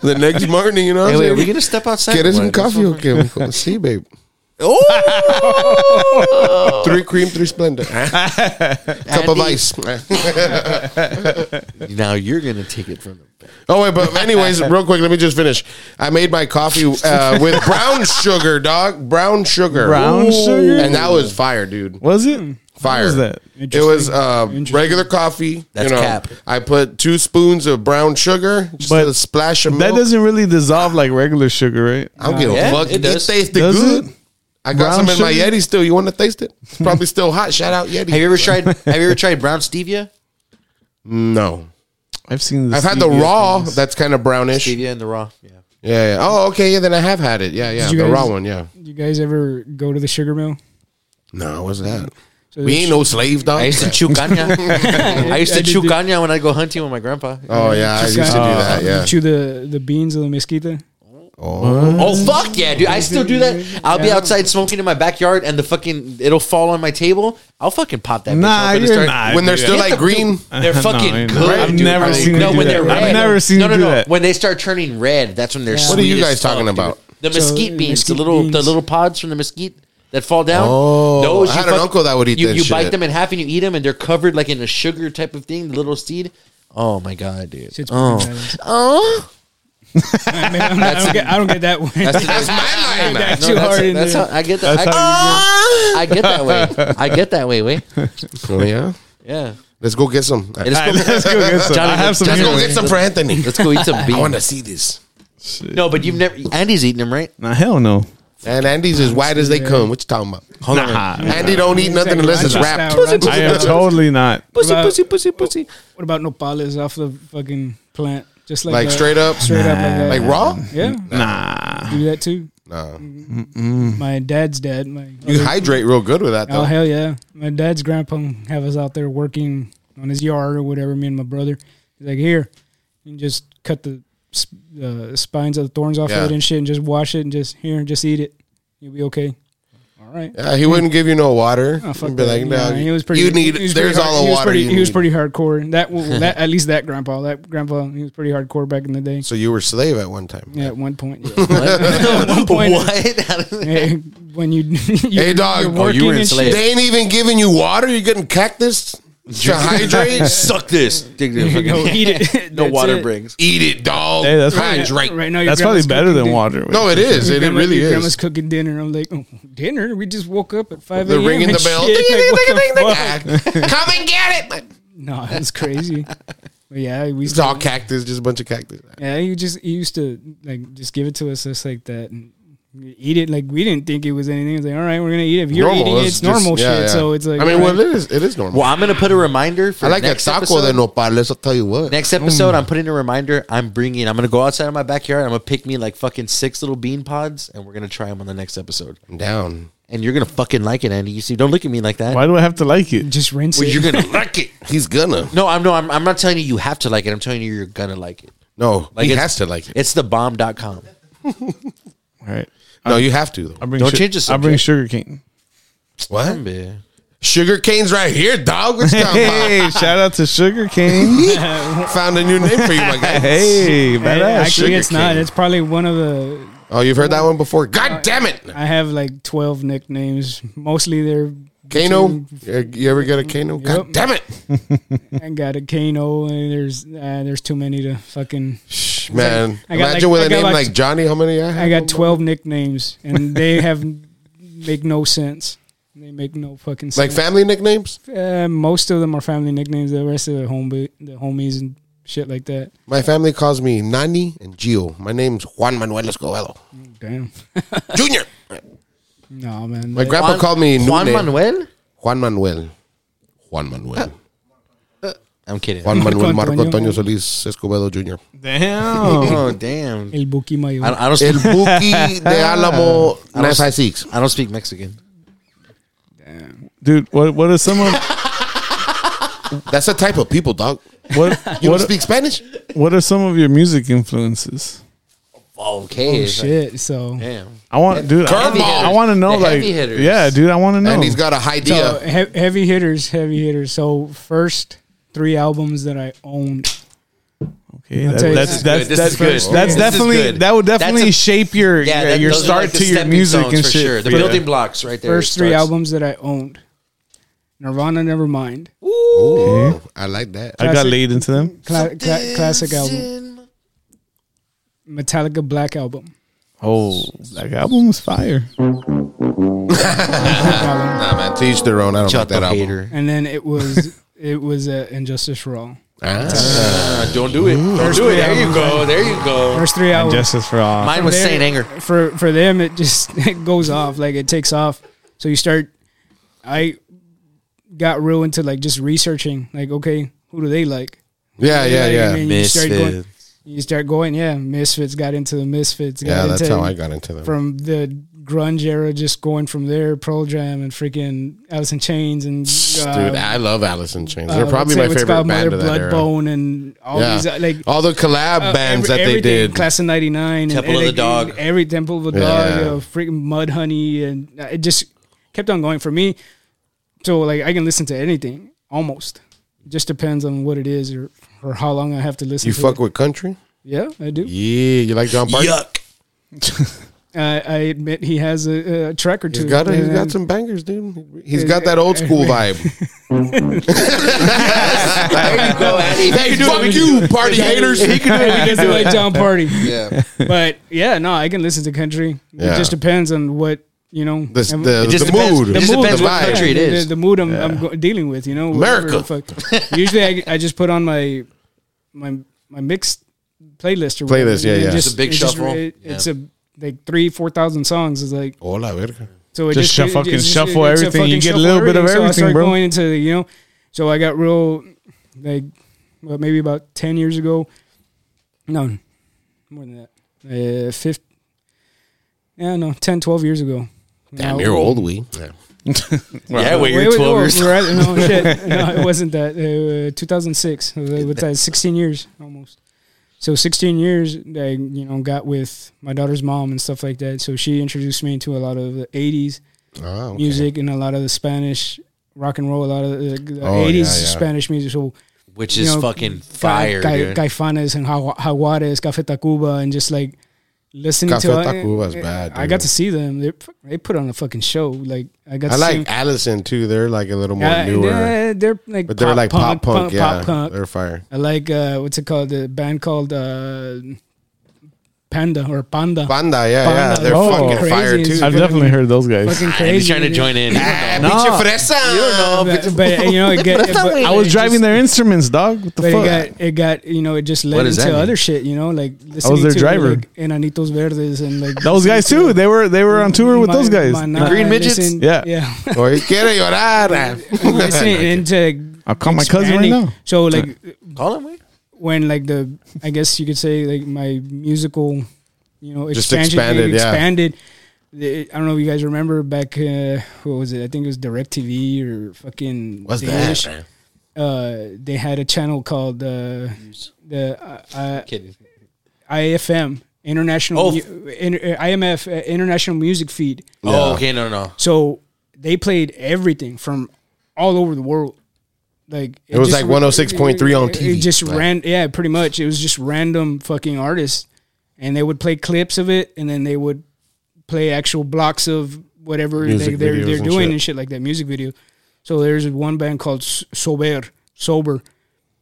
S1: the next morning. You know, what
S4: wait, are
S1: I'm
S4: we
S1: saying?
S4: gonna step outside?
S1: get us some
S4: What?
S1: coffee, okay? we go. See, babe.
S4: Oh,
S1: Three cream, three splendor. Cup of ice.
S4: now you're gonna take it from the.
S1: Oh wait, but anyways, real quick, let me just finish. I made my coffee uh, with brown sugar, dog. Brown sugar.
S2: Brown sugar?
S1: And that was fire, dude.
S2: Was it?
S1: Fire.
S2: What was that?
S1: It was uh, regular coffee.
S4: That's
S1: you know,
S4: cap.
S1: I put two spoons of brown sugar, just
S2: But
S1: a splash of
S2: That
S1: milk.
S2: doesn't really dissolve like regular sugar, right?
S1: I don't give
S4: Yeah,
S1: a fuck.
S4: it
S1: It,
S4: does.
S1: tasted
S2: Does
S1: good.
S2: it?
S1: I got
S2: Brown
S1: some in my
S2: sugar?
S1: Yeti still. You want to taste it? It's probably still hot. Shout out Yeti.
S4: Have you ever tried? Have you ever tried brown stevia?
S1: No.
S2: I've seen E this.
S1: I've had the raw. That's kind of brownish. Yeah,
S4: Stevia in the raw. Yeah.
S1: yeah. Oh, okay. Yeah, then I have had it. Yeah, yeah. The
S3: you guys-
S1: raw one. Yeah.
S3: You guys ever go to the sugar mill?
S1: No, what's that? we ain't no slave dog.
S4: I used to chew caña. I used
S3: I
S4: to
S3: did
S4: chew
S3: do-
S4: caña when I go hunting with my grandpa.
S1: oh yeah, I used to do that. Yeah.
S3: Chew the, the beans of the mesquita.
S2: uh, Mm.
S4: Oh fuck yeah, dude! I still do that. I'll be outside smoking in my backyard, and the fucking it'll fall on my table. I'll fucking pop that. bitch
S2: Nah,
S4: open and
S2: you're
S4: start-
S2: not.
S1: When they're
S2: do
S1: still
S2: that.
S1: like green.
S4: They're
S2: No,
S4: fucking
S2: I ain't.
S4: good.
S2: I've
S4: dude.
S2: never
S4: Are they-
S2: seen you
S4: no
S2: do
S4: when
S2: that.
S4: they're
S2: I've
S4: red.
S2: never seen
S4: no,
S2: you
S4: no,
S2: do
S4: no.
S2: that.
S4: When they start turning red, that's when they're.
S1: What are you
S4: sweet as
S1: guys
S4: fuck,
S1: talking
S4: dude.
S1: about?
S4: The
S3: So,
S4: mesquite
S3: uh,
S4: beans, the
S3: mesquite
S4: little the
S3: beans.
S4: little pods from the mesquite that fall down.
S1: Oh,
S4: those
S1: I
S4: you
S1: had an
S4: fuck-
S1: uncle that would eat
S4: You,
S1: that
S4: you bite
S1: shit.
S4: them in half and you eat them, and they're covered like in a sugar type of thing, the little seed. Oh my god, dude!
S3: Shit's
S4: oh,
S3: pretty bad.
S4: oh.
S3: I, mean, I'm not- I don't get, I don't get that way.
S4: That's,
S1: That's my line.
S3: Back
S4: no,
S3: too
S4: that's,
S3: hard in
S4: that's
S3: there.
S4: how, I get that. I, I get that way. I get that way. Way.
S1: Oh yeah.
S4: Yeah.
S1: Let's go get some.
S4: Hey,
S1: Let's
S4: let's, go,
S2: Let's go get some.
S4: Johnny,
S2: I have some.
S4: Johnny,
S1: go
S2: here.
S1: get some for Anthony.
S4: let's go eat some
S1: I want to
S4: beans.
S1: see this.
S4: No, but you've never. Andy's eating them, right?
S2: Nah, hell no.
S1: And Andy's as white as they come. What you talking about?
S4: Hold
S2: Nah.
S1: Andy don't eat nothing unless it's
S3: Rancho
S1: wrapped.
S3: style, Rancho
S2: I am
S3: style.
S2: totally not.
S4: Pussy,
S3: What about-
S4: pussy, pussy, pussy.
S3: What about nopales off the fucking plant? Just like
S1: Like
S3: that.
S1: straight up,
S3: straight up
S1: like
S3: like that.
S1: raw.
S3: yeah,
S2: Nah.
S3: do that too.
S1: No,
S3: My dad's dad. My
S1: Hmm. you hydrate real good with that
S3: Oh
S1: though.
S3: hell yeah! My dad's grandpa have us out there working on his yard or whatever. Me and my brother. He's like, here, you can just cut the sp- uh, spines of the thorns off
S1: Yeah.
S3: of it and shit, and just wash it and just here, just eat it. You'll be okay. All right.
S1: Yeah, he wouldn't give you no water.
S3: Oh, fuck
S1: He'd be
S3: that.
S1: like, no,
S3: Yeah, he was pretty.
S1: You need.
S3: he was pretty
S1: there's
S3: hard-
S1: all the
S3: he was
S1: water
S3: pretty-
S1: you
S3: he was
S1: need."
S3: pretty hardcore. That, well, that at least that grandpa. That grandpa. He was pretty hardcore back in the day.
S1: So you were slave at one time.
S3: Yeah, at one point.
S4: What?
S3: one point-
S4: What?
S3: Hey, when you, you
S1: Hey dog,
S4: Oh, you were
S3: working and
S4: enslaved.
S1: they ain't even giving you water. You're getting cactus to hydrate.
S4: Suck this. Dig this.
S3: shit, go eat it.
S4: No
S3: That's
S4: water
S3: it.
S4: brings.
S1: Eat it, dog.
S2: Hey, that's
S3: Yeah,
S2: probably,
S1: hydrate.
S3: Right now, your
S2: that's probably
S3: grandma's
S2: better
S3: cooking
S2: than
S3: din-
S2: water.
S1: No, it is.
S3: your
S1: It, it
S3: grandma-
S1: really
S3: your Grandma's
S1: is.
S3: cooking dinner. I'm like, oh, dinner? We just woke up at five
S1: They're
S3: a.m.
S1: ringing
S3: and
S1: the bell.
S3: shit. Like, what the fuck?
S1: Come and get it.
S3: No, that's crazy. But yeah, we used
S1: It's
S3: to
S1: all cactus, just a bunch of cactus.
S3: Yeah, you just you used to like just give it to us just like that and eat it like we didn't think it was anything. It's like, all right, we're gonna eat it. If you're eating it, it's
S1: just-
S3: normal
S1: yeah,
S3: shit.
S1: yeah.
S3: So it's like
S1: I mean,
S3: all right.
S1: well, it is. It is normal.
S4: Well, I'm gonna put a reminder for
S1: I like a
S4: next
S1: taco de
S4: episode.
S1: nopales. I'll tell you what.
S4: Next episode, I'm putting a reminder. I'm bringing. I'm gonna go outside in my backyard. I'm gonna pick me like fucking six little bean pods, and we're gonna try them on the next episode.
S1: I'm down.
S4: And you're gonna fucking like it, Andy. You see, don't look at me like that.
S2: Why do I have to like it?
S3: just rinse
S4: Well,
S3: it.
S4: you're gonna.
S1: like it. He's gonna.
S4: No, I'm no. I'm, I'm not telling you you have to like it. I'm telling you you're gonna like it.
S1: No,
S4: Like
S1: he
S4: it's-
S1: has to like it.
S4: It's the bomb.com.
S2: All right.
S1: No, you have to.
S2: I'll
S1: Though.
S2: bring
S4: Don't
S2: su-
S4: change the
S2: I'll bring
S4: subject.
S2: sugar cane.
S1: What?
S4: Yeah.
S1: Sugar cane's right here, dog. What's down?
S2: Hey, shout out to sugar cane.
S1: Found a new name for you, my guy.
S2: hey,
S3: Hey,
S2: badass.
S3: actually,
S1: sugar
S3: it's not.
S1: cane.
S3: It's probably one of the.
S1: Oh, you've heard that one before. God damn it,
S3: I have like twelve nicknames. Mostly they're
S1: Kano. You you ever get a Kano? God
S3: Yep.
S1: damn it,
S3: I got a Kano, and there's uh, there's too many to fucking.
S1: man!
S3: I got
S1: Imagine
S3: like-
S1: with
S3: I
S1: a
S3: got
S1: name
S3: like-
S1: like Johnny. How many I have?
S3: I got twelve nicknames, and they have make no sense. They make no fucking sense.
S1: Like family nicknames.
S3: Uh, most of them are family nicknames. The rest of the home the homies and shit like that.
S1: My family calls me Nani and Gio. My name's Juan Manuel Escobedo
S3: Damn.
S1: Junior.
S3: No man.
S1: My
S3: That-
S1: grandpa called me new
S4: Juan
S1: name.
S4: Manuel.
S1: Juan Manuel. Juan
S3: Ah.
S1: Manuel.
S4: I'm kidding.
S1: Juan
S3: Marco
S1: Manuel Marco
S3: Antonio.
S1: Antonio Solis Escobedo Jr.
S2: Damn.
S4: Oh damn.
S3: El Buki Mayo.
S4: I, I don't.
S1: El
S4: Speak,
S1: Buki de
S3: Ah.
S1: Alamo
S4: I don't-
S1: 956.
S4: I don't speak Mexican.
S2: Dude, what what is someone
S1: That's the type of people, dog.
S2: what
S1: You don't
S2: what
S1: speak Spanish?
S2: what are some of your music influences?
S4: Okay.
S3: oh
S4: it's like,
S3: shit. So
S4: Damn.
S2: I want dude,
S1: Curveball.
S2: I, I want to know
S4: The
S2: like
S4: heavy hitters.
S2: Yeah, dude, I want to know.
S1: And he's got a
S3: so eh.
S1: idea.
S3: he- heavy hitters, heavy hitters. So first three albums that I owned.
S2: okay,
S3: I'll
S2: that,
S3: tell you
S2: that's
S3: this.
S2: that's
S4: This
S2: that's
S4: is good.
S2: good. That's
S4: This is
S2: definitely
S4: good.
S2: that would definitely
S4: That's a-
S2: shape your
S4: that-
S2: your
S4: those are,
S2: start
S4: like, the
S2: to your
S4: stepping
S2: music
S4: stones
S2: and
S4: for
S2: shit.
S4: Sure. The
S2: Yeah.
S4: building blocks right there.
S3: First
S4: It
S3: three
S4: starts.
S3: albums that I owned. Nirvana, Nevermind.
S1: Ooh, Oh, I like that.
S2: I got
S3: Classic.
S2: laid into them.
S3: Cla- cla- classic album. Metallica Black album.
S2: Oh, that album was fire.
S3: Black
S4: Ah,
S3: album.
S1: Nah, man. To each their own. I don't like
S4: Shut
S1: that
S4: the
S1: album.
S4: hater.
S3: And then it was it was uh, Injustice for All.
S1: Ah.
S4: Don't do it. Don't do it. There you go. There you go.
S3: First three
S2: And
S3: albums.
S2: Justice for all.
S4: Mine was
S3: There-
S4: Saint Anger.
S3: for for them it just it goes off like it takes off so you start i got real into like just researching like okay who do they like
S1: Yeah, yeah,
S3: Like,
S1: yeah.
S3: and then you start going you start going yeah misfits got into the misfits got
S1: Yeah, that's
S3: into
S1: how I got into them.
S3: from the grunge era just going from there Pearl Jam and freaking Alice in Chains and uh,
S1: Dude, I love Alice in Chains.
S3: uh,
S1: They're probably
S3: what's it-
S1: my
S3: what's it
S1: favorite
S3: called?
S1: band
S3: Mother
S1: of that era.
S3: Bloodbone and all these uh,
S1: Yeah.
S3: like
S1: All the collab
S3: uh,
S1: bands
S3: every-
S1: that they
S3: everything,
S1: did.
S3: Class of '99,
S4: Temple of the Dog.
S3: every Temple of the
S1: Yeah.
S3: Dog, uh, freaking Mud Honey, and uh, it just kept on going for me. So like I can listen to anything almost. Just depends on what it is or, or how long I have to listen.
S1: You
S3: to
S1: fuck
S3: it.
S1: with country?
S3: yeah, I do.
S1: Yeah, you like John Parker?
S4: Yuck.
S3: I, I admit he has a, a trek or two.
S1: He's got he's
S3: And-
S1: got some bangers, dude. He's got that old school vibe.
S4: There you go, Eddie. There you do it.
S1: Fuck you, party haters.
S3: It's a late down party.
S4: Yeah.
S3: But yeah, no, I can listen to country.
S1: Yeah.
S3: It just depends on what you know.
S1: The,
S3: am-
S1: the,
S4: It just
S1: the
S4: depends-
S1: mood.
S4: it just
S1: the
S4: depends what
S1: vibe.
S4: country it
S3: yeah,
S4: is.
S3: The, the mood I'm, I'm go- dealing with, you know. whatever the fuck. Usually, I, I just put on my my my mixed playlist or whatever,
S1: Playlist, yeah,
S3: and it
S1: yeah.
S4: It's a big
S3: it just-
S4: shuffle.
S3: it- It's a like three, four thousand songs. Is like
S1: Hola, verga.
S3: so. It
S2: Just
S3: just,
S2: shuff-
S3: it-
S2: fucking
S3: it's just-
S2: shuffle
S3: it's a
S2: everything. You
S3: fucking
S2: get a
S3: shuffle
S2: little bit of
S3: so I
S2: everything,
S3: start
S2: bro.
S3: Going into the, you know, so I got real like well, maybe about ten years ago. No, more than that. Uh, fifth. Yeah, no, 10, 12 years ago.
S1: Damn,
S3: Now-
S1: you're old, we.
S4: Yeah, wait,
S3: Wait,
S4: you're
S3: wait,
S4: 12
S3: no,
S4: years
S3: we're at- no, shit. No, it wasn't that. Uh, 2006. Uh, What's that? 16 years almost. So 16 years, I you know got with my daughter's mom and stuff like that. So she introduced me to a lot of the 80s
S1: Oh, okay.
S3: music and a lot of the Spanish rock and roll, a lot of the, the
S1: Oh, yeah,
S3: 80s
S1: yeah.
S3: Spanish music. So
S4: Which
S3: you
S4: is
S3: know,
S4: fucking
S3: Guy-
S4: fire,
S3: Guy-
S4: dude.
S3: Caifanes and Jagu- Jaguares, Café Tacuba, and just like listening to.
S1: Café Tacuba's bad,
S3: I
S1: dude.
S3: got to see them. They they put on a fucking show. Like I got.
S1: I
S3: to see
S1: like Allison too. They're like a little more
S3: Yeah,
S1: newer,
S3: They're, they're like
S1: but they're like pop punk. yeah,
S3: pop punk.
S1: they're fire.
S3: I like uh, what's it called? The band called uh, Panda or Panda.
S1: Banda, yeah, yeah,
S3: Panda.
S1: they're
S2: Oh.
S1: fucking fire
S3: Crazy
S1: too.
S3: as
S2: I've
S3: fucking-
S2: definitely heard those guys.
S3: Fucking
S4: And
S3: crazy.
S4: he's trying to join in.
S1: Ah,
S2: No.
S1: pinche fresa.
S3: But, but, you know, it get, but
S2: I was
S3: it
S2: driving
S3: just-
S2: their instruments, dog. What the
S3: But
S2: fuck?
S3: it got, it got, you know, it just
S4: What
S3: led
S4: does that
S3: into
S4: mean?
S3: other shit, you know, like listening
S2: their
S3: to
S2: driver.
S3: like Enanitos Verdes and like
S2: those guys too. They were they were on tour with
S3: Ma-
S2: those guys.
S3: Maná,
S4: The Green Midgets? Oh
S3: listen-
S2: Yeah.
S3: yeah.
S1: Oye, quiero llorar.
S3: listening into
S2: I'll call my cousin right
S3: expanding.
S2: now.
S3: So like
S4: Call him, wait.
S3: when like the I guess you could say like my musical, you know,
S1: Just
S3: expansion
S1: expanded,
S3: it
S1: yeah.
S3: expanded. The- I don't know if you guys remember back. Uh, what was it? I think it was Directv or fucking.
S1: What's
S3: Danish.
S1: that? man?
S3: Uh, they had a channel called uh, the uh, uh,
S4: Kidding.
S3: IFM International
S4: Oh.
S3: Mu- uh, Inter- IMF uh, International Music Feed.
S1: Yeah.
S4: Oh, okay, no, no.
S3: So they played everything from all over the world. Like
S1: It was
S3: just
S1: like
S3: ra-
S1: 106.3 on
S3: it-
S1: TV.
S3: It just
S1: Like-
S3: ran, yeah, pretty much. It was just random fucking artists, and they would play clips of it, and then they would play actual blocks of whatever they,
S1: Music
S3: they're
S1: videos
S3: they're
S1: and
S3: doing
S1: shit.
S3: and shit like that music video. So there's one band called S- Sober, Sober.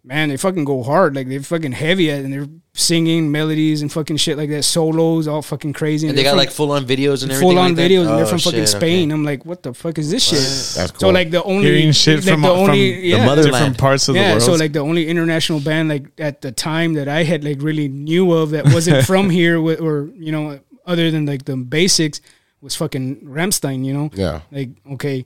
S3: Man, they fucking go hard. Like they're fucking heavy at, it, and they're singing melodies and fucking shit like that. Solos, all fucking crazy.
S4: And they
S3: they're
S4: got
S3: from-
S4: like full on videos and everything.
S3: full on
S4: like that?
S3: videos and they're
S4: Oh,
S3: from fucking
S4: shit, okay.
S3: Spain. I'm like, what the fuck is this shit?
S1: That's cool.
S3: So like the only
S2: Hearing shit
S3: like
S2: from, from
S3: yeah,
S2: the mother different
S4: motherland.
S2: parts of
S3: yeah.
S2: the world.
S3: So like the only international band like at the time that I had like really knew of that wasn't from here wa- or you know other than like the basics was fucking Ramstein. You know,
S1: Yeah.
S3: like okay.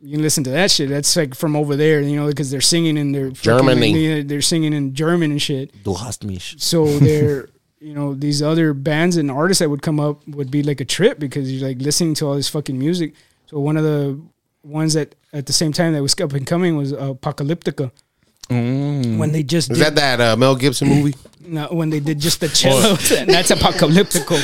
S3: You can listen to that shit. That's like from over there, you know, because they're singing in their
S1: Germany.
S3: They're singing in German and shit
S4: Du hast mich.
S3: so there you know these other bands and artists that would come up would be like a trip because you're like listening to all this fucking music so one of the ones that at the same time that was up and coming was apocalyptica
S2: Mm.
S3: when they just
S1: Is
S3: did,
S1: that that uh, Mel Gibson movie?
S3: no, when they did just the cello that's apocalyptical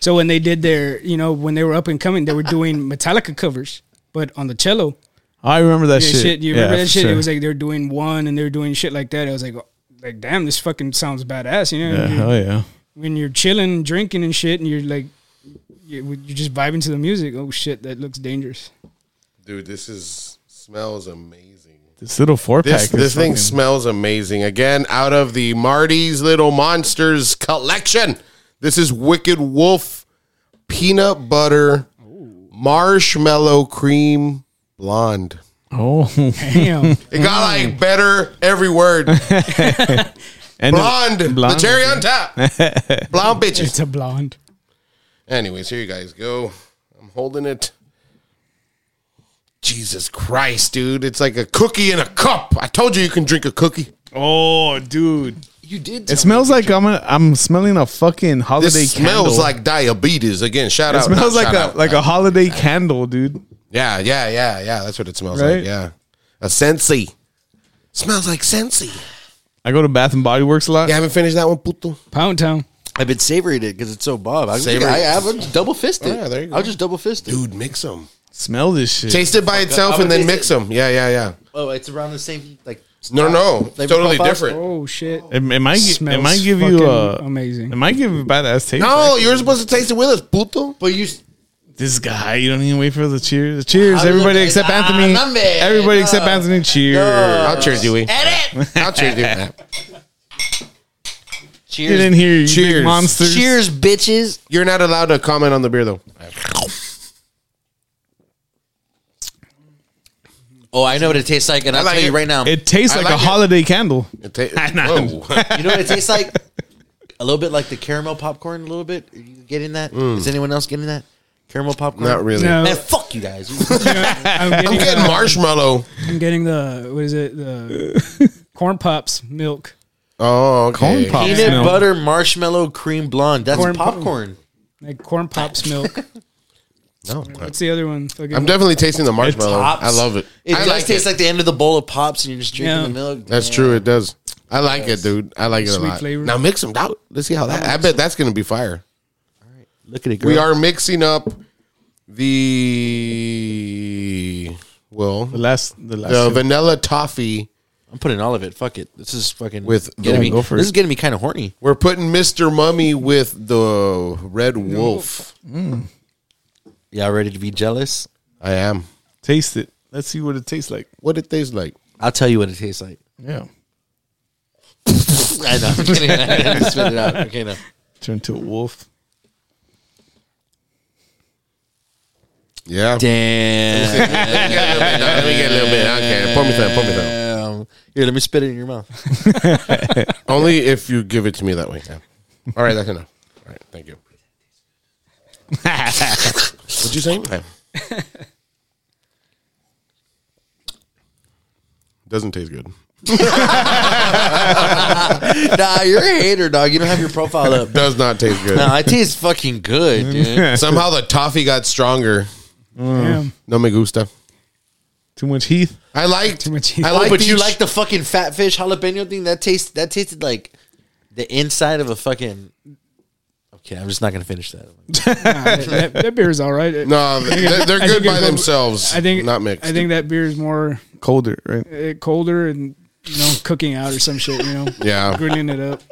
S3: so when they did their you know when they were up and coming they were doing metallica covers but on the cello
S2: I remember that
S3: yeah,
S2: shit.
S3: shit. You remember
S2: Yeah,
S3: that
S2: for
S3: shit?
S2: sure.
S3: It was like they're doing one and they're doing shit like that. I was like, like damn, this fucking sounds badass. You know,
S2: yeah,
S3: You're-
S2: hell yeah.
S3: when you're chilling, drinking and shit, and you're like, you- you're just vibing to the music. Oh shit, that looks dangerous.
S1: Dude, this is smells amazing.
S2: This little four
S1: This
S2: pack.
S1: this
S2: is
S1: thing
S2: fucking-
S1: smells amazing. Again, out of the Marty's Little Monsters collection. This is Wicked Wolf peanut butter marshmallow cream blonde.
S2: Oh,
S3: Damn,
S1: It got like better every word. Blonde,
S2: and
S1: the cherry on top. Blonde bitches.
S3: it's a blonde.
S1: Anyways, here you guys go. I'm holding it. Jesus Christ, dude. It's like a cookie in a cup. I told you you can drink a cookie.
S2: Oh, dude,
S4: You did.
S2: it smells like I'm a, I'm smelling a fucking holiday.
S1: This smells
S2: candle.
S1: like diabetes. Again, shout
S2: It
S1: out.
S2: smells
S1: not shout
S2: like a
S1: out.
S2: like a holiday candle, dude.
S1: Yeah, yeah, yeah, yeah. That's what it smells
S2: Right?
S1: like. Yeah. A Sensi. Smells like Sensi.
S2: I go to Bath and Body Works a lot.
S1: You haven't finished that one, puto?
S3: Pound Town.
S4: I've been savoring it Oh, because it's so Bob. I,
S1: Savory.
S4: I, I have double fisted.
S1: Yeah, there you go.
S4: I'll just double fist it.
S1: Dude, mix them.
S2: Smell this shit.
S1: Taste it by itself
S4: I'm
S1: and then
S4: gonna
S1: mix
S4: taste it.
S1: them. Yeah, yeah, yeah.
S4: Oh, it's around the same like.
S1: No, no, it's
S4: Flavor
S1: totally
S4: profile?
S1: different.
S3: Oh shit!
S2: It, it might. gi- It
S3: Smells
S2: might give you
S3: fucking
S2: a.
S3: amazing.
S2: It might give you a badass taste.
S1: No, you're supposed to taste it with us, puto.
S4: But Oh, you,
S2: This guy, you don't even wait for the cheers. Cheers,
S4: I'm
S2: everybody
S4: looking-
S2: except
S4: Ah,
S2: Anthony.
S4: number.
S2: Everybody
S4: No.
S2: except Anthony. Cheers.
S1: I'll cheers you. Wee.
S4: edit.
S1: I'll cheers you.
S2: Get in
S4: Cheers.
S2: here, you
S1: Cheers.
S2: big monsters.
S4: Cheers, bitches.
S1: You're not allowed to comment on the beer though.
S4: Oh, I know what it tastes like, and I'll
S1: like
S4: tell you
S1: it.
S4: right now.
S2: It tastes
S1: I
S2: like,
S1: like
S2: a
S1: it.
S2: holiday candle.
S1: It ta-
S2: know.
S1: Whoa.
S4: you know what it tastes like? A little bit like the caramel popcorn. A little bit. Are you getting that? Is anyone else getting that caramel popcorn?
S1: Not really.
S3: No,
S4: Man, fuck you guys.
S3: I'm
S1: I'm
S3: getting,
S1: getting
S3: the,
S1: marshmallow.
S3: I'm getting the what is it? The corn pops milk.
S1: Oh, okay.
S2: Corn pop.
S4: Peanut
S2: smell.
S4: butter marshmallow cream blonde. That's
S3: Corn pop-
S4: popcorn.
S3: Like corn pops milk.
S1: No,
S3: What's the other one? Fucking-
S1: I'm definitely tasting the marshmallow.
S4: Pops.
S1: I love it.
S4: It
S1: I
S4: does
S1: like
S4: taste
S1: it.
S4: like the end of the bowl of pops, and you're just drinking
S3: Yeah.
S4: the milk.
S1: That's
S4: Yeah.
S1: true. It does. I like it, dude. I like it a
S3: Sweet
S1: lot.
S3: flavor.
S1: Now mix them out. Let's see how that. I bet that's gonna be fire.
S4: Look at it. Girl.
S1: We are mixing up the well
S2: The last, the last.
S1: the vanilla toffee.
S4: I'm putting all of it. Fuck it. This is fucking
S1: With-
S4: getting me.
S2: Go for
S4: this
S2: it.
S4: is getting me kind of horny.
S1: We're putting Mr. Mummy with the Red Wolf.
S4: Y'all ready to be jealous?
S1: I am.
S2: taste it. Let's see what it tastes like.
S1: What it tastes like?
S4: I'll tell you what it tastes like.
S2: Yeah,
S4: I know. I'm kidding. I had to spit it out. Okay, no.
S2: turn to a wolf.
S1: Yeah.
S4: Damn.
S1: Let me get a little bit. Let me get a little bit. Okay, pour me some. Pour me some.
S4: Here, let me spit it in your mouth.
S1: Only if you give it to me that way. Yeah. All right, that's enough. All right, thank you. What'd you say? Doesn't taste good.
S4: nah, you're a hater, dog. You don't have your profile up.
S1: Does not taste good.
S4: No, it tastes fucking good, dude.
S1: Somehow the toffee got stronger.
S3: Damn.
S1: No me gusta.
S2: Too much Heath.
S1: I liked.
S3: much cheese.
S1: I
S4: Oh,
S1: like.
S4: but you like the fucking fat fish jalapeno thing? That tastes that tasted like the inside of a fucking Okay, I'm just not gonna finish that.
S3: that, that beer is all right. It-
S1: No, they're, they're
S3: I
S1: good
S3: think
S1: by
S3: it's-
S1: themselves.
S3: I think
S1: not mixed.
S3: I think that beer is more
S2: Colder, right?
S3: uh, colder and you know cooking out or some shit. You know,
S1: yeah,
S3: grilling it up.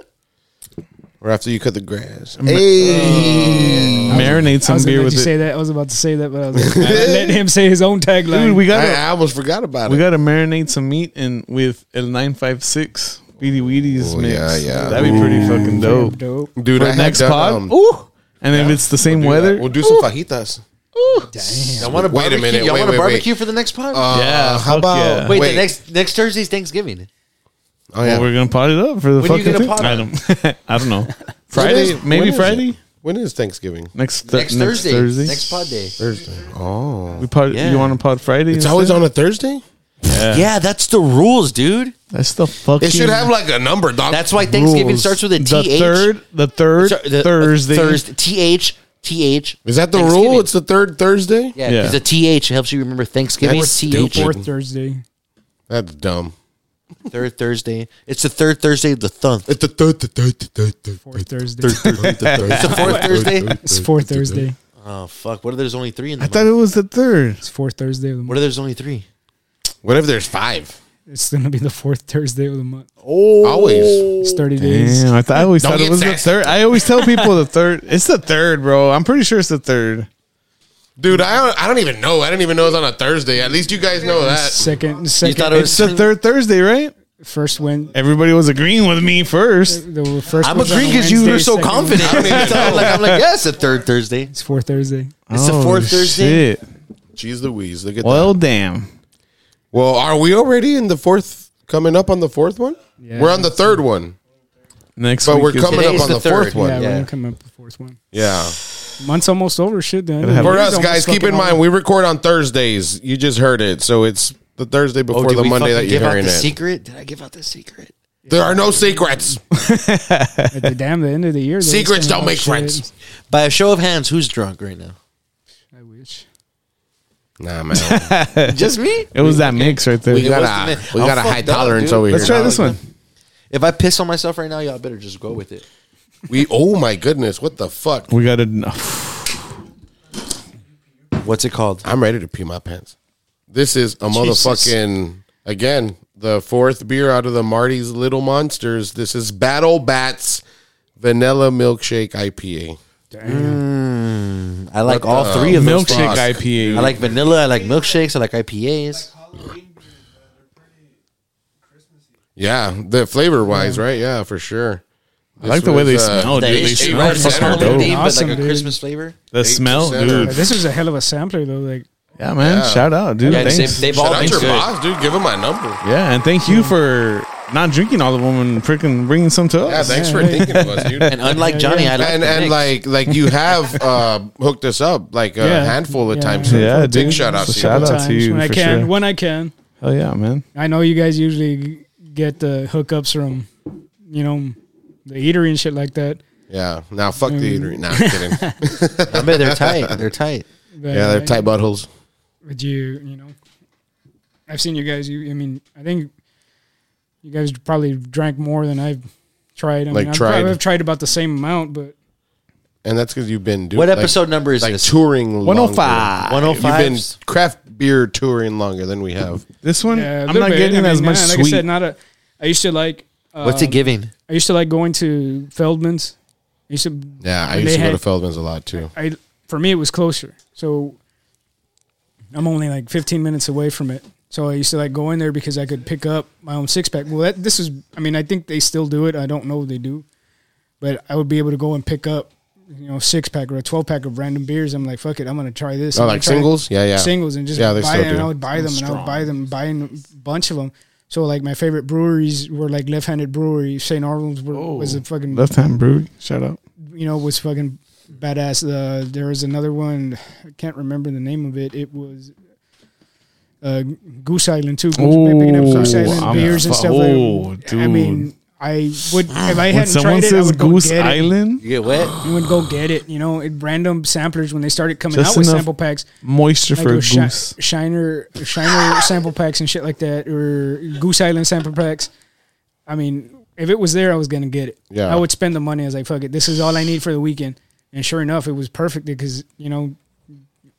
S1: or after you cut the grass.
S2: Marinate
S3: I
S2: some
S3: was gonna
S2: beer
S3: let
S2: with
S3: you say
S2: it.
S3: that. I was about to say that, but I was like, I let him say his own tagline.
S2: Dude, we
S1: I,
S2: gotta
S1: I almost forgot about
S2: we
S1: it.
S2: gotta marinate some meat and with a nine five six Beady Wheaties
S1: Ooh,
S2: mix.
S1: Oh, yeah, yeah.
S2: That'd be pretty fucking dope.
S3: dope.
S1: Dude,
S2: For
S1: I had
S2: next
S1: done,
S2: pod,
S1: um,
S2: ooh, and if it's the same
S1: do
S2: weather,
S1: that. We'll do some fajitas.
S4: I
S1: Wait
S4: want to
S1: a
S4: barbecue.
S1: minute,
S4: Y'all
S1: wait, wait,
S4: want to
S1: wait.
S4: barbecue for the next pod?
S1: Uh,
S2: Yeah,
S1: How
S2: fuck
S1: about
S2: yeah.
S4: wait, the next next Thursday's
S1: Oh
S4: Thanksgiving.
S2: well,
S1: yeah.
S2: we're gonna pot it up for the
S4: When are you
S2: fucking. thing.
S4: gonna pot
S2: I
S4: it?
S2: don't. I don't know.
S1: When is-
S2: Friday,
S1: when
S2: maybe
S1: is
S2: Friday.
S1: it? When is Thanksgiving?
S2: Next, th-
S4: Next, Thursday.
S2: Thursday.
S4: Next pod day.
S1: Thursday. Oh,
S2: we pod,
S4: Yeah.
S2: You want to pod Friday?
S1: it's always
S2: instead?
S1: on a Thursday.
S4: Yeah. that's the rules, dude.
S2: That's the fucking.
S1: It should have like a number, dog.
S4: That's why Thanksgiving
S2: rules.
S4: starts with a TH.
S2: The third, the third
S4: Sorry, the-
S2: Thursday.
S4: Thursday. TH. TH.
S1: is that the
S4: Thanksgiving.
S1: rule? It's the third Thursday.
S2: Yeah.
S4: Yeah, because the TH helps you remember Thanksgiving.
S1: That's
S4: TH.
S1: stupid.
S3: Fourth Thursday.
S1: That's dumb.
S4: Third Thursday. It's the third Thursday of the thump.
S1: It's the third, the third, the third, the
S3: Fourth Thursday.
S1: third, the third.
S4: It's the fourth Thursday.
S3: It's fourth Thursday.
S4: Oh fuck! What if there's only three in
S2: I
S4: the month?
S2: thought it was the third.
S3: It's fourth Thursday of the month.
S4: what if there's only three?
S1: What if there's five?
S3: It's gonna be the fourth Thursday of the month.
S4: Oh,
S1: Always.
S3: It's thirty days.
S2: Damn, I, thought, I always
S1: Don't
S2: thought it
S1: get
S2: was the
S1: sassy.
S2: third. I always tell people the third. It's the third, bro. I'm pretty sure it's the third.
S1: Dude, I don't, I don't even know. I don't even know it's on a Thursday. At least you guys know that.
S3: Second,
S4: You thought
S3: second,
S4: it
S2: It's
S4: was
S2: the third Thursday, right?
S3: first win.
S2: Everybody was agreeing with me first.
S3: The first
S4: I'm
S3: one's on
S4: agreeing because you
S3: Wednesday,
S4: were so
S3: second one's-
S4: confident. I'm like, I'm like, yeah, it's the third Thursday.
S3: It's fourth Thursday.
S4: It's the fourth
S2: Oh,
S4: Thursday.
S2: shit.
S1: Jeez Louise, look at
S2: Well, damn.
S1: that. Well, are we already in the fourth? Coming up on the fourth one?
S3: Yeah.
S1: We're on the third one.
S2: Next,
S1: But
S2: week
S1: we're
S2: is-
S1: coming up
S4: Today's
S1: on
S4: the
S1: the, fourth
S4: third.
S1: one.
S3: Yeah,
S1: Yeah.
S3: we're
S4: Yeah.
S3: gonna come up with the fourth one. Month's almost over. Shit, then.
S2: have-
S1: For
S3: Year's
S1: us,
S3: almost
S1: guys, keep in
S3: fucking
S1: mind,
S3: over.
S1: we record on Thursdays. You just heard it. So it's the Thursday before
S4: Oh, did
S1: the
S4: we
S1: Monday
S4: fucking
S1: that you're
S4: give out
S1: hearing
S4: the
S1: it.
S4: secret? Did I give out the secret?
S1: There are no secrets.
S3: At the damn the end of the year. though, it's
S1: Secrets
S3: gonna
S1: don't
S3: be
S1: make
S3: shit.
S1: friends.
S4: By a show of hands, who's drunk right now?
S3: I wish.
S1: Nah, man.
S4: Just me.
S2: It was that mix right there.
S1: We got
S4: wasn't
S1: a
S4: it.
S1: we
S4: I'm
S1: got a high
S4: fucked up,
S1: tolerance
S4: dude.
S1: over here.
S2: Let's try this one.
S4: If I piss on myself right now, y'all better just go with it.
S1: We oh my goodness, what the fuck?
S2: We got to.
S4: What's it called?
S1: I'm ready to pee my pants. This is a
S4: Jesus.
S1: motherfucking again the fourth beer out of the Marty's Little Monsters. This is Battle Bats Vanilla Milkshake IPA.
S4: I like
S1: What
S4: all
S1: the-
S4: three of those.
S1: Milkshake
S4: things.
S2: IPA.
S4: I like vanilla. I like milkshakes. I like IPAs.
S1: Yeah, the flavor wise, right? Yeah, for sure.
S5: I like the way they
S1: was, uh,
S2: Oh,
S5: smell, dude. They smell
S1: right,
S5: fucking
S1: center,
S5: dope.
S4: Theme, but
S3: Awesome,
S4: like a
S3: dude.
S4: Christmas flavor.
S5: The smell,
S1: center.
S5: dude.
S3: This was a hell of a sampler though. Like
S5: Yeah, man.
S1: Yeah.
S5: Shout out, dude.
S6: Yeah, they,
S5: Thanks.
S6: they've all
S1: Shout
S6: been
S1: out your
S6: good.
S1: boss, dude. Give him my number.
S5: yeah, and thank you for not drinking all of them and freaking bringing some to
S1: Yeah,
S5: us.
S1: thanks for thinking of us, dude.
S4: And unlike Johnny, I like
S1: and
S4: the
S1: and like
S4: mix.
S1: like you have uh, hooked us up like a
S3: Yeah.
S1: handful of
S3: Yeah.
S1: times.
S5: Yeah,
S1: Big
S5: dude.
S1: shout out
S5: So
S1: to you.
S5: shout out. to
S3: times
S5: you,
S3: when I
S5: for
S3: can,
S5: sure.
S3: when I can.
S5: Hell yeah, man.
S3: I know you guys usually get the hookups from, you know, the eatery and shit like that.
S1: Yeah. Now fuck
S3: Mm.
S1: the eatery. Nah, I'm kidding. yeah,
S4: I bet they're tight. They're tight.
S3: But,
S1: they're
S3: uh,
S1: tight buttholes.
S3: But you, you know, I've seen you guys. You, I mean, I think you guys probably drank more than I've tried. I
S1: Like
S3: mean, I've
S1: tried.
S3: probably- I've tried about the same amount, but
S1: And that's because you've been doing
S4: What
S1: like-
S4: episode number is
S1: Like
S4: this?
S1: touring longer.
S5: 105.
S1: You've
S4: 105.
S1: been craft beer touring longer than we have.
S5: This one,
S3: yeah, a
S5: I'm
S3: little
S5: not
S3: bit.
S5: getting
S3: I mean,
S5: as
S3: nah,
S5: much
S3: Like
S5: sweet.
S3: I said, not a. I used to like. Uh,
S4: What's it giving?
S3: I used to like going to Feldman's. I used to.
S1: Yeah, I
S3: And
S1: used
S3: they
S1: to go
S3: had-
S1: to Feldman's a lot too.
S3: I for me it was closer. So I'm only like 15 minutes away from it. So I used to like go in there because I could pick up my own six pack. Well, that, this is. I mean, I think they still do it. I don't know if they do, but I would be able to go and pick up, you know, six pack or a 12 pack of random beers. I'm like, fuck it, I'm gonna try this.
S1: Oh,
S3: I'm gonna
S1: like
S3: try
S1: singles? Yeah, yeah.
S3: singles and just
S1: Yeah, they
S3: buy
S1: still
S3: them. And
S1: do.
S3: I would buy them and I would buy them, buying a bunch of them. So like my favorite breweries were like left-handed brewery. St. Arnold's were, was a fucking
S5: Left Hand Brewery. Shout out.
S3: you know was fucking badass. Uh, there was another one, I can't remember the name of it. It was uh, Goose Island too. Goose, picking up Goose
S5: Oh,
S3: Island
S5: I'm
S3: beers and
S5: fu-
S3: stuff.
S5: oh,
S3: like, I mean, I would if I
S5: When
S3: hadn't
S5: someone
S3: tried it, I
S5: says
S3: would go
S5: Goose
S3: get it.
S5: Island,
S4: You get wet.
S3: I would go get it. You know, it, random samplers when they started coming
S5: Just
S3: out with
S5: enough
S3: sample packs.
S5: moisture
S3: Like
S5: for a
S3: those shi-
S5: goose.
S3: Shiner, Shiner sample packs and shit like that, or Goose Island sample packs. I mean, if it was there, I was gonna get it.
S1: Yeah.
S3: I would spend the money. I was like, fuck it, this is all I need for the weekend. And sure enough, it was perfect because you know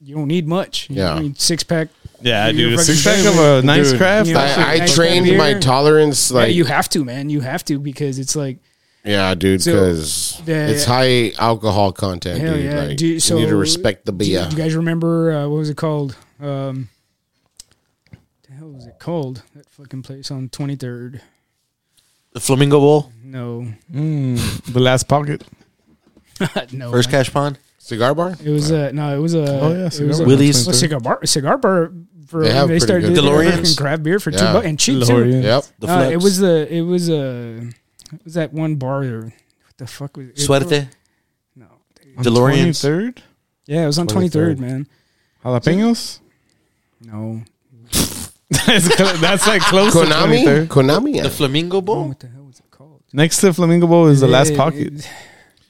S3: you don't need much. You
S1: Yeah.
S3: need six pack.
S5: Yeah,
S3: You're
S5: dude. A
S3: fucking
S5: six pack
S3: kidding
S5: of
S3: me.
S5: a nice
S1: Dude,
S5: craft.
S3: you know,
S5: that's
S3: Yeah,
S1: I, I
S3: like
S1: trained
S3: beer.
S1: my tolerance
S3: Yeah,
S1: like
S3: you have to, man. You have to because it's like
S1: Yeah, dude,
S3: So,
S1: because
S3: the-
S1: it's high alcohol content,
S3: hell
S1: dude.
S3: yeah.
S1: Like,
S3: Do you- so
S1: you need to respect the
S3: Do you,
S1: beer.
S3: do you guys remember uh, what was it called? Um, the hell was it called? That fucking place on Twenty Third.
S4: The Flamingo Bowl.
S3: No,
S5: the last pocket.
S3: no.
S4: First
S3: man.
S4: cash pond.
S1: Cigar bar?
S3: It was a no. It was a.
S5: Oh, yeah.
S3: it was a
S5: Cigar
S4: Willie's.
S3: Well, cigar bar, cigar bar. For,
S1: They
S3: they,
S1: have pretty
S3: started
S1: good
S3: doing
S4: DeLoreans.
S3: fucking craft beer for two
S1: Yeah.
S3: bucks and cheap too.
S5: DeLorean.
S1: Yep.
S4: The
S3: No,
S4: Flex.
S3: it was the it was a it was that one bar there. What the fuck was it?
S4: Suerte.
S3: No.
S4: DeLoreans.
S5: Third.
S3: Yeah, it was on twenty
S1: 23rd.
S3: third, man.
S5: Jalapenos.
S3: No.
S5: that's, cl- that's like close to
S1: Konami?
S5: 23rd.
S1: Konami?
S4: The Flamingo
S3: Oh,
S4: Bowl.
S3: what the hell was it called?
S5: Next to Flamingo Bowl is the last
S3: Yeah,
S5: pocket.
S3: it-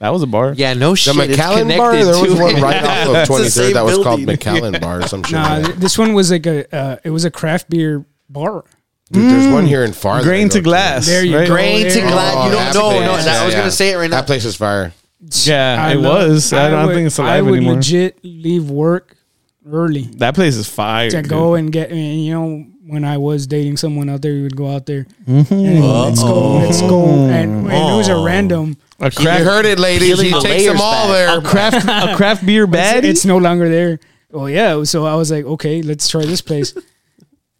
S5: That was a bar.
S4: Yeah, no
S1: The
S4: shit. it's
S1: McAllen bar?
S4: connected
S1: There was
S4: to
S1: one
S4: it.
S1: right off of
S4: It's the
S1: 23rd that
S4: same
S1: was called
S4: building.
S1: McAllen bar or some shit.
S3: Nah,
S1: like that.
S3: th- this one was like a uh, it was a craft beer bar.
S1: Dude, there's one here in Far. that I
S5: Grain
S1: go
S5: to glass.
S3: There you
S5: right?
S3: go.
S4: Grain to
S3: Oh,
S4: glass. You don't
S1: that's
S4: know. No,
S1: bad.
S4: that- I was
S1: Yeah, yeah.
S4: gonna say it right now.
S1: That place is fire.
S5: Yeah, it
S3: love-
S5: was. I don't
S3: would-
S5: think it's alive
S3: I would
S5: anymore.
S3: legit leave work early
S5: That place is fire.
S3: to
S5: dude.
S3: go and get and, you know when I was dating someone out there, we would go out there.
S5: Mm-hmm.
S3: And let's go, let's go, and, and it was a random.
S5: a
S1: You
S5: craft,
S1: heard it, ladies.
S4: Peeling
S1: He
S4: the
S1: takes them
S4: layers
S1: all
S4: back.
S1: there.
S5: craft, a craft beer baddie.
S3: It's no longer there. Oh yeah, so I was like, okay, let's try this place,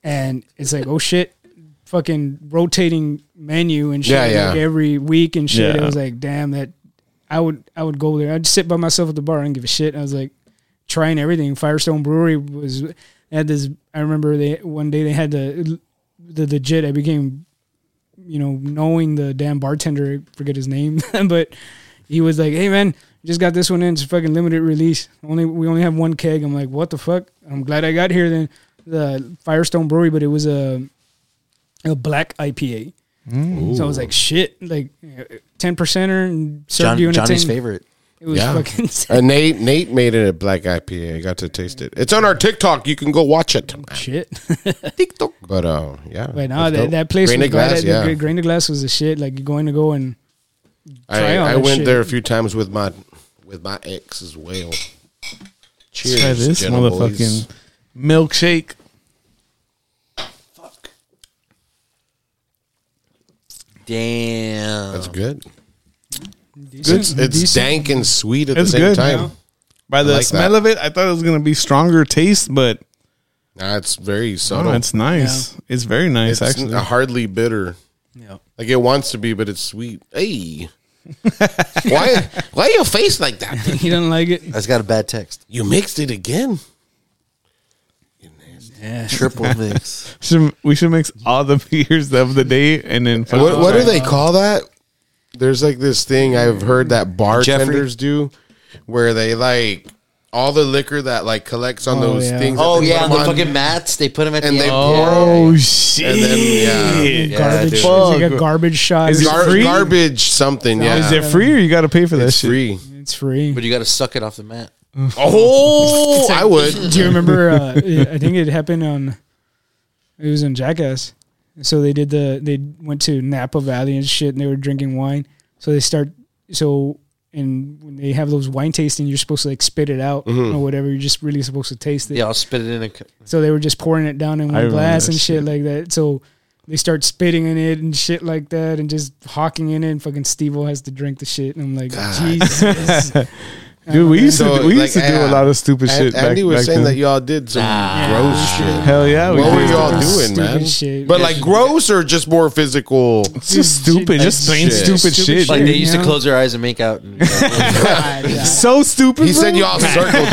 S3: and it's like, oh shit, fucking rotating menu and shit
S1: Yeah, yeah.
S3: Like every week and shit.
S5: Yeah.
S3: It was like, damn, that I would I would go there. I'd sit by myself at the bar. I didn't give a shit. I was like trying everything. Firestone Brewery was had this. I remember they one day they had the the legit. I became you know knowing the damn bartender. I forget his name, but he was like, "Hey man, just got this one in. It's fucking limited release. Only we only have one keg." I'm like, "What the fuck?" I'm glad I got here then. The Firestone Brewery, but it was a a black IPA.
S1: Mm.
S3: So I was like, "Shit!" Like ten percenter and served
S4: John,
S3: you in a
S4: Johnny's
S3: tin.
S4: favorite.
S3: It was
S1: Yeah.
S3: fucking.
S1: Uh, Nate, Nate made it a black IPA. I got to taste it. It's on our TikTok. You can go watch it.
S3: Shit,
S1: TikTok. But uh, yeah.
S3: but no,
S1: that's
S3: that,
S1: dope.
S3: that place
S1: Grain
S3: was
S1: to glass.
S3: bad. The
S1: Yeah,
S3: Gra- Grain to glass was the shit. Like you're going to go and
S1: I,
S3: try all
S1: I
S3: that
S1: went
S3: shit.
S1: there a few times with my with my ex as well. Cheers,
S5: Try this
S1: gentle
S5: motherfucking
S1: boys.
S5: milkshake.
S4: Damn.
S1: That's good.
S3: Decent.
S1: It's, it's dank and sweet at
S2: It's
S1: the same
S2: good,
S1: time.
S5: By the
S1: like that.
S5: smell of it, I thought it was gonna be stronger taste, but
S1: Nah, it's very subtle.
S5: oh, it's nice. It's very nice,
S1: it's
S5: actually.
S1: n- oh. hardly bitter.
S3: Yeah.
S1: Like it wants to be, but it's sweet. Hey, why? Why your face like that?
S3: He doesn't like it.
S4: That's got a bad text.
S1: You mixed it again.
S4: Triple mix.
S5: Should- we should mix all the beers of the day and then fuck
S1: What,
S5: it.
S1: what do they call that? There's like this thing I've heard that bartenders do, where they like all the liquor that like collects on
S3: Oh,
S1: those
S3: yeah.
S1: things. that
S4: oh
S1: they
S4: yeah,
S1: put
S4: on the
S1: them on.
S4: fucking mats they put them at
S1: And
S4: the
S1: they
S4: end.
S1: pour-
S5: Oh shit!
S1: And then,
S4: Yeah,
S3: garbage.
S4: dude.
S3: It's like a
S5: Fuck.
S3: garbage shot.
S5: Is it
S1: Gar-
S5: free?
S1: garbage something. Yeah,
S5: Is it free or you got to pay for that
S1: It's
S5: shit?
S1: free.
S3: It's free.
S4: But you got to suck it off the mat.
S1: Oh, I would.
S3: Do you remember? Uh, I think it happened on. It was in Jackass. So they did the. They went to Napa Valley and shit, and they were drinking wine. So they start. So and when they have those wine tasting, you're supposed to like spit it out or whatever. You're just really supposed to taste it.
S4: Yeah, I'll spit it in a. cu-
S3: So they were just pouring it down in one
S5: remember
S3: glass
S5: that
S3: and shit like that. So they start spitting in it and shit like that, and just hawking in it. And fucking Steve has to drink the shit, and I'm like, Jesus.
S5: Dude, we used
S1: So,
S5: to we
S1: like,
S5: used to do
S1: yeah.
S5: a lot of stupid shit.
S1: And- Andy
S5: back,
S1: was
S5: back
S1: saying
S5: then.
S1: that y'all did some
S4: Nah.
S1: gross shit.
S5: Hell yeah, we
S1: What were
S5: did.
S1: y'all doing,
S3: Stupid
S1: man?
S3: shit.
S1: But like gross or just more physical?
S5: Just stupid, just plain
S1: Shit.
S5: stupid shit.
S4: Like they used
S3: Yeah.
S4: to close their eyes and make out. And,
S3: God, yeah.
S5: so stupid.
S1: He said
S5: bro.
S1: y'all circle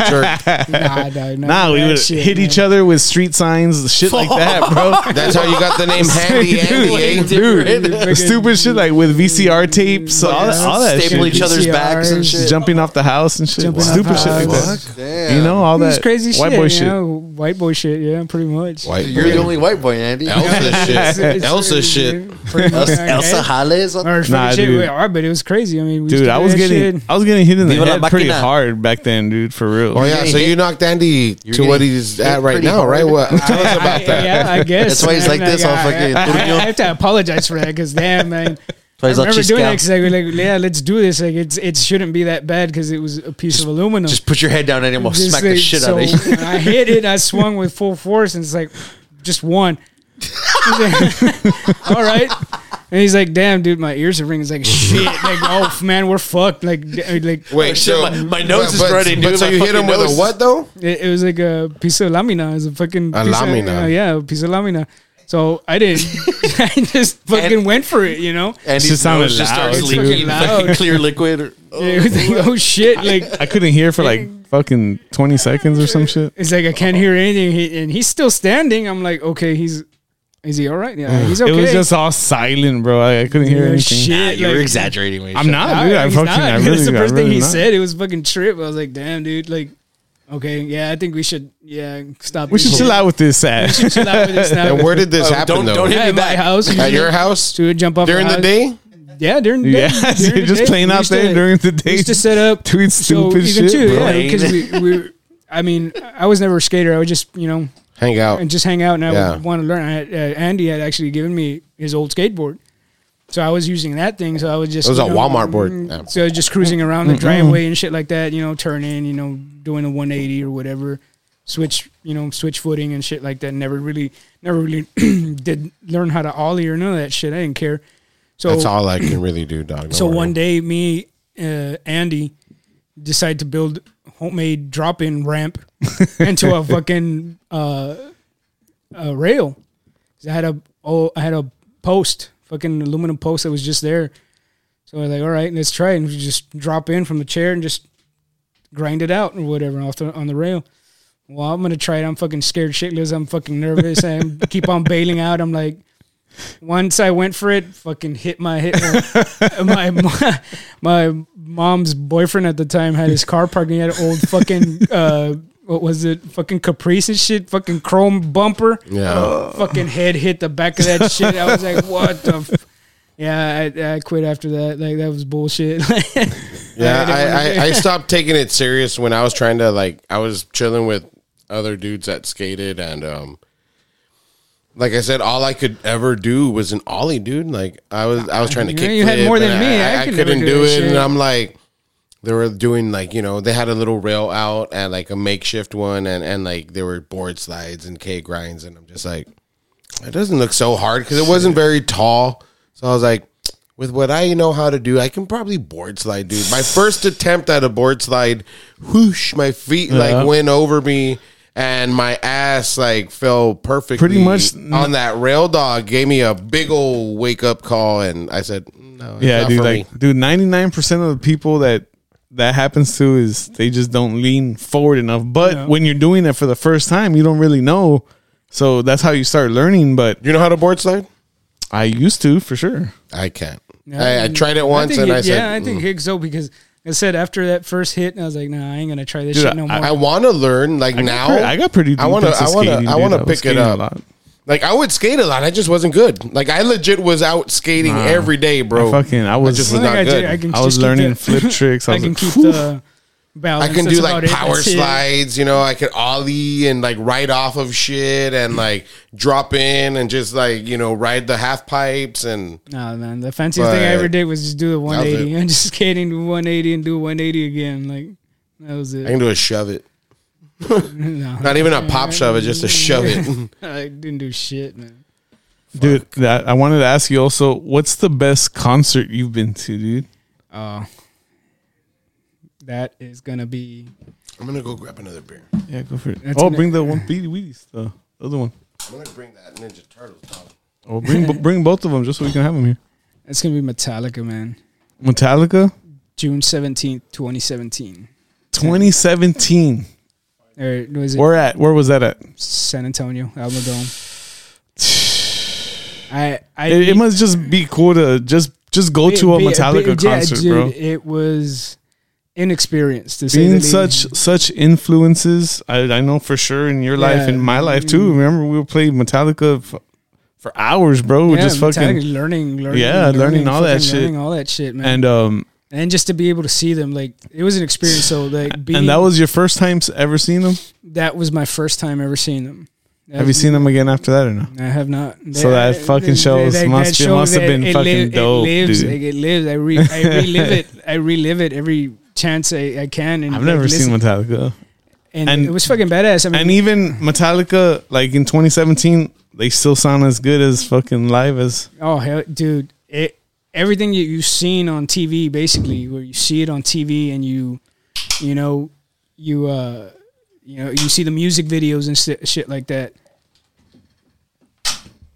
S1: jerk.
S3: nah, dog, nah,
S5: Nah, we
S3: that
S5: would
S3: shit,
S5: hit
S3: man.
S5: each other with street signs, shit like that, bro.
S1: That's how you got the name Handy Andy. eh?
S5: Dude, stupid shit like with VCR tapes, all that, all that
S4: staple
S5: shit.
S4: each other's
S3: VCRs.
S4: backs and shit.
S5: Jumping off the house and shit,
S3: Jumping off
S5: stupid shit like
S3: houses.
S5: that. You know all
S3: It was
S5: that
S3: crazy
S5: white
S3: shit,
S5: boy
S3: you
S5: shit.
S3: know, white boy shit, yeah, pretty much.
S1: White
S4: You're the only white boy, Andy.
S1: Elsa
S3: It's-
S1: shit.
S3: it's
S1: Elsa
S3: pretty-
S1: shit.
S3: pretty much,
S4: Elsa, Elsa
S3: okay?
S4: Hales.
S3: Or fucking
S5: Nah,
S3: shit,
S5: dude.
S3: wait, alright, but it was crazy. I mean, we used
S5: Dude,
S3: to
S5: I
S3: do
S5: was
S3: that
S5: getting
S3: shit.
S5: I was getting hit in the
S4: Viva la
S5: head pretty
S4: máquina.
S5: hard back then, dude. For real.
S1: Oh yeah, so you knocked Andy to
S4: getting
S1: what he's
S4: hit
S1: at right
S4: pretty
S1: now,
S4: hard.
S1: right? What? Tell us about
S3: I-
S1: that.
S3: Yeah, I guess
S4: That's why he's
S3: man,
S4: like this, all fucking-
S3: I, I, I have to apologize for that because damn, man. I
S4: Plays all
S3: remember doing that
S4: chiscal.
S3: 'cause I was like, yeah, let's do this. Like, it's it shouldn't be that bad because it was a piece of aluminum.
S4: Just put your head down and we'll
S3: Just
S4: smack the
S3: like-
S4: shit
S3: so
S4: out of you.
S3: when I hit it. I swung with full force, and it's like just one. All right. And he's like, "Damn, dude, my ears are ringing." It's like, "Shit, like, oh man, we're fucked." Like, d- uh, like
S1: Wait,
S4: shit,
S1: so
S4: my- my nose
S1: but-
S4: is
S1: but-
S4: running,
S1: But
S4: dude,
S1: so
S4: my
S1: you hit him with
S4: fucking
S1: a
S4: nose.
S1: what though?
S3: it, it was like a piece of lamina. It's a fucking
S1: A
S3: piece of-
S1: lamina.
S3: uh, yeah, a piece of lamina. So I didn't. I just fucking
S4: And-
S3: went for it, you know.
S4: And
S5: Shit
S4: his
S5: sounded
S4: nose just
S5: loud,
S4: starts
S5: dude.
S4: leaking fucking
S3: Loud.
S4: clear liquid.
S3: It was like, oh shit! Like
S5: I couldn't hear for like fucking twenty seconds or some shit.
S3: it's like I can't hear anything, he, and he's still standing. I'm like, okay, he's is he all right? Yeah, he's okay.
S5: It was just all silent, bro. I, I couldn't hear
S3: Oh,
S5: anything.
S3: shit!
S4: You're
S3: like-
S4: exaggerating. when you
S5: I'm
S4: said
S5: not,
S3: No,
S5: dude. I
S3: he's
S5: fucking,
S3: not.
S5: I
S3: That's
S5: really,
S3: the
S5: I
S3: first thing
S5: really
S3: he
S5: not.
S3: said. It was fucking trip. I was like, damn, dude. Like, okay, yeah, I think we should, yeah, stop.
S5: We should chill out with this ass.
S3: Chill out with this now.
S1: And where did this
S4: Oh,
S1: happen
S4: don't-
S1: though?
S4: don't hit-
S3: yeah,
S4: me
S3: at my
S4: back.
S3: house. we
S1: at
S3: should-
S1: your house
S3: to jump off
S1: during
S3: our
S1: the
S3: house.
S1: day?
S3: Yeah, during the day.
S5: Yeah,
S3: during
S5: dude,
S3: the
S5: just
S3: day.
S5: playing
S3: We
S5: out
S3: used to-
S5: there during the
S3: We
S5: day.
S3: used to set up
S5: Doing stupid
S3: even
S5: shit, bro.
S3: yeah, because we, we were- I mean, I was never a skater. I would just, you know,
S1: Hang out.
S3: and just hang out and I
S1: Yeah.
S3: would want to learn. I had, uh, Andy had actually given me his old skateboard. So I was using that thing. So I was just
S1: It was
S3: you
S1: a
S3: know,
S1: Walmart board.
S3: mm,
S1: Yeah. Mm-hmm.
S3: So I was just cruising around the driveway and shit like that. You know, turning. You know, doing a 180 or whatever. Switch. You know, switch footing and shit like that. Never really, never really did learn how to ollie or none of that shit. I didn't care. So
S1: That's all I can really do, dog. Don't
S3: so
S1: worry.
S3: one day, me, uh, Andy, decide to build homemade drop-in ramp into a fucking uh, a rail. 'Cause I had a oh, I had a post, fucking aluminum post that was just there. So I was like, all right, let's try it. And we just drop in from the chair and just grind it out or whatever off the, on the rail. Well, I'm gonna try it. I'm fucking scared shitless. I'm fucking nervous. I keep on bailing out. I'm like, once I went for it, fucking hit my hit. my, my my mom's boyfriend at the time had his car parked. And he had an old fucking uh, what was it? Fucking Caprice and shit. Fucking chrome bumper.
S1: Yeah.
S3: Fucking head hit the back of that shit. I was like, what the. F-? Yeah, I, I quit after that. Like that was bullshit.
S1: Yeah,
S3: I didn't
S1: I,
S3: wanna
S1: I, I stopped taking it serious when I was trying to like I was chilling with other dudes that skated and um like I said, all I could ever do was an ollie, dude. Like I was I was trying to
S3: You
S1: kick.
S3: know, you had
S1: flip
S3: more
S1: and
S3: than me. I could never
S1: couldn't
S3: do
S1: do
S3: that
S1: it,
S3: shit.
S1: and I'm like, they were doing like you know they had a little rail out and like a makeshift one and and like there were board slides and K grinds and I'm just like it doesn't look so hard because it wasn't very tall so I was like with what I know how to do I can probably board slide dude my first attempt at a board slide whoosh my feet like went over me. And my ass like fell perfectly
S2: Pretty much-
S1: on that rail dog. Gave me a big old wake up call, and I said, "No, it's
S2: Yeah,
S1: not
S2: dude.
S1: for
S2: Like,
S1: me.
S2: dude, ninety nine percent of the people that that happens to is they just don't lean forward enough. But when you're doing it for the first time, you don't really know. So that's how you start learning. But
S1: you know how to board slide?
S2: I used to for sure.
S1: I can't.
S3: Yeah,
S1: I, I
S3: and
S1: tried it once,
S3: think
S1: and
S3: it-
S1: I said, "Mm."
S3: yeah, I think it's so because I said after that first hit, I was like, nah, I ain't gonna try this
S2: Dude,
S3: shit no more.
S1: I want to learn like
S2: I
S1: now.
S2: got pretty, I got pretty.
S1: Oh, I wanna-
S2: deep into
S1: I wanna-
S2: skating,
S1: I
S2: dude.
S1: wanna
S2: was
S1: pick it
S2: skating a
S1: up.
S2: lot.
S1: like I would skate a lot. I just wasn't good. Like I legit was out skating every day, bro.
S2: I fucking, I was.
S1: just
S2: I,
S1: was
S3: think
S1: not good.
S3: can
S2: was
S3: just keep
S2: learning
S3: the-
S2: flip tricks. I,
S3: I
S2: was
S3: can
S2: like,
S3: keep
S2: "Whew."
S3: the balance.
S1: I can
S3: That's
S1: do
S3: about
S1: like
S3: it.
S1: power
S3: That's it.
S1: slides, you know. I could ollie and like ride off of shit and like drop in and just like you know ride the half pipes and
S3: No man, the fanciest thing I
S1: But-
S3: ever did was just do the
S1: was
S3: 180.
S1: it.
S3: I'm just skating to 180 and do 180 again. Like that was
S1: I
S3: it.
S1: can do a shove it.
S3: No,
S1: Not even a pop shove it, just a shove it.
S3: I didn't do shit, man.
S2: dude. That I wanted to ask you also. What's the best concert you've been to, dude?
S3: Oh, that is gonna be.
S1: I'm gonna go grab another beer.
S2: Yeah, go for it.
S3: That's
S2: oh,
S3: an-
S2: bring the one Beady Wheaties, the other one.
S1: I'm gonna bring that Ninja Turtles dog.
S2: Or bring bo- bring both of them just so we can have them here.
S3: It's gonna be Metallica, man.
S2: Metallica,
S3: June seventeenth, twenty seventeen.
S2: 2017.
S3: Or was it
S2: Where at? Where was that at?
S3: San Antonio, Almadome? I I
S2: It, it must just be cool to just just go
S3: it-
S2: to a
S3: be-
S2: Metallica
S3: be- yeah,
S2: concert,
S3: dude,
S2: bro.
S3: It was inexperienced to say the
S2: Being
S3: least.
S2: such such influences, I, I know for sure in your life,
S3: Yeah. Mm-hmm.
S2: in my life too. Remember, we would play Metallica f- for hours, bro. We're
S3: Yeah,
S2: just fucking
S3: Metallica, learning, learning,
S2: Yeah, learning all that
S3: fucking
S2: shit.
S3: learning all that shit, man.
S2: and
S3: And,
S2: um
S3: just to be able to see them, like it was an experience. So like, being,
S2: and that was your first time s- ever seeing them.
S3: that was my first time ever seeing them.
S2: Have you seen them again after that or no?
S3: I have not.
S2: So that fucking shows must be- must have been
S3: it
S2: fucking
S3: live-
S2: dope,
S3: it lives,
S2: dude.
S3: Like, it lives. I, re, I relive it. I relive it every chance I, I can. And
S2: I've
S3: like,
S2: never seen
S3: listen. Mm-hmm.
S2: Metallica.
S3: And,
S2: and-
S3: it was fucking badass. I mean,
S2: And even Metallica, like in 2017, they still sound as good as fucking live as
S3: Oh hell, dude! It everything that you've seen on TV, basically, where you see it on TV and you, you know, you uh, you know, you see the music videos and st- shit like that.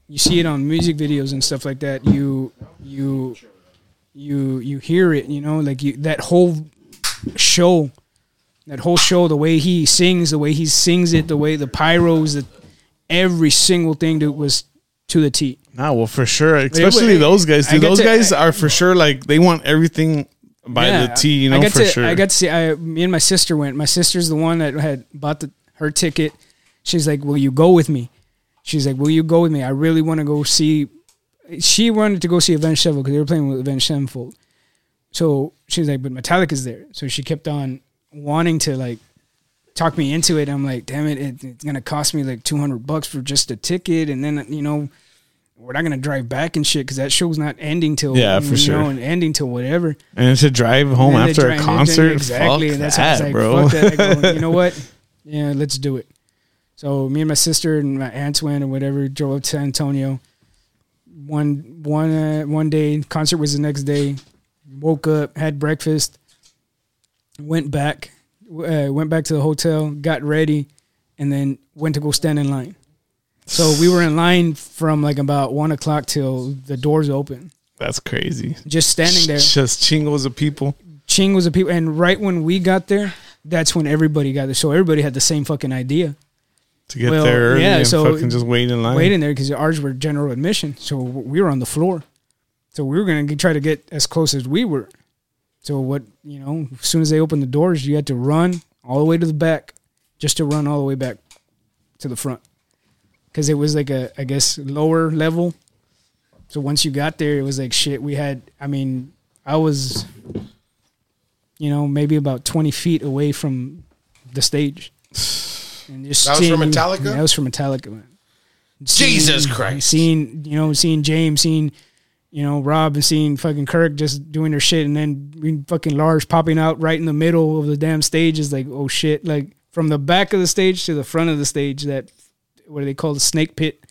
S3: You see it on music videos and stuff like that. You you you you hear it. You know, like you that whole show. That whole show, the way he sings, the way he sings it, the way the pyros, the, every single thing dude was to the T.
S2: Nah, well, for sure, especially
S3: wait,
S2: those guys.
S3: I
S2: Dude,
S3: get
S2: those
S3: to-
S2: guys
S3: I-
S2: are for sure like they want everything by
S3: Yeah,
S2: the T, you
S3: I
S2: know,
S3: got
S2: for
S3: to,
S2: sure.
S3: I got to see. I, me and my sister went. My sister's the one that had bought the, her ticket. She's like, "Will you go with me?" She's like, "Will you go with me? I really want to go see." She wanted to go see Avenged Sevenfold because they were playing with Avenged Sevenfold. So she's like, "But Metallica's there." So she kept on wanting to like talk me into it. I'm like, "Damn it, it it's gonna cost me like 200 bucks for just a ticket, and then you know." We're not gonna drive back and shit because that show's not ending till
S2: Yeah, for
S3: you
S2: sure.
S3: know, and ending till whatever.
S2: and to drive home
S3: And then
S2: after a
S3: they drank- they drank-
S2: concert,
S3: exactly.
S2: fuck
S3: and that's why I
S2: that,
S3: was like,
S2: bro.
S3: Fuck that. I go, you know what? Yeah, let's do it. So me and my sister and my aunts went or whatever drove up to San Antonio. One one uh, one day concert was the next day. Woke up, had breakfast, went back, uh, went back to the hotel, got ready, and then went to go stand in line. So we were in line from like about one o'clock till the doors open.
S2: that's crazy.
S3: Just standing there,
S2: Just chingles of people.
S3: Ching was a people, and right when we got there, that's when everybody got there. So everybody had the same fucking idea.
S2: To get
S3: Well,
S2: there early
S3: yeah,
S2: and
S3: so
S2: fucking just wait in line.
S3: Wait in there because ours were general admission, so we were on the floor. So we were gonna get- try to get as close as we were. So what you know, as soon as they opened the doors, you had to run all the way to the back, just to run all the way back to the front, because it was like a I guess lower level. So once you got there, it was like shit. We had, I mean, I was, you know, maybe about twenty feet away from the stage. And just
S1: That was for
S3: seeing-
S1: Metallica?
S3: That was for Metallica, man.
S1: Jesus
S3: Seeing-
S1: Christ.
S3: Seeing you know, seeing James, seeing you know, Rob and seeing fucking Kirk just doing their shit, and then we- fucking Lars popping out right in the middle of the damn stage is like, oh shit! Like from the back of the stage to the front of the stage, that what do they call the snake pit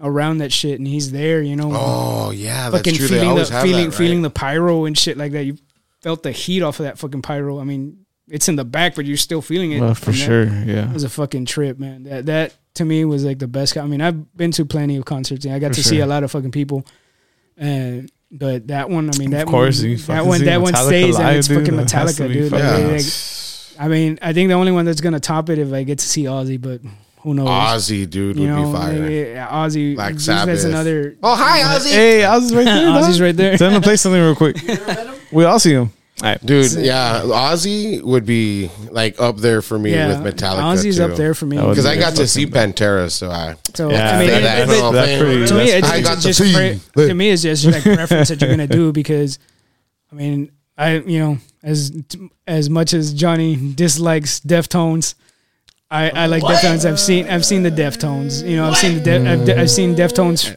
S3: around that shit, and he's there, you know,
S1: Oh yeah, that's
S3: fucking
S1: true. They
S3: feeling the
S1: always have that,
S3: feeling
S1: right?
S3: feeling the pyro and shit like that. You felt the heat off of that fucking pyro. I mean, it's in the back, but you're still feeling it.
S5: Well, for
S3: And that-
S5: sure.
S3: it
S5: Yeah.
S3: was a fucking trip, man. That that to me was like the best. Con- I mean, I've been to plenty of concerts and I got
S5: For
S3: to see
S5: sure.
S3: a lot of fucking people, and but that one, I mean, that
S5: Of course,
S3: one,
S5: you
S3: that
S5: fucking
S3: one,
S5: see
S3: that one
S5: Metallica
S3: stays
S5: live,
S3: and it's
S5: dude,
S3: fucking
S5: that has to
S3: Metallica,
S5: be
S3: dude. Like,
S5: fucking-
S3: they- like, I mean, I think the only one that's gonna top it if I get to see Ozzy, but who knows?
S1: Ozzy dude
S3: you
S1: would
S3: know,
S1: be fire.
S3: yeah, Ozzy.
S1: Black
S3: That's
S1: Sabbath.
S3: another.
S1: Oh hi Ozzy,
S5: Hey, Oz is right there.
S3: Ozzy's
S5: dog.
S3: right there.
S5: Tell him to play something real quick. We all see him. All right.
S1: dude. Yeah, Ozzy would be like up there for me
S3: Yeah,
S1: with Metallica.
S3: Ozzy's up there for me.
S5: That would
S1: because
S5: be
S1: I got to
S5: fucking
S1: see
S5: bad.
S1: Pantera, so I
S3: So
S5: Yeah,
S3: I mean,
S1: that-
S3: it-
S1: that-
S3: but-
S1: whole
S5: that's
S1: thing.
S5: pretty-
S3: to me,
S5: that's
S3: it's,
S1: I
S5: pretty-
S1: got
S3: it's
S1: the
S3: just
S1: tea.
S3: pre-
S1: Look.
S3: to me, it's just like preference that you're gonna do because, I mean, I you know as as much as Johnny dislikes Deftones, I I like Deftones. I've seen I've seen the Deftones. You know, I've seen the De- I've, de- I've seen Deftones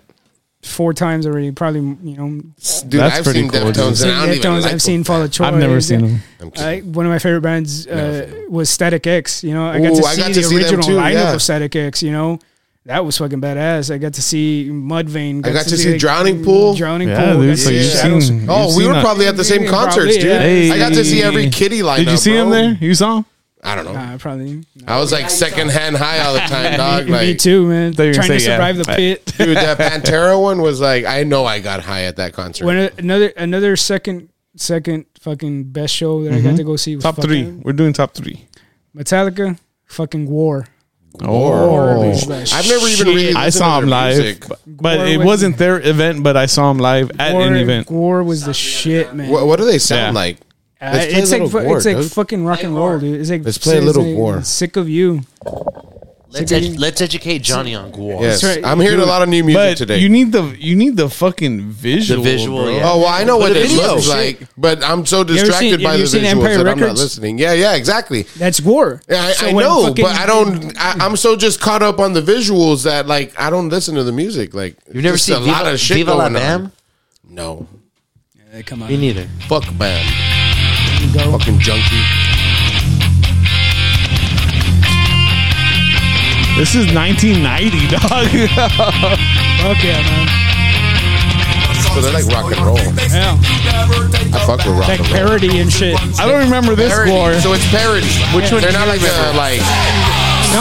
S3: four times already. Probably you know
S1: dude.
S5: That's
S1: I've
S5: pretty
S1: seen
S5: cool, dude.
S1: Deftones, and I don't even
S3: Deftones.
S1: like
S3: I've seen Fall of Troy.
S5: I've never seen him.
S1: I'm kidding.
S3: I, one of my favorite bands uh, was Static X. You know, I
S1: Ooh,
S3: got to
S1: I
S3: see
S1: got
S3: the
S1: to see them
S3: original
S1: too,
S3: lineup
S1: yeah.
S3: of Static X. You know, that was fucking badass. I got to see Mudvayne.
S1: I got to see Drowning Pool.
S3: Drowning
S5: Yeah,
S3: Pool.
S5: dude,
S3: got to
S5: so
S3: see
S5: you've
S3: Shadows.
S5: seen- you've
S1: Oh, we
S5: seen
S1: were
S5: a-
S1: probably at the same
S3: Yeah, probably,
S1: concerts, dude.
S3: yeah.
S5: Hey.
S1: I got to see every kitty lineup.
S5: Did you see him
S1: bro.
S5: there? You saw him?
S1: I don't know.
S3: Nah, probably.
S1: I was like secondhand high all the time, dog.
S3: Me
S1: Like,
S3: too, man.
S5: thought you were
S3: Trying
S5: gonna
S3: to
S5: say, yeah,
S3: survive the
S5: I-
S3: pit.
S1: dude, that Pantera one was like, I know I got high at that concert.
S3: when a- another another second second fucking best show that I got to go see was
S5: Mm-hmm. Top three.
S3: fucking
S5: We're doing top three.
S3: Metallica, fucking War.
S5: Oh.
S3: was the
S1: I've never even
S3: shit.
S1: really.
S5: I
S1: listened
S5: saw
S1: to
S5: him
S1: their
S5: live,
S1: music.
S5: but, but
S3: Gore
S5: it
S3: was-
S5: wasn't their event. But I saw him live at
S3: War,
S5: an event.
S3: War was the shit, man.
S1: What, what do they sound
S5: Yeah.
S1: like?
S3: Uh,
S1: Let's play a
S3: it's like
S1: little
S3: fu-
S1: war,
S3: it's like
S1: dude.
S3: fucking rock and roll, dude. It's like
S1: Let's play a
S3: it's
S1: little
S3: like
S1: war.
S3: Sick of you.
S4: Let's, edu- let's educate Johnny on Guar.
S1: Yes,
S3: right.
S1: I'm hearing a lot of new music
S5: But
S1: today.
S5: you need the you need the fucking visual.
S4: visual,
S5: bro.
S4: yeah.
S1: Oh well, I know
S4: But
S1: what
S4: the
S1: it
S4: video.
S1: looks like, but I'm so distracted
S3: seen-
S1: by
S3: have
S1: the
S3: you seen
S1: visuals
S3: Empire
S1: that I'm not
S3: Records?
S1: listening. Yeah, yeah, exactly.
S3: That's war.
S1: Yeah, I,
S3: So
S1: I
S3: when
S1: know,
S3: fucking-
S1: but I don't. I, I'm so just caught up on the visuals that like I don't listen to the music. Like
S4: You've never
S1: just
S4: seen Viva, Viva La Bam?
S1: No,
S3: Yeah, come on,
S4: Me neither.
S1: fuck Bam,
S3: go.
S1: fucking junkie.
S5: Oh, This is 1990, dog.
S3: Fuck yeah, man.
S1: So they're like rock and roll. I
S3: Yeah,
S1: fuck with rock
S3: like
S1: and roll.
S3: parody and shit. No,
S5: I don't remember this
S1: Parody.
S5: Gore.
S1: So it's parody. Which one? They're not like the like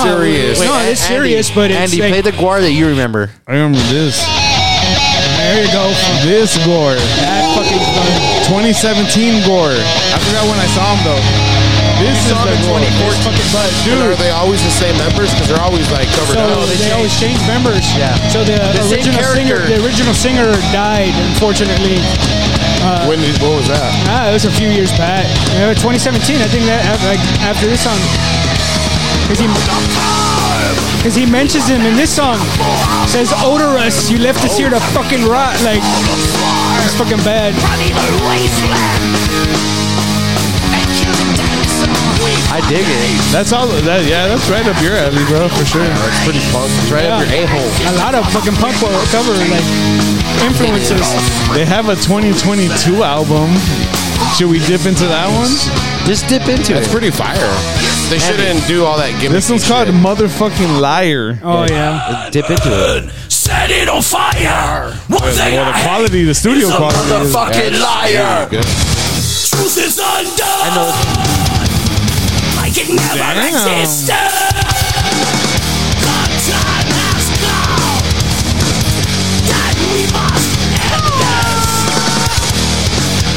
S1: serious.
S3: No,
S4: Wait,
S3: it's
S4: Andy-
S3: serious, but it's
S4: Andy,
S3: like-
S4: play the Guar that you remember.
S5: I remember this.
S3: There you go.
S5: This Gore.
S3: That fucking
S5: 2017 Gore. I forgot when I saw him though. This is the Gore. Fucking butt.
S1: But are
S5: Dude,
S1: they always the same members? Because they're always like covered
S3: so
S1: up.
S3: they, always change members. Yeah. So the,
S4: same
S3: original singer,
S4: character.
S3: the original singer died unfortunately.
S1: when did, what was that?
S3: Ah, it was a few years back. Yeah, 2017. I think that af- like after this song, because he because he mentions him in this song, says odorous. You left us here to fucking rot. Like it's fucking bad.
S4: I dig it.
S5: that's all. That yeah, that's right up your alley, bro, for sure.
S1: It's pretty punk. It's right up your a hole.
S3: A lot of fucking punk will cover like influences.
S5: They have a 2022 album. Should we dip into that one?
S4: Just dip into
S1: It's
S4: it.
S1: pretty fire. They shouldn't do all that gimmick.
S5: This one's called Motherfucking Liar.
S3: Oh yeah.
S4: dip into it.
S6: Set it on fire. One thing
S5: Well, the
S6: I
S5: quality, the studio quality. Is,
S6: Motherfucking liar.
S1: Good.
S6: Truth is undone. I
S4: know
S6: Like it never
S5: Damn.
S6: existed. The time has come that we must end this.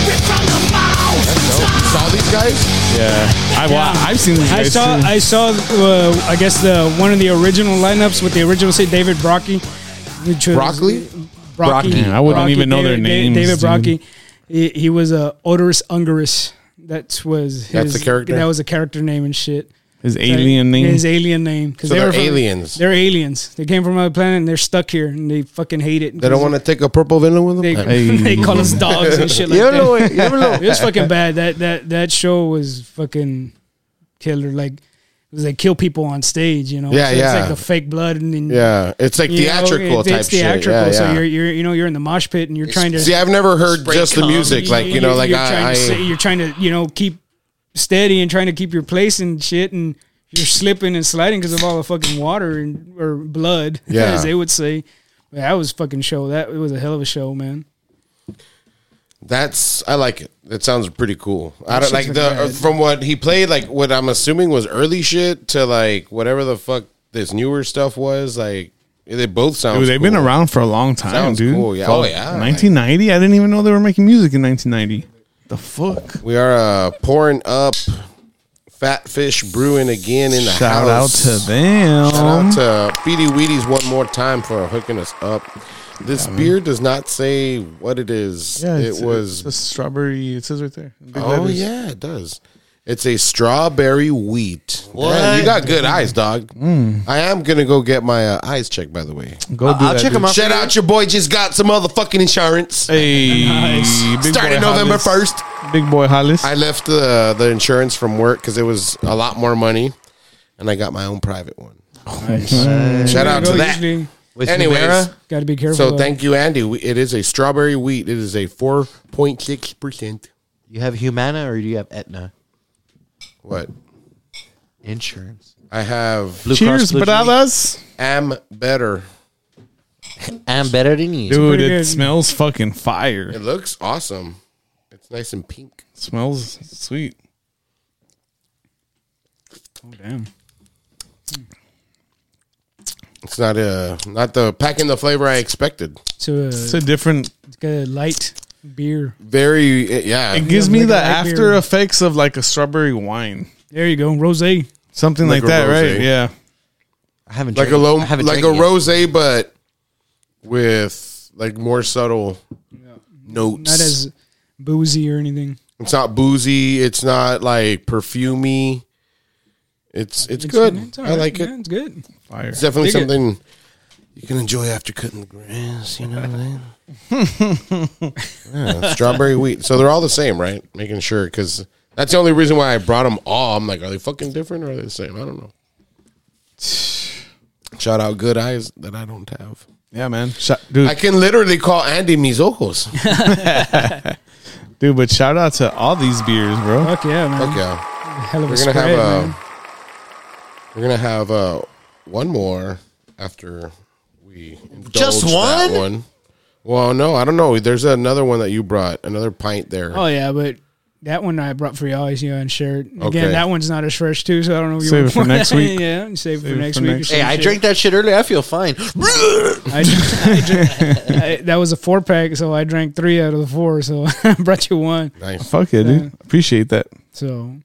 S6: Rip from the
S1: You
S6: mouth.
S1: saw these guys?
S5: yeah, uh, I wa- I've seen these
S3: I
S5: guys
S3: saw
S5: too.
S3: I saw uh, I guess the one of the original lineups with the original say David Brocky, which was
S1: Broccoli?
S3: Brocky.
S5: Man, I wouldn't even know their
S3: David,
S5: names,
S3: David
S5: dude.
S3: Brocky. He, he was a odorous Ungerus. That was his,
S1: That's the character?
S3: That was a character name and shit.
S5: His alien name.
S3: His alien name. Because
S1: So
S3: they
S1: they're
S3: were from-
S1: aliens.
S3: They're aliens. They came from another planet and they're stuck here and they fucking hate it.
S1: They don't want to take a purple villain with them.
S3: They,
S1: Hey,
S3: they call us dogs and shit like
S4: You
S3: that.
S4: know it. You know
S3: It was fucking bad. That that that show was fucking killer. Like because they kill people on stage, you know.
S1: Yeah,
S3: so It's
S1: yeah.
S3: like the fake blood and then
S1: Yeah, it's like
S3: you know,
S1: theatrical
S3: it-
S1: type
S3: it's theatrical.
S1: shit. Yeah,
S3: So
S1: yeah.
S3: you're you're you know you're in the mosh pit and you're trying to
S1: See, I've never heard
S4: Spray
S1: just the
S4: cum.
S1: music, like you know, like
S3: you're
S1: I,
S3: trying
S1: I
S3: to say- you're trying to you know keep steady and trying to keep your place and shit and you're slipping and sliding because of all the fucking water and or blood
S1: Yeah.
S3: as they would say Man, that was fucking show that it was a hell of a show man
S1: That's I like it. It sounds pretty cool. I don't
S3: shit's
S1: like
S3: been
S1: the
S3: rad.
S1: from what he played, like what I'm assuming was early shit to like whatever the fuck this newer stuff was. Like they both sound.
S5: Dude, they've been
S1: cool.
S5: around for a long time,
S1: Sounds
S5: dude.
S1: cool, yeah.
S5: Fuck,
S1: Oh, yeah, like-
S5: 1990. I didn't even know they were making music in 1990. The fuck.
S1: We are uh, pouring up Fat Fish Brewing again in the
S5: Shout out
S1: house.
S5: to them.
S1: Shout out to Feedy Weedies one more time for hooking us up. This beer does not say what it is.
S5: Yeah, it's-
S1: it was
S5: it's a strawberry. It says right there. Big
S1: Oh
S5: letters.
S1: yeah, it does. It's a strawberry wheat.
S4: What?
S1: Damn, you got good eyes, dog.
S5: Mm.
S1: I am gonna go get my uh, eyes checked. By the way,
S5: Go do
S4: I'll
S5: that,
S4: check
S5: dude.
S4: them out.
S1: shout out your boy just got some motherfucking insurance.
S5: Hey, big
S1: Started
S5: boy
S1: November
S5: Hollis.
S1: first.
S5: Big boy Hollis.
S1: I left the the insurance from work because it was a lot more money, and I got my own private one. Shout out to that.
S4: With
S1: Anyways,
S4: Humira?
S3: got to be careful
S1: so
S3: though.
S1: thank you, Andy. We- It is a strawberry wheat. It is a four point six percent.
S4: you have Humana or do you have Aetna
S1: What
S4: insurance?
S1: I have,
S4: Blue
S5: Cheers,
S4: Blue
S5: brothers.
S1: am better.
S4: Shield. I'm better than you.
S5: Dude,
S3: pretty
S5: it
S3: good.
S5: smells fucking fire.
S1: It looks awesome. It's nice and pink.
S5: It smells sweet.
S3: oh, damn
S1: It's not uh not the packing the flavor I expected.
S3: so uh,
S5: It's a different.
S3: it's got a light beer
S1: Very uh, yeah,
S5: It gives me
S3: like
S5: the
S3: a light
S5: after
S3: beer.
S5: effects of like a strawberry wine,
S3: there you go rose
S5: something like,
S1: Like a
S5: that,
S1: rosé.
S5: right? Yeah.
S4: I haven't
S1: like a
S4: drank-
S1: low,
S4: I haven't
S1: like a
S4: drank it yet.
S1: rosé, but with like more subtle notes.
S3: not as boozy or anything
S1: it's not boozy. It's not like perfumey. It's it's, good.
S3: it's all
S1: I
S3: right,
S1: like
S3: yeah,
S1: it.
S3: it's good
S5: Fire.
S1: It's definitely
S3: Dig it.
S1: something you can enjoy after cutting the grass. You know what I mean? yeah, strawberry wheat. So they're all the same, right? Making sure because that's the only reason why I brought them all. I'm like, are they fucking different or are they the same? I don't know. Shout out good eyes that I don't have.
S5: Yeah, man. Shout, dude,
S1: I can literally call Andy Mizocos. Fuck
S5: dude, but shout out to all these beers, bro.
S3: fuck yeah man
S1: yeah.
S3: hell of a
S1: uh, We're gonna
S3: spread
S1: have
S3: man.
S1: uh we're gonna have uh one more after we
S4: Just
S1: indulge that
S4: one?
S1: one. Well, no, I don't know. There's another one that you brought, another pint there.
S3: Oh yeah, but that one I brought for y'all is you know, and shared. Again,
S1: Okay.
S3: that one's not as fresh too, so I don't know. If you
S5: Save
S3: want
S5: it for next week.
S3: yeah, and save, it for
S5: it
S3: next
S5: for
S3: week. or
S5: next
S3: some
S4: Hey, I
S3: shit.
S4: drank that shit earlier. I feel fine.
S3: I, I drank- I- that was a four pack, so I drank three out of the four. So I brought you one.
S1: Nice.
S5: Fuck yeah, dude. Appreciate that.
S3: So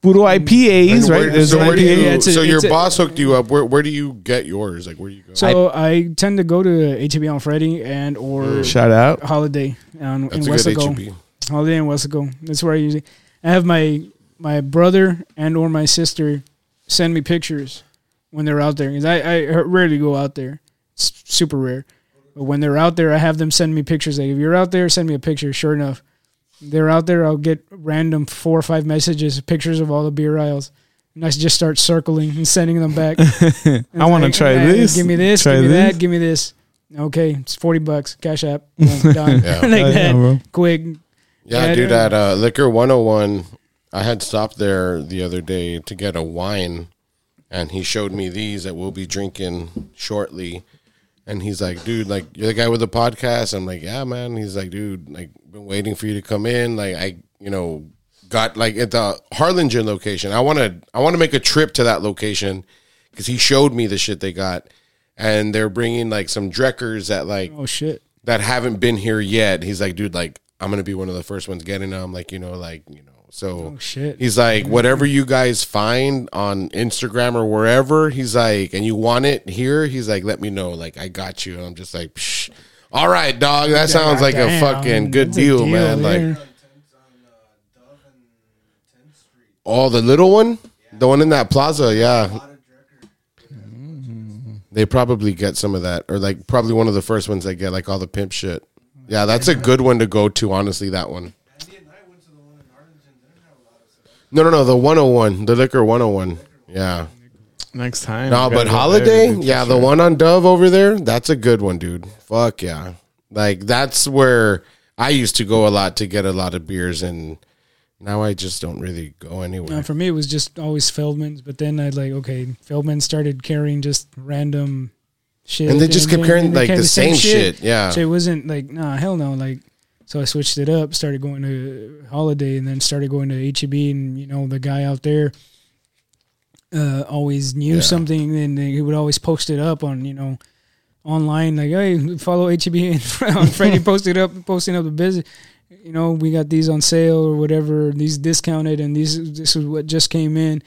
S5: Puro
S1: Mm.
S5: IPAs, right?
S1: Where-
S5: There's
S1: so
S5: an
S1: where do
S5: IPA.
S1: you,
S3: Yeah, it's a-
S1: so your
S3: it's a-
S1: boss hooked you up. Where where do you get yours? Like where do you go?
S3: so I, tend to go to HEB on Friday and or
S5: Shout out.
S3: Holiday on, in
S1: Mm. That's a good E
S3: Westlake.
S1: HEB.
S3: Holiday in Wesco. That's where I usually. I have my my brother and or my sister send me pictures when they're out there 'cause I, I rarely go out there. It's super rare. But when they're out there, I have them send me pictures. Like if you're out there, send me a picture. Sure enough, they're out there. I'll get random four or five messages, pictures of all the beer aisles. And I just start circling and sending them back.
S5: I want to
S3: Like,
S5: try
S3: "Hey,
S5: this.
S3: Give me this.
S5: Try
S3: give me
S5: this.
S3: that. Give me this. Okay, it's forty bucks. Cash app. Boom, done.
S1: Yeah.
S3: like
S5: Yeah,
S3: that.
S5: bro.
S3: Quick.
S1: Yeah,
S3: Yeah,
S1: dude,
S3: yeah.
S1: at uh, Liquor 101, I had stopped there the other day to get a wine, and he showed me these that we'll be drinking shortly. And he's like, dude, like, you're the guy with the podcast? I'm like, yeah, man. He's like, dude, like, been waiting for you to come in. Like, I, you know, got like at the Harlingen location. I want to, I want to make a trip to that location because he showed me the shit they got. And they're bringing like some Dreckers that like
S3: Oh shit.
S1: that haven't been here yet. He's like, dude, like I'm gonna be one of the first ones getting them. Like you know, like you know. So
S3: shit.
S1: he's like, whatever you guys find on Instagram or wherever, he's like, and you want it here, he's like, let me know. Like I got you. And I'm just like, Psh, all right, dog. That sounds like a
S3: Damn,
S1: fucking good
S3: that's a
S1: deal, man.
S3: there.
S1: Like all the little one, the one in that plaza, yeah. They probably get some of that, or like probably one of the first ones they get, like all the pimp shit. Yeah, that's a good one to go to. Honestly, that one. No, no, no. The 101, the oh liquor 101. Yeah, Yeah.
S5: Next time.
S1: No,
S5: we
S1: but
S5: gotta go
S1: Holiday,
S5: there.
S1: yeah, the one on Dove over there, that's a good one, dude. Fuck yeah. Like that's where I used to go a lot to get a lot of beers and now I just don't really go anywhere.
S3: Uh, for me, it was just always Feldman's, but then I'd like, okay, Feldman started carrying just random shit.
S1: And they just kept carrying,
S3: they
S1: like,
S3: carried
S1: the same shit, Uh. yeah.
S3: So it wasn't like, nah, hell no. Like, so I switched it up, started going to Holiday and then started going to HEB. And, you know, the guy out there uh, always knew
S1: Yeah.
S3: something and he would always post it up on, you know, online, like, hey, follow HEB and on Friday, posted up, posting up the business you know, we got these on sale or whatever, these discounted, and these this is what just came in.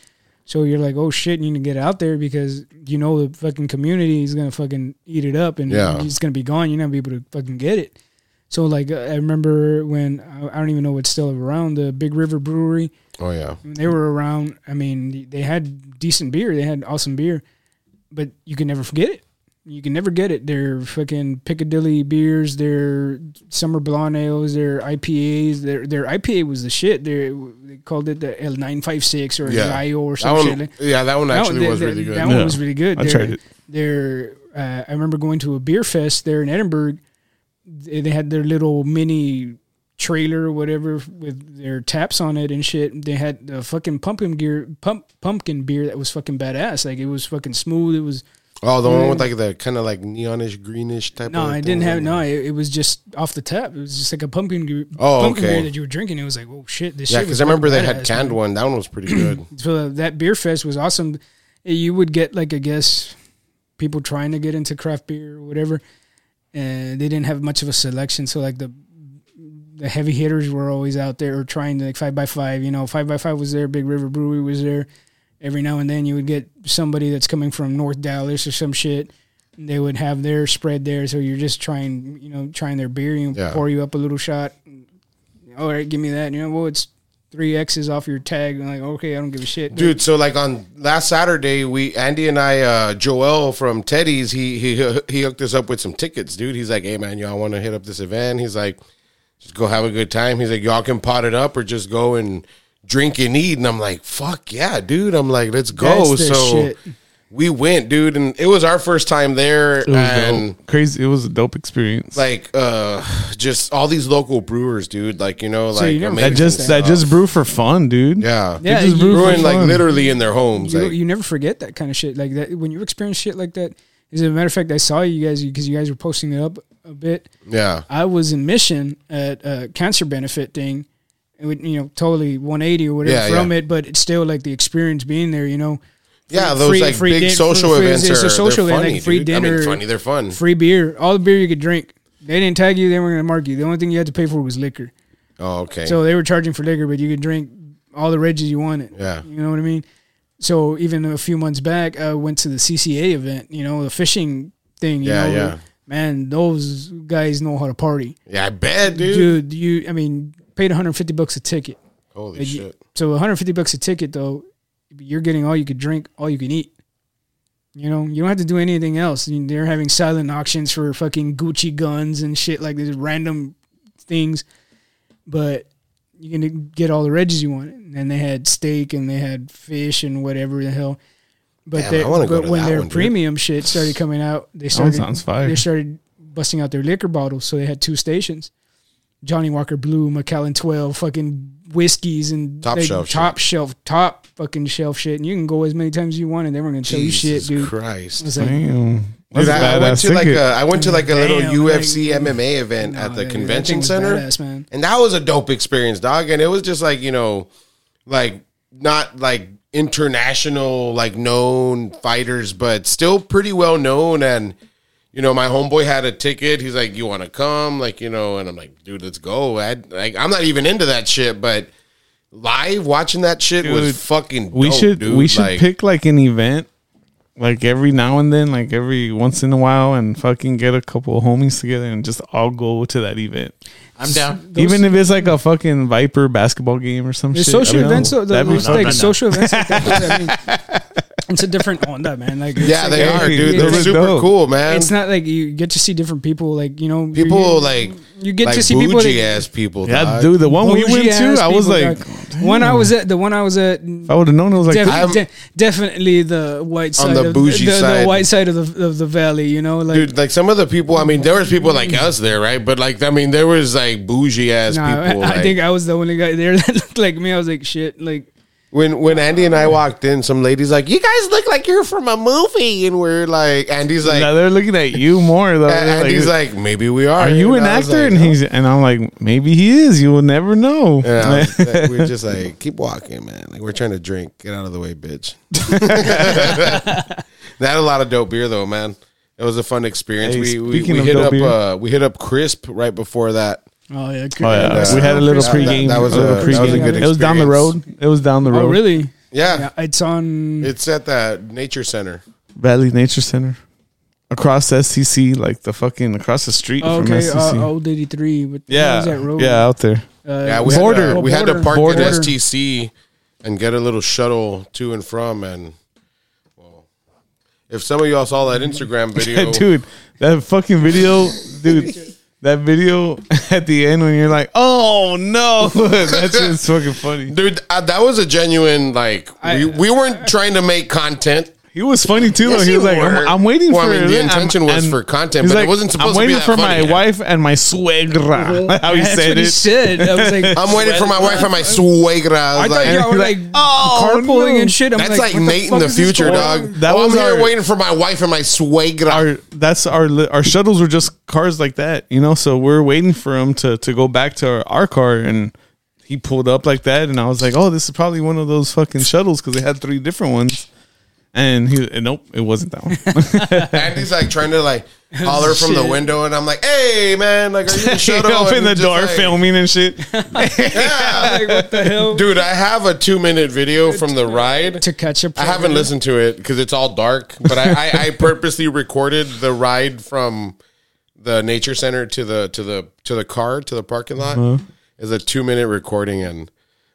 S3: So you're like, oh shit, you need to get out there because you know the fucking community is gonna fucking eat it up and
S1: Yeah.
S3: it's gonna be gone. You're not gonna be able to fucking get it. So like, uh, I remember when I I don't even know what's still around the Big River Brewery.
S1: Oh yeah.
S3: When they were around. I mean, they had decent beer. They had awesome beer, but you can never forget it. You can never get it. Their fucking Piccadilly beers, their summer blonde ales, their IPAs. Their their IPA was the shit. Their, they called it the L nine five six or
S1: Yeah.
S3: yeah. IO or
S1: That
S3: some shit.
S1: one,
S3: like-
S1: yeah, that one
S3: That
S1: actually
S3: one-
S1: was
S3: that-
S1: really good.
S3: That
S5: Yeah.
S3: one was really good.
S5: I
S3: Their-
S5: tried it.
S3: Their uh, I remember going to a beer fest there in Edinburgh. They they had their little mini trailer or whatever with their taps on it and shit. They had the fucking pumpkin gear, pump pumpkin beer that was fucking badass. Like it was fucking smooth. It was
S1: Oh, the one with like the kind of like neonish greenish type.
S3: no,
S1: of
S3: I
S1: thing.
S3: didn't have no. It, it was just off the tap. It was just like a pumpkin. ge-
S1: Oh,
S3: pumpkin
S1: okay.
S3: beer that you were drinking. It was like oh shit, this
S1: Yeah,
S3: shit.
S1: because
S3: was
S1: I remember they
S3: fucking
S1: had
S3: badass,
S1: canned
S3: man.
S1: one. That one was pretty good.
S3: So that beer fest was awesome. You would get like I guess people trying to get into craft beer or whatever, and they didn't have much of a selection. So like the the heavy hitters were always out there or trying to like five by five. You know, five by five was there. Big River Brewery was there. Every now and then you would get somebody that's coming from North Dallas or some shit. and They would have their spread there, so you're just trying, you know, trying their beer and
S1: Yeah.
S3: pour you up a little shot. All right, give me that. you know, well, it's three X's off your tag. And like, okay, I don't give a shit,
S1: dude so like on last saturday we andy and i uh joel from teddy's he he he hooked us up with some tickets dude he's like hey man y'all want to hit up this event he's like just go have a good time he's like y'all can pot it up or just go and drink and eat and i'm like fuck yeah dude i'm like let's go
S3: That's the
S1: so
S3: shit.
S1: we went dude and it was our first time there
S5: It was
S1: and
S5: dope. Crazy. It was a dope experience.
S1: like uh just all these local brewers dude like you know
S3: So
S1: like
S3: you never-
S5: that
S1: amazing
S5: just that
S1: stuff.
S5: just brew for fun, dude.
S1: yeah
S3: Yeah,
S5: just
S3: you-
S5: brew for
S1: brewing like
S5: fun.
S1: literally in their homes
S3: You,
S1: like
S3: you never forget that kind of shit. Like that when you experience shit like that. As a matter of fact, I saw you guys because you guys were posting it up a bit.
S1: yeah
S3: I was in Mission at a cancer benefit thing, and we- you know, totally 180 or whatever
S1: Yeah,
S3: from
S1: yeah.
S3: it, but it's still like the experience being there, you know,
S1: Yeah,
S3: Free-
S1: those
S3: free-
S1: like
S3: free
S1: big
S3: din-
S1: social
S3: free-
S1: events
S3: it's a
S1: are
S3: social
S1: they're
S3: event,
S1: funny,
S3: like free
S1: dude. I mean,
S3: dinner.
S1: funny, they're fun.
S3: free beer, all the beer you could drink. They didn't tag you; they weren't gonna mark you. The only thing you had to pay for was liquor.
S1: Oh, okay.
S3: So they were charging for liquor, but you could drink all the Reggies you wanted.
S1: Yeah.
S3: You know what I mean? So even a few months back, I went to the CCA event, you know, the fishing thing. You
S1: Yeah,
S3: know,
S1: yeah.
S3: Man, those guys know how to party.
S1: yeah, I bet, dude.
S3: Dude, you, I mean, paid 150 bucks a ticket.
S1: Holy
S3: Like,
S1: shit!
S3: So 150 bucks a ticket, though, you're getting all you could drink, all you can eat. You know, you don't have to do anything else. I mean, they're having silent auctions for fucking Gucci guns and shit like these random things, but you can get all the Reggies you want. And they had steak and they had fish and whatever the hell. But,
S1: Damn,
S3: they,
S1: I wanna
S3: but
S1: go to
S3: when
S1: that
S3: their
S1: one, dude.
S3: premium shit started coming out, they
S5: That one
S3: started
S5: sounds fire.
S1: Oh.
S3: they started busting out their liquor bottles. So they had two stations: Johnny Walker Blue, Macallan Twelve, fucking whiskeys and
S1: Top
S3: like,
S1: shelf shit.
S3: top shelf, top fucking shelf shit. And you can go as many times as you want, and they were gonna tell you shit, dude.
S1: Christ!
S3: I was like,
S5: Damn. That's
S1: Dude, I,
S5: a
S1: I went
S5: badass
S1: to like uh,
S5: ticket.
S1: a I went to like a little
S3: Damn,
S1: UFC
S3: like-
S1: MMA event
S3: nah,
S1: at the
S3: dude, that thing
S1: convention
S3: was
S1: center,
S3: badass, man.
S1: and that was a dope experience, dog. And it was just like you know, like not like international like known fighters, but still pretty well known. And you know, my homeboy had a ticket. He's like, "You want to come?" Like you know, and I'm like, "Dude, let's go." I like I'm not even into that shit, but live watching that shit
S5: Dude,
S1: was fucking.
S5: we
S1: dope,
S5: should
S1: oh, dude.
S5: we should
S1: Like,
S5: pick like an event like every now and then like every once in a while and fucking get a couple of homies together and just all go to that event
S4: I'm down.
S5: even if it's like a fucking viper basketball game or some
S3: The
S5: shit I
S3: social
S5: don't know.
S3: events, though, the,
S5: That'd be
S3: those,
S5: fun.
S4: fun.
S3: like
S4: No, no, no.
S3: social events. Like that, I mean, It's a different on that man. Like it's
S1: Yeah,
S3: like-
S1: they are, dude.
S3: it's-
S1: They're
S2: They're
S1: super
S2: dope.
S1: cool, man.
S3: It's not like you get to see different people. Like you know, you-
S1: people
S3: you-
S1: like
S3: you Mm-hmm. get
S1: like
S3: to see people.
S1: bougie
S3: that-
S1: ass people.
S2: Yeah,
S1: dog.
S2: dude, the one we went
S3: bougie-ass
S2: to, I was
S3: people,
S2: like,
S3: dog. one I was at the one I was at.
S2: I would have known. It was like,
S3: defi-
S1: I'm-
S3: de- definitely the white side
S1: On the
S3: of
S1: bougie
S3: the,
S1: side.
S3: the white side of the of the valley. You know, like
S1: Dude, like some of the people. I mean, there was people like
S3: Mm-hmm.
S1: us there, right? But like, I mean, there was like bougie ass
S3: nah, I-
S1: people.
S3: I,
S1: like-
S3: think I was the only guy there that looked like me. I was like, shit, like
S1: When when Andy and I walked in, some ladies like, "You guys look like you're from a movie," and we're like, Andy's like,
S2: now they're looking at you more though.
S1: A-
S2: They're
S1: Andy's
S2: like,
S1: like, "Maybe we are."
S2: are you an
S1: And I was
S2: actor?
S1: like,
S2: and
S1: "No."
S2: he's and I'm like, maybe he is. You will never know.
S1: And I was like- we're just like, keep walking, man. Like we're trying to drink. Get out of the way, bitch. they had a lot of dope beer though, man. It was a fun experience.
S2: Hey,
S1: we we,
S2: speaking
S1: we
S2: of
S1: hit
S2: dope
S1: up
S2: beer.
S1: uh, we hit up Crisp right before that.
S3: oh
S2: Oh,
S3: yeah,
S2: yeah.
S1: that's-
S2: we had a little
S1: that-
S2: pregame.
S1: that was
S2: little
S1: a- that was a
S2: pregame.
S1: good
S2: It was down the
S1: experience.
S2: road. It was down the road.
S3: Oh really?
S1: Yeah,
S3: Yeah, it's on.
S1: it's at the nature center.
S2: Valley Nature Center, across SCC, like the fucking across the street from
S1: E
S3: okay, uh,
S2: SCC.
S3: old eighty three. What the hell
S2: yeah,
S3: is that road?
S2: yeah, out there.
S3: Uh,
S1: Yeah, we
S2: Border.
S1: had to, we had to
S3: Border.
S1: park
S2: Border.
S1: at STC and get a little shuttle to and from. And well, if some of y'all saw that Instagram video,
S2: dude, that fucking video, dude. That video at the end when you're like, "Oh no," that's just fucking funny.
S1: dude, uh, that was a genuine like we, we weren't trying to make content.
S2: He was funny too.
S1: Yes,
S2: though. He
S1: you
S2: was like,
S1: were.
S2: "I'm, I'm waiting
S1: Well, I
S2: for."
S1: mean, the intention was
S2: and
S1: for content,
S2: he's
S1: but it wasn't supposed
S2: I'm
S1: to be
S2: waiting
S1: that
S2: for
S1: funny."
S2: my wife and my suegra. How he
S3: That's
S2: said it.
S3: what he said. I was like,
S1: I'm waiting for my wife and my suegra. I
S3: I
S1: was
S3: thought
S1: like,
S3: y'all were like,
S2: Oh,
S3: carpooling
S2: no.
S3: and shit. I'm
S1: that's like,
S3: what
S1: Nate in
S3: fuck
S1: the
S3: is this
S1: future,
S3: for?
S1: dog.
S2: That
S1: That oh,
S2: was
S1: I'm here
S2: our-
S1: waiting for my wife and my suegra.
S2: our that's our li- our shuttles were just cars like that, you know. So we're waiting for him to to go back to our, our car, and he pulled up like that, and I was like, "Oh, this is probably one of those fucking shuttles because they had three different ones." And he, and nope, it wasn't that one.
S1: Andy's like trying to like holler from the
S3: Shit.
S1: window, and I'm like, "Hey, man, like, are you in the shuttle?"
S2: he
S1: And
S2: opened the
S1: he's just
S2: door,
S1: like,
S2: filming and shit.
S1: Yeah.
S3: Like, what the hell?
S1: Dude, I have a two minute video from the ride.
S3: To catch up.
S1: I haven't listened to it because it's all dark, but I, I, I purposely recorded the ride from the nature center to the to the to the car to the parking lot. It's a two minute recording, and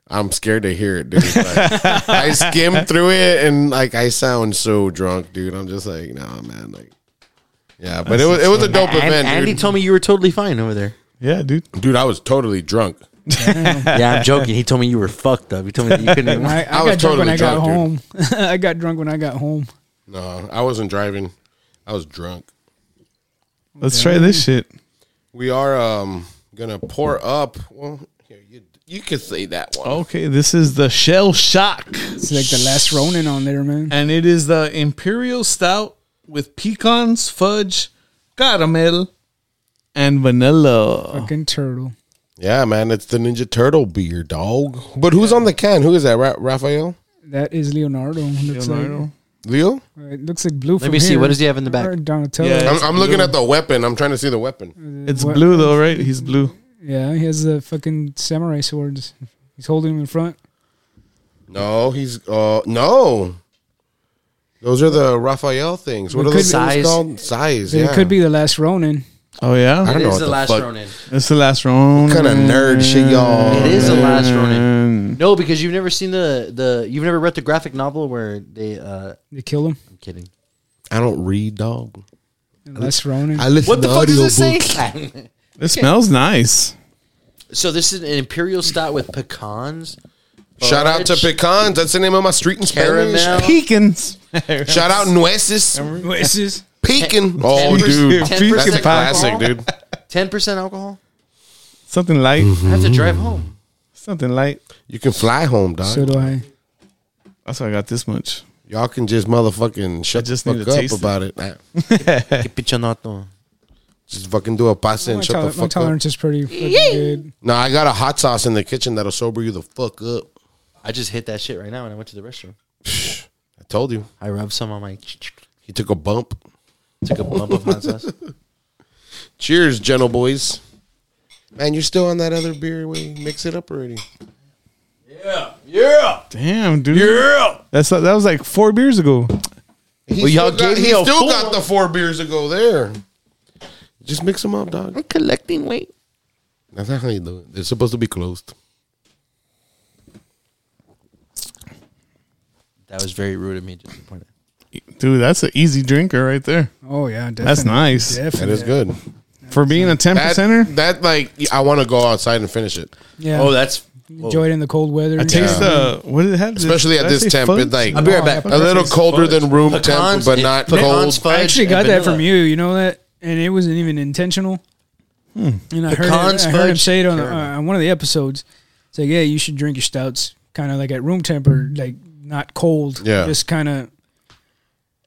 S1: I'm scared to hear it, dude. Like, I skimmed through it, and like I sound so drunk, dude. I'm just like, nah, man, like. Yeah, but it was it was a dope event,
S4: Andy
S1: dude.
S4: told me you were totally fine over there.
S2: Yeah, dude.
S1: dude, I was totally drunk.
S4: Yeah, I'm joking. He told me you were fucked up. He told me that you couldn't. Even,
S1: I
S3: I, I, got
S1: was
S3: drunk when I
S1: totally
S3: got
S1: drunk,
S3: home. I got drunk when I got home.
S1: No, I wasn't driving. I was drunk.
S2: Let's try this shit.
S1: We are um gonna pour up. Well, here you you could say that one.
S2: Okay, this is the Shell Shock,
S3: It's like the last Ronin on there, man.
S2: and it is the Imperial Stout with pecans, fudge, caramel, and vanilla.
S3: Fucking turtle.
S1: Yeah, man, it's the Ninja Turtle beer, dog. But who's on the can? Who is that? Ra- Raphael,
S3: That is Leonardo. Looks
S2: Leonardo.
S1: Leo.
S3: Like, it looks like blue.
S4: Let me see. What does he have in the
S3: Or
S4: back?
S3: Donatello.
S2: Yeah.
S3: Yeah,
S1: I'm, I'm looking at the weapon. I'm trying to see the weapon.
S2: It's blue though, right? He's blue.
S3: he has the fucking samurai swords. He's holding them in front.
S1: No, he's uh no. Those are the Raphael things. What
S3: It
S1: are those
S3: could-
S1: size?
S4: Size.
S1: called? Size.
S3: So
S1: Yeah.
S3: It could be the last Ronin.
S2: Oh yeah,
S1: I don't know what the, fuck.
S4: Ronin.
S2: it's the last round.
S1: Kind of nerd shit, y'all.
S4: Mm. It is the last Ronin.
S3: Um,
S4: No, because you've never seen the the you've never read the graphic novel where they. uh
S3: They kill him.
S4: I'm kidding.
S1: I don't read dog.
S3: The last Ronin.
S1: I listen
S4: Mm. What the
S1: to
S4: fuck
S1: audio
S4: does it say?
S2: It smells nice.
S4: so this is an imperial stout with pecans.
S1: Shout out to Pecans. That's the name of my street in Spanish.
S4: Caramel.
S2: Pecans.
S1: Shout out Nueces.
S3: Voices.
S1: Pecan. Oh,
S4: Ten
S1: dude.
S4: percent
S1: That's a
S4: Pecan pie.
S1: classic, dude.
S4: Ten percent alcohol.
S2: Something light.
S1: Mm-hmm.
S4: I have to drive home.
S2: Something light.
S1: You can fly home, dog.
S3: So do I.
S2: That's why I got this much.
S1: Y'all can just motherfucking shut
S2: just
S1: the
S2: need
S1: fuck
S2: to
S1: up
S2: taste it.
S1: about it. Nah.
S4: Pichanato.
S1: Just fucking do a pasta
S3: My,
S1: and shut
S3: tol-
S1: the
S3: my
S1: fuck up.
S3: tolerance is pretty fucking good.
S1: No, I got a hot sauce in the kitchen that'll sober you the fuck up.
S4: I just hit that shit right now when I went to the restroom.
S1: I told you.
S4: I rubbed some on my.
S1: He took a bump.
S4: Took a bump of hot sauce.
S1: Cheers, gentle boys. Man, you're still on that other beer. We mix it up already.
S2: Damn, dude. Yeah. That's that was like four beers ago.
S1: He
S4: Well, y'all
S1: still got,
S4: gave
S1: he
S4: me a
S1: still
S4: full
S1: got
S4: one.
S1: the four beers ago there. Just mix them up, dog.
S4: Collecting weight.
S1: That's not how you do it. They're supposed to be closed.
S4: That was very rude of me. Just to point it.
S5: Dude, that's an easy drinker right there.
S3: Oh yeah, definitely.
S5: That's nice.
S1: That is good.
S5: For being a 10
S1: That,
S5: percenter,
S1: that like I want to go outside and finish it,
S3: Yeah.
S4: Oh, that's. whoa.
S3: enjoy it in the cold weather.
S5: I taste the uh, what did it have?
S1: especially
S5: Did
S1: at
S5: I
S1: this
S5: say
S1: temp.
S5: fudge?
S1: It's like
S4: I'll be
S3: Oh,
S4: right back.
S1: a little colder than room temp,
S4: Pecans
S1: but
S4: and-
S1: not
S4: pecans,
S1: cold.
S4: fudge,
S3: I actually
S4: and
S3: got that
S4: vanilla.
S3: from you. You know that, and it wasn't even intentional. And I heard,
S4: Pecans,
S3: it, I heard him
S4: Hmm. fudge,
S3: say it on, uh,
S4: caramel.
S3: on one of the episodes. It's like, yeah, you should drink your stouts kind of like at room temp or like not cold.
S1: Yeah.
S3: just kind of.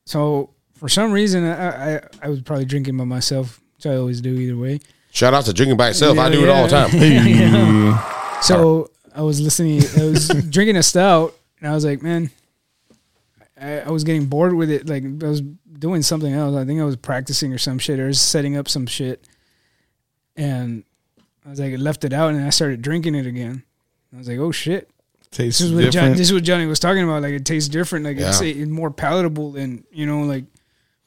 S3: So for some reason, I, I I was probably drinking by myself, which I always do either way.
S1: Shout out to drinking by itself. I
S3: Yeah,
S1: do it all the
S3: yeah.
S1: time.
S3: So I was listening. I was drinking a stout, and I was like, man, I, I was getting bored with it. Like I was doing something else. I think I was practicing or some shit, or setting up some shit. And I was like, I left it out, and I started drinking it again. I was like, oh shit,
S5: tastes
S3: this is what Johnny,
S5: different.
S3: this is what Johnny was talking about. Like it tastes different. Like it's,
S1: Yeah.
S3: it's more palatable than you know, like.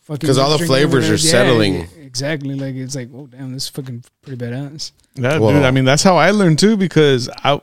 S3: fucking
S1: 'Cause all the
S3: drinking
S1: flavors
S3: lemonade.
S1: are settling.
S3: Exactly. Like it's like, oh damn, this is fucking pretty badass.
S5: Yeah,
S1: Whoa.
S5: dude. I mean, that's how I learned too because I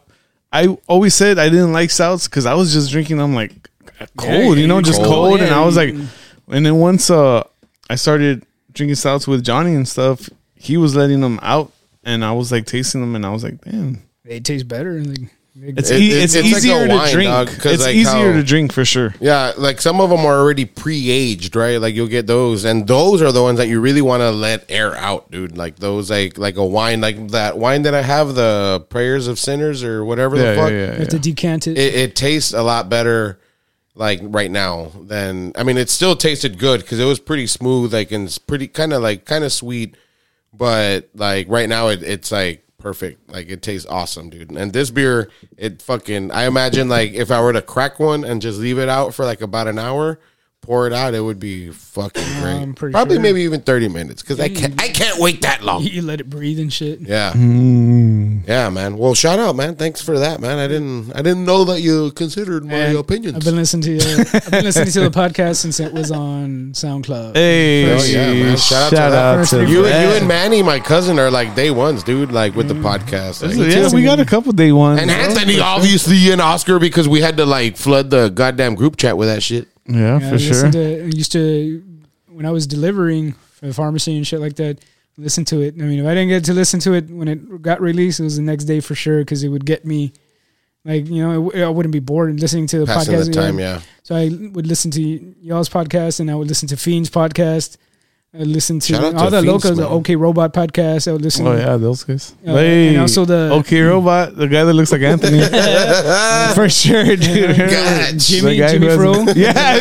S5: I always said I didn't like stouts because I was just drinking. them like cold,
S3: yeah,
S5: you know,
S3: you're
S5: just cold,
S3: cold.
S5: and
S3: Yeah,
S5: I was
S3: you-
S5: like, and then once uh I started drinking stouts with Johnny and stuff, he was letting them out, and I was like tasting them, and I was like, damn.
S3: They taste better. and Like,
S5: It's,
S1: It-
S5: e-
S1: it-
S5: it's,
S1: it's like a
S5: easier
S1: wine,
S5: to drink.
S1: dog, 'cause
S5: it's
S1: like
S5: easier
S1: how-
S5: to drink for sure.
S1: Yeah, like some of them are already pre-aged, right? Like you'll get those, and those are the ones that you really want to let air out, dude. Like those, like like a wine, like that wine that I have, the prayers of sinners or whatever the fuck.
S3: You have to decant it.
S1: It, it tastes a lot better, like right now than I mean, it still tasted good because it was pretty smooth, like and it's pretty kind of like kind of sweet, but like right now it, it's like perfect, like it tastes awesome, dude. And this beer, it fucking I imagine like if I were to crack one and just leave it out for like about an hour. Pour it out; it would be fucking great.
S3: I'm pretty
S1: Probably
S3: sure.
S1: maybe even thirty minutes because I can't. I can't wait that long.
S3: you let it breathe and shit.
S1: Yeah. Yeah, man. Well, shout out, man. Thanks for that, man. I didn't I didn't know that you considered my
S3: And
S1: opinions.
S3: I've been listening to you. I've been listening to the podcast since it was on SoundCloud.
S5: Hey,
S1: Oh, yeah, man. Shout out to that.
S3: First to
S1: you,
S5: that.
S1: and, you and Manny, my cousin, are like day ones, dude. Like with the podcast, Like,
S5: yeah, we got a couple day ones.
S1: and
S5: bro.
S1: Anthony, obviously, and Oscar because we had to like flood the goddamn group chat with that shit.
S5: yeah,
S3: Yeah, I
S5: for sure.
S3: listened To, I used to when I was delivering for the pharmacy and shit like that. Listen to it. I mean, if I didn't get to listen to it when it got released, it was the next day for sure because it would get me, like you know, it, I wouldn't be bored listening to the
S1: Passing
S3: podcast.
S1: the time, yeah.
S3: So I would listen to y- y'all's podcast, and I would listen to Fiend's podcast. I would listen to
S1: Shout out
S3: all
S1: to
S3: the
S1: Fiends,
S3: locals, the
S1: man.
S3: OK Robot podcast. I would listen.
S5: Oh
S3: to
S5: yeah, those guys.
S3: Uh, and also the-
S5: okay robot, the guy that looks like Anthony, for sure, dude.
S1: God,
S3: Jimmy,
S5: The guy
S3: Jimmy
S5: who has-
S3: Fro.
S5: yeah,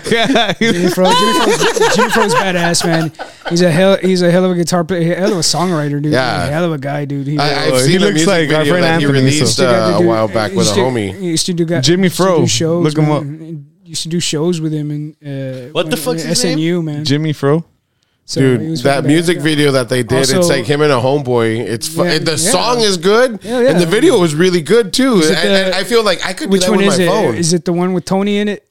S5: dude. Yeah,
S3: Jimmy Fro, Jimmy Fro's, Jimmy Fro's badass man. He's a hell, he's a hell of a guitar player, hell of a songwriter, dude.
S1: Yeah.
S3: hell of a guy, dude. He,
S1: I, I've
S5: Oh, he
S1: seen the
S5: looks
S1: music
S5: like our
S1: video
S5: friend
S1: that he
S5: Anthony,
S1: released
S5: so-
S1: uh, a while back with a homie.
S3: He used to do got,
S5: Jimmy
S3: used to
S5: Fro.
S3: do shows,
S5: Look him
S3: man.
S5: up.
S3: He used to do shows with him and uh,
S4: What
S3: when-
S4: the fuck's
S3: when
S4: his name?
S3: SNU man.
S5: Jimmy Fro.
S3: So he
S1: Dude,
S3: was
S1: that
S3: fucking
S1: music
S3: badass.
S1: video that they did,
S3: Also-
S1: it's like him and a homeboy. It's fu-
S3: Yeah,
S1: and the
S3: yeah.
S1: song is good,
S3: Yeah, yeah.
S1: and the video was really good too.
S3: Is it
S1: I- and
S3: the-
S1: I feel like I could do
S3: Which
S1: that
S3: one
S1: with
S3: is
S1: my
S3: it?
S1: phone.
S3: Is it the one with Tony in it?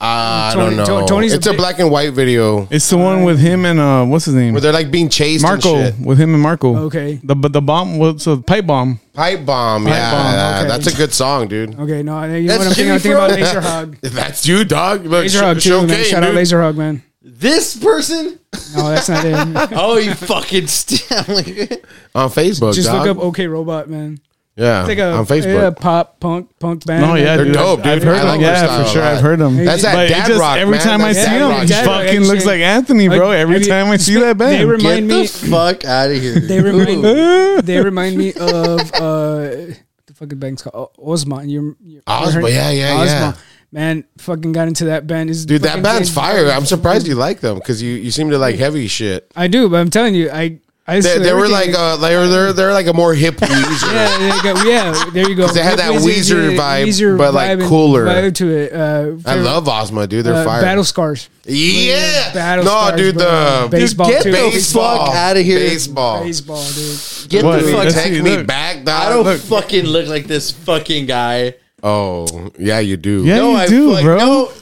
S1: Ah, I
S3: Tony-
S1: don't know.
S3: Tony- Tony's
S1: it's
S3: a
S1: a
S3: big-
S1: black and white video
S5: It's the one with him and uh, what's his name?
S1: where they're like being chased. and
S5: Marco
S1: shit.
S5: with him and Marco.
S3: Okay.
S5: The but the bomb was so pipe bomb.
S1: pipe bomb. yeah,
S5: Bomb,
S1: yeah,
S3: okay.
S1: that's a good song, dude.
S3: Okay, no, I- you know
S1: That's
S3: what I'm thinking.
S1: Jimmy
S3: I'm thinking
S1: Fro.
S3: about Laser Hog.
S1: That's you, dog. Look,
S3: Laser
S1: sh-
S3: Hog too, man.
S1: showcase,
S3: Shout out
S1: dude.
S3: Laser Hog, man.
S4: This person?
S3: No, that's not it.
S4: Oh, you fucking Stanley.
S1: on Facebook.
S3: Just
S1: dog.
S3: look up OK Robot, man.
S1: Yeah,
S3: It's like a
S1: on
S3: yeah,
S1: Facebook.
S3: pop punk punk band.
S5: No, Oh, yeah,
S1: They're
S5: dude,
S1: dope,
S5: I've, I've
S1: dude.
S5: heard
S1: I
S5: him.
S1: like their
S5: yeah,
S1: style
S5: for
S1: a
S5: sure.
S1: lot.
S5: I've heard him.
S1: That's that
S5: But it
S1: dad
S5: just-
S1: rock,
S5: Every
S1: man.
S5: time I
S1: That's
S5: see
S1: dad
S5: him,
S1: rock.
S5: he
S1: Dad
S3: rock.
S5: fucking looks like Anthony, bro.
S3: Like,
S5: Every
S3: have you-
S5: time I see that
S3: They
S5: band.
S4: Get
S3: remind
S4: the
S3: me.
S4: fuck out of here.
S3: They remind
S4: Ooh.
S5: Ah.
S3: They remind me of uh, the fucking band's called O- Ozma. You, you
S1: Ozma,
S3: you heard-
S1: yeah, yeah, yeah.
S3: Man, fucking got into that band. Is
S1: Dude, that band's fire. I'm surprised you like them because you, you seem to like heavy shit.
S3: I do, but I'm telling you, I I
S1: They,
S3: swear
S1: they were like
S3: everything-
S1: uh, they were they're, they're like a more hip Weezer.
S3: yeah, there you go. yeah, there you go.
S1: they had that Weezer vibe,
S3: Weezer
S1: but, like,
S3: and
S1: cooler.
S3: vibe to it. Uh,
S1: I love Ozma, dude. They're
S3: uh,
S1: fire.
S3: Battle scars.
S1: yeah,
S3: Battle
S1: no,
S3: Stars,
S1: dude.
S3: bro.
S1: The
S3: Baseball,
S1: Get
S3: too.
S1: baseball
S4: Fuck outta here.
S1: Baseball.
S3: Baseball, dude.
S4: Get
S5: What?
S4: the
S1: Dude,
S4: fuck
S5: That's-
S1: take
S5: see,
S1: me
S5: look.
S1: back,
S4: I don't
S1: dog.
S4: fucking look like this fucking guy.
S1: oh, yeah, you do.
S5: Yeah,
S4: No,
S5: you
S4: I
S5: do,
S4: fuck-
S5: bro.
S4: no.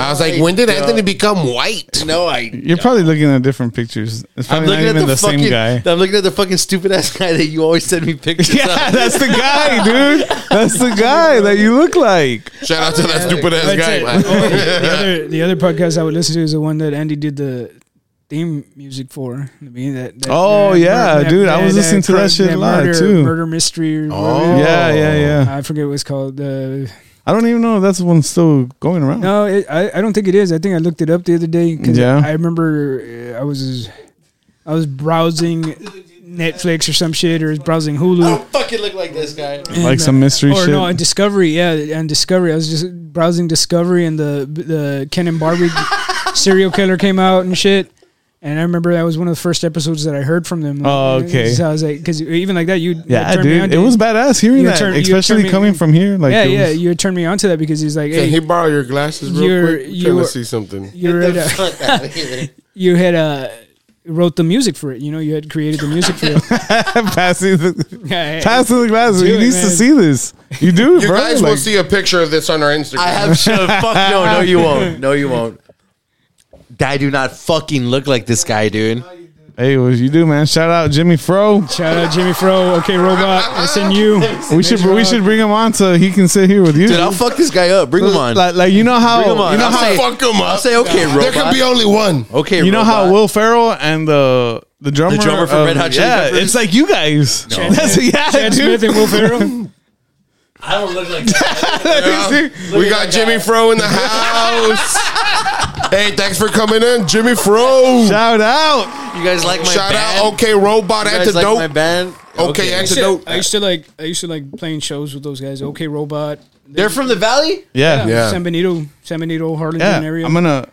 S1: I was like, when did Anthony become white?
S4: No, I.
S5: You're probably looking at different pictures. It's
S4: I'm
S5: probably not
S4: looking at
S5: even
S4: the,
S5: the,
S4: fucking.
S5: same guy.
S4: I'm looking at the fucking stupid ass guy that you always send me pictures.
S5: yeah,
S4: of.
S5: that's the guy, dude. That's the guy that you look like.
S1: Shout out to that stupid ass
S3: That's
S1: guy.
S3: it.
S1: man.
S3: the, other, the other podcast I would listen to is the one that Andy did the theme music for. I mean, that, that-
S5: Oh,
S3: that-
S5: yeah,
S3: that-
S5: dude, I was listening to that
S3: crime-
S5: shit live,
S3: murder,
S5: too.
S3: Murder mystery. Or
S1: Oh.
S3: whatever.
S5: Yeah, yeah, yeah.
S3: I forget what it's called. Uh,
S5: I don't even know if that's one still going around.
S3: no, it, I I don't think it is. I think I looked it up the other day because
S5: Yeah.
S3: I remember uh, I was I was browsing Netflix or some shit or was browsing Hulu.
S4: fucking look like this guy.
S3: and,
S5: Like some mystery
S3: or
S5: shit.
S3: no, and Discovery, yeah, and Discovery. I was just browsing Discovery, and the the Ken and Barbie serial killer came out and shit. And I remember that was one of the first episodes that I heard from them.
S5: Oh, okay.
S3: So I was like, because even like that, you
S5: yeah,
S3: turned me on
S5: dude,
S3: to
S5: it was badass hearing
S3: You
S5: that,
S3: turn- you turn
S5: especially
S3: me-
S5: coming from here. Like,
S3: yeah,
S5: it
S3: yeah,
S5: was-
S3: you had turned me onto that because he's like,
S1: Can
S3: hey,
S1: he borrow your glasses real
S3: You're-
S1: quick? I'm
S3: you're-
S1: trying to see something.
S3: you're at a-
S4: Fuck that man.
S3: you had uh, wrote the music for it. You know, you had created the music for it.
S5: passing the,
S3: Yeah, yeah.
S5: passing the glasses.
S3: Do
S5: You
S3: it,
S5: need
S3: man.
S5: to see this. You do,
S1: You
S5: bro.
S1: guys will
S5: like,
S1: see a picture of this on our Instagram.
S4: I have shit. Fuck no, no, you won't. No, you won't. I do not fucking look like this guy, dude.
S5: hey, what you do, man? Shout out Jimmy Fro.
S3: Shout out Jimmy Fro. Okay, robot, it's in you.
S5: We should
S3: Fro.
S5: we should bring him on so he can sit here with you.
S4: Dude, I'll fuck this guy up. Bring him on.
S5: Like, like you know how
S4: Bring him on.
S5: you know
S4: I'll
S5: how
S4: say-
S1: fuck him up.
S4: I'll say okay,
S1: There could
S4: robot.
S1: be only one.
S4: okay,
S5: you know how
S4: robot.
S5: Will Ferrell and the the drummer,
S4: drummer for
S5: of-
S4: Red Hot Chili
S5: yeah,
S4: Peppers?
S5: it's like you guys. That's yeah,
S3: Chad
S5: dude.
S3: Smith and Will Ferrell.
S4: I don't look like that.
S1: We got Jimmy Fro in the house. hey, thanks for coming in, Jimmy Fro. Shout,
S5: Shout out.
S4: You guys like my band?
S1: out, okay, robot
S4: You guys like
S1: antidote.
S4: my band?
S1: okay, antidote.
S3: I used to like I used to like playing shows with those guys. Okay, robot.
S4: They're from the valley.
S5: Yeah,
S1: Yeah.
S3: San Benito, San Benito, Harlingen
S5: yeah.
S3: area.
S5: I'm gonna.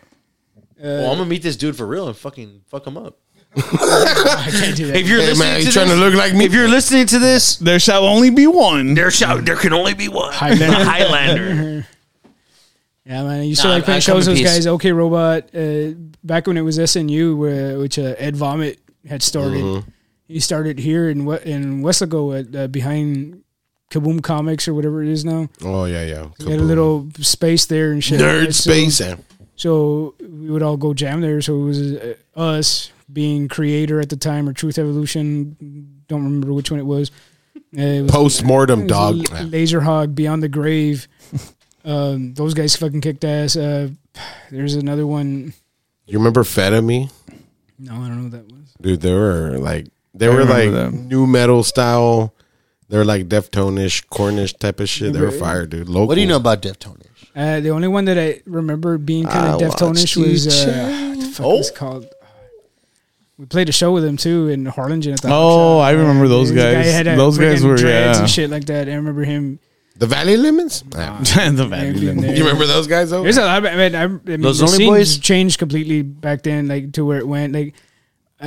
S4: well, I'm gonna meet this dude for real and fucking fuck him up.
S3: I can't do that.
S4: If you're
S1: Hey
S4: listening
S1: man,
S4: to
S1: you
S4: this,
S1: trying to look like me?
S4: if you're listening to this,
S5: There shall only be one.
S7: There shall there can only be one.
S3: Highlander.
S7: The Highlander.
S3: yeah, man. I used to
S4: Nah,
S3: like
S4: I
S3: playing
S4: come
S3: shows
S4: in
S3: with those
S4: peace.
S3: guys. Okay, robot. Uh, back when it was SNU, where which uh, Ed Vomit had started.
S1: Mm-hmm.
S3: He started here in what in Weslaco at uh, behind Kaboom Comics or whatever it is now.
S1: oh yeah, yeah.
S3: He had a little space there and shit. um,
S1: nerd
S3: So-
S1: space.
S3: So we would all go jam there. So it was uh, us being creator at the time or Truth Evolution. Don't remember which one it was. Uh, it was
S1: Post mortem dog.
S3: It was L- Laser Hog, Beyond the Grave. Um, those guys fucking kicked ass. Uh, there's another one.
S1: You remember Feta Me?
S3: No, I don't know what that was.
S1: Dude, they were like they were like
S5: remember them.
S1: new metal style. They're like Deftone-ish, Cornish type of shit. They were fire, dude. Local.
S4: what do you know about Deftones?
S3: Uh, the only one that I remember being kind
S5: Ah,
S3: of Deftonish was uh, what the fuck
S5: Oh.
S3: was it called. We played a show with him too in Harlingen at the Hop
S5: Oh,
S3: Shop.
S5: I remember those
S3: There's a guy
S5: guys.
S3: had a
S5: Those guys
S3: friggin'
S5: were
S3: dreads
S5: yeah.
S3: and shit like that. I remember him.
S1: The Valley Lemons? Nah.
S5: the
S3: being
S5: value.
S3: there.
S1: You remember those guys though?
S3: There's a lot. I mean, I, I mean
S4: Those
S3: the
S4: Lonely
S3: scene
S4: Boys?
S3: changed completely back then, like to where it went. Like, uh,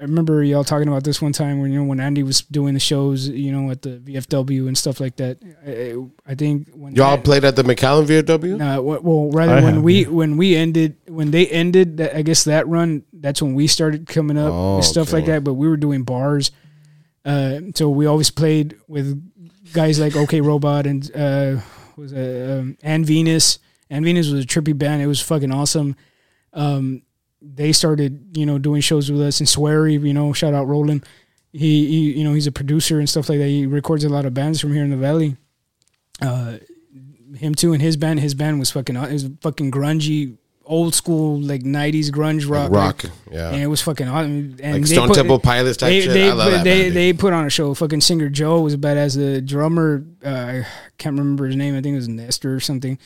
S3: I remember y'all talking about this one time when you know when Andy was doing the shows, you know, at the VFW and stuff like that. I, I think when
S1: Y'all
S3: that-
S1: played at the McAllen VFW?
S3: No, wh- well, rather
S5: I
S3: when
S5: have,
S3: we when we ended when they ended that I guess that run that's when we started coming up
S1: Oh,
S3: and stuff like
S1: okay.
S3: that. But we were doing bars, uh, so we always played with guys like OK Robot and uh, what was uh, um, and Venus. And Venus was a trippy band. It was fucking awesome. Um, they started you know doing shows with us and Sweary. You know, shout out Roland. He, he you know he's a producer and stuff like that. He records a lot of bands from here in the valley. Uh, him too and his band his band was fucking it was fucking grungy old school like 90s grunge rock
S1: Rock.
S3: like,
S1: Yeah.
S3: and it was fucking awesome and
S1: like
S3: they
S1: Stone
S3: put-
S1: Temple Pilots type
S3: they,
S1: shit.
S3: they,
S1: I love that.
S3: they,
S1: band, dude.
S3: they put on a show fucking singer joe was badass the drummer uh, i can't remember his name i think it was nestor or something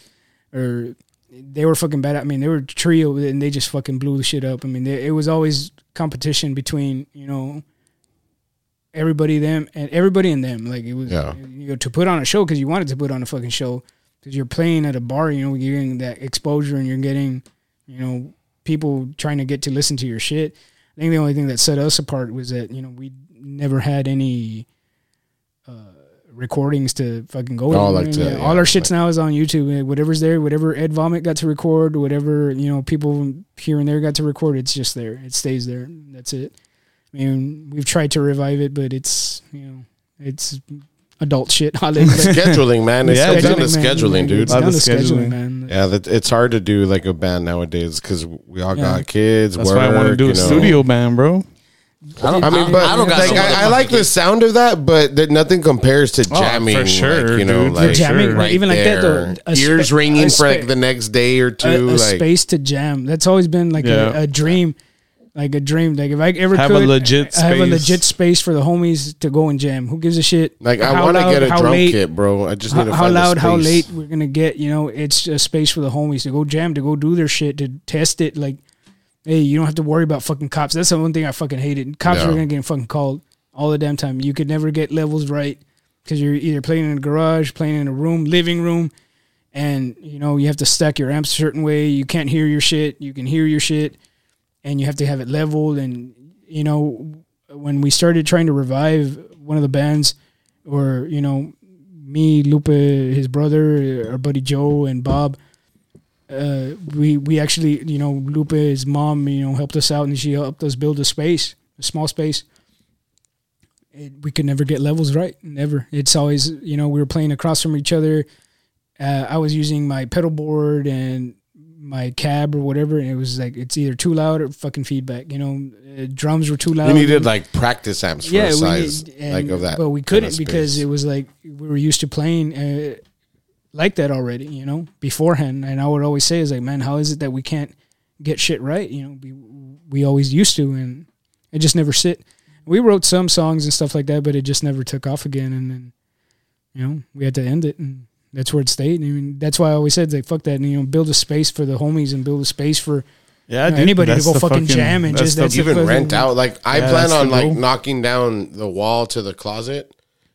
S3: or they were fucking bad i mean they were a trio and they just fucking blew the shit up i mean they, it was always competition between you know everybody them and everybody in them like it was
S1: Yeah.
S3: you know, to put on a show because you wanted to put on a fucking show because you're playing at a bar you know you're getting that exposure and you're getting you know people trying to get to listen to your shit i think the only thing that set us apart was that you know we never had any uh recordings to fucking
S1: Oh,
S3: go to.
S1: like to-
S3: Yeah,
S1: yeah,
S3: all our
S1: like-
S3: shit's now is on youtube Uh, whatever's there whatever ed vomit got to record whatever you know people here and there got to record it's just there it stays there that's it I mean, we've tried to revive it, but it's you know, it's adult shit. Hallelujah.
S1: scheduling, man. It's
S2: Yeah,
S1: yeah, down to
S3: Scheduling, man.
S1: scheduling, dude.
S3: It's down
S2: Lot
S3: to
S2: of scheduling.
S3: scheduling, man.
S1: Yeah, that, it's hard to do like a band nowadays because we all
S3: Yeah.
S1: got kids.
S2: That's
S1: work,
S2: why I want to do
S1: you
S2: a
S1: know.
S2: studio band, bro.
S4: I, don't,
S1: I mean, but
S4: I don't got
S1: like,
S4: some
S1: I, I like the sound of that, but that nothing compares to
S3: Oh,
S1: jamming.
S2: for sure,
S1: like, you know,
S2: dude, for
S1: like
S3: jamming, like, even like that,
S1: there.
S3: though, a
S1: ears
S3: spa-
S1: ringing
S3: a
S1: for like
S3: spa-
S1: the next day or two.
S3: a, a
S1: like,
S3: space to jam. That's always been like
S2: Yeah.
S3: a, a dream, like a dream. Like if I ever
S2: Have a
S3: could
S2: legit
S3: I have a
S2: space.
S3: legit space for the homies to go and jam. Who gives a shit?
S1: like I
S3: how
S1: want to
S3: loud,
S1: get a
S3: how
S1: drum
S3: late,
S1: kit, bro. I just need
S3: How,
S1: to
S3: how
S1: find a
S3: loud, how
S1: space.
S3: late we're gonna get? You know, it's a space for the homies to go jam, to go do their shit, to test it. Like, hey, you don't have to worry about fucking cops. That's the one thing I fucking hated. Cops
S1: Yeah.
S3: were gonna get fucking called all the damn time. You could never get levels right because you're either playing in a garage, playing in a room, living room, and you know you have to stack your amps a certain way. You can't hear your shit. You can hear your shit, and you have to have it leveled. And you know when we started trying to revive one of the bands, or you know me, Lupe, his brother, our buddy Joe, and Bob. Uh, we we actually, you know, Lupe, his mom, you know, helped us out, and she helped us build a space, a small space. It, we could never get levels right, never. It's always, you know, we were playing across from each other. Uh, I was using my pedal board and my cab or whatever, and it was like it's either too loud or fucking feedback. You know, uh, drums were too loud.
S1: You needed like practice amps for a
S3: we
S1: size
S3: did, and-
S1: like of that.
S3: But we
S1: kind of
S3: couldn't because
S1: space.
S3: it was like we were used to playing uh, like that already, you know, beforehand. And I would always say is like, man, how is it that we can't get shit right? You know, we we always used to, and it just never sit. We wrote some songs and stuff like that, but it just never took off again. And then, you know, we had to end it, and that's where it stayed. I mean, that's why I always said like, fuck that, and you know, build a space for the homies and build a space for
S2: Yeah,
S3: dude, anybody to that's go the fucking fucking- jam and that's just- the- that's
S1: even
S3: fucking-
S1: rent out. Like I
S2: Yeah,
S1: plan
S2: that's
S1: on
S2: the
S1: like
S2: goal.
S1: knocking down the wall to the closet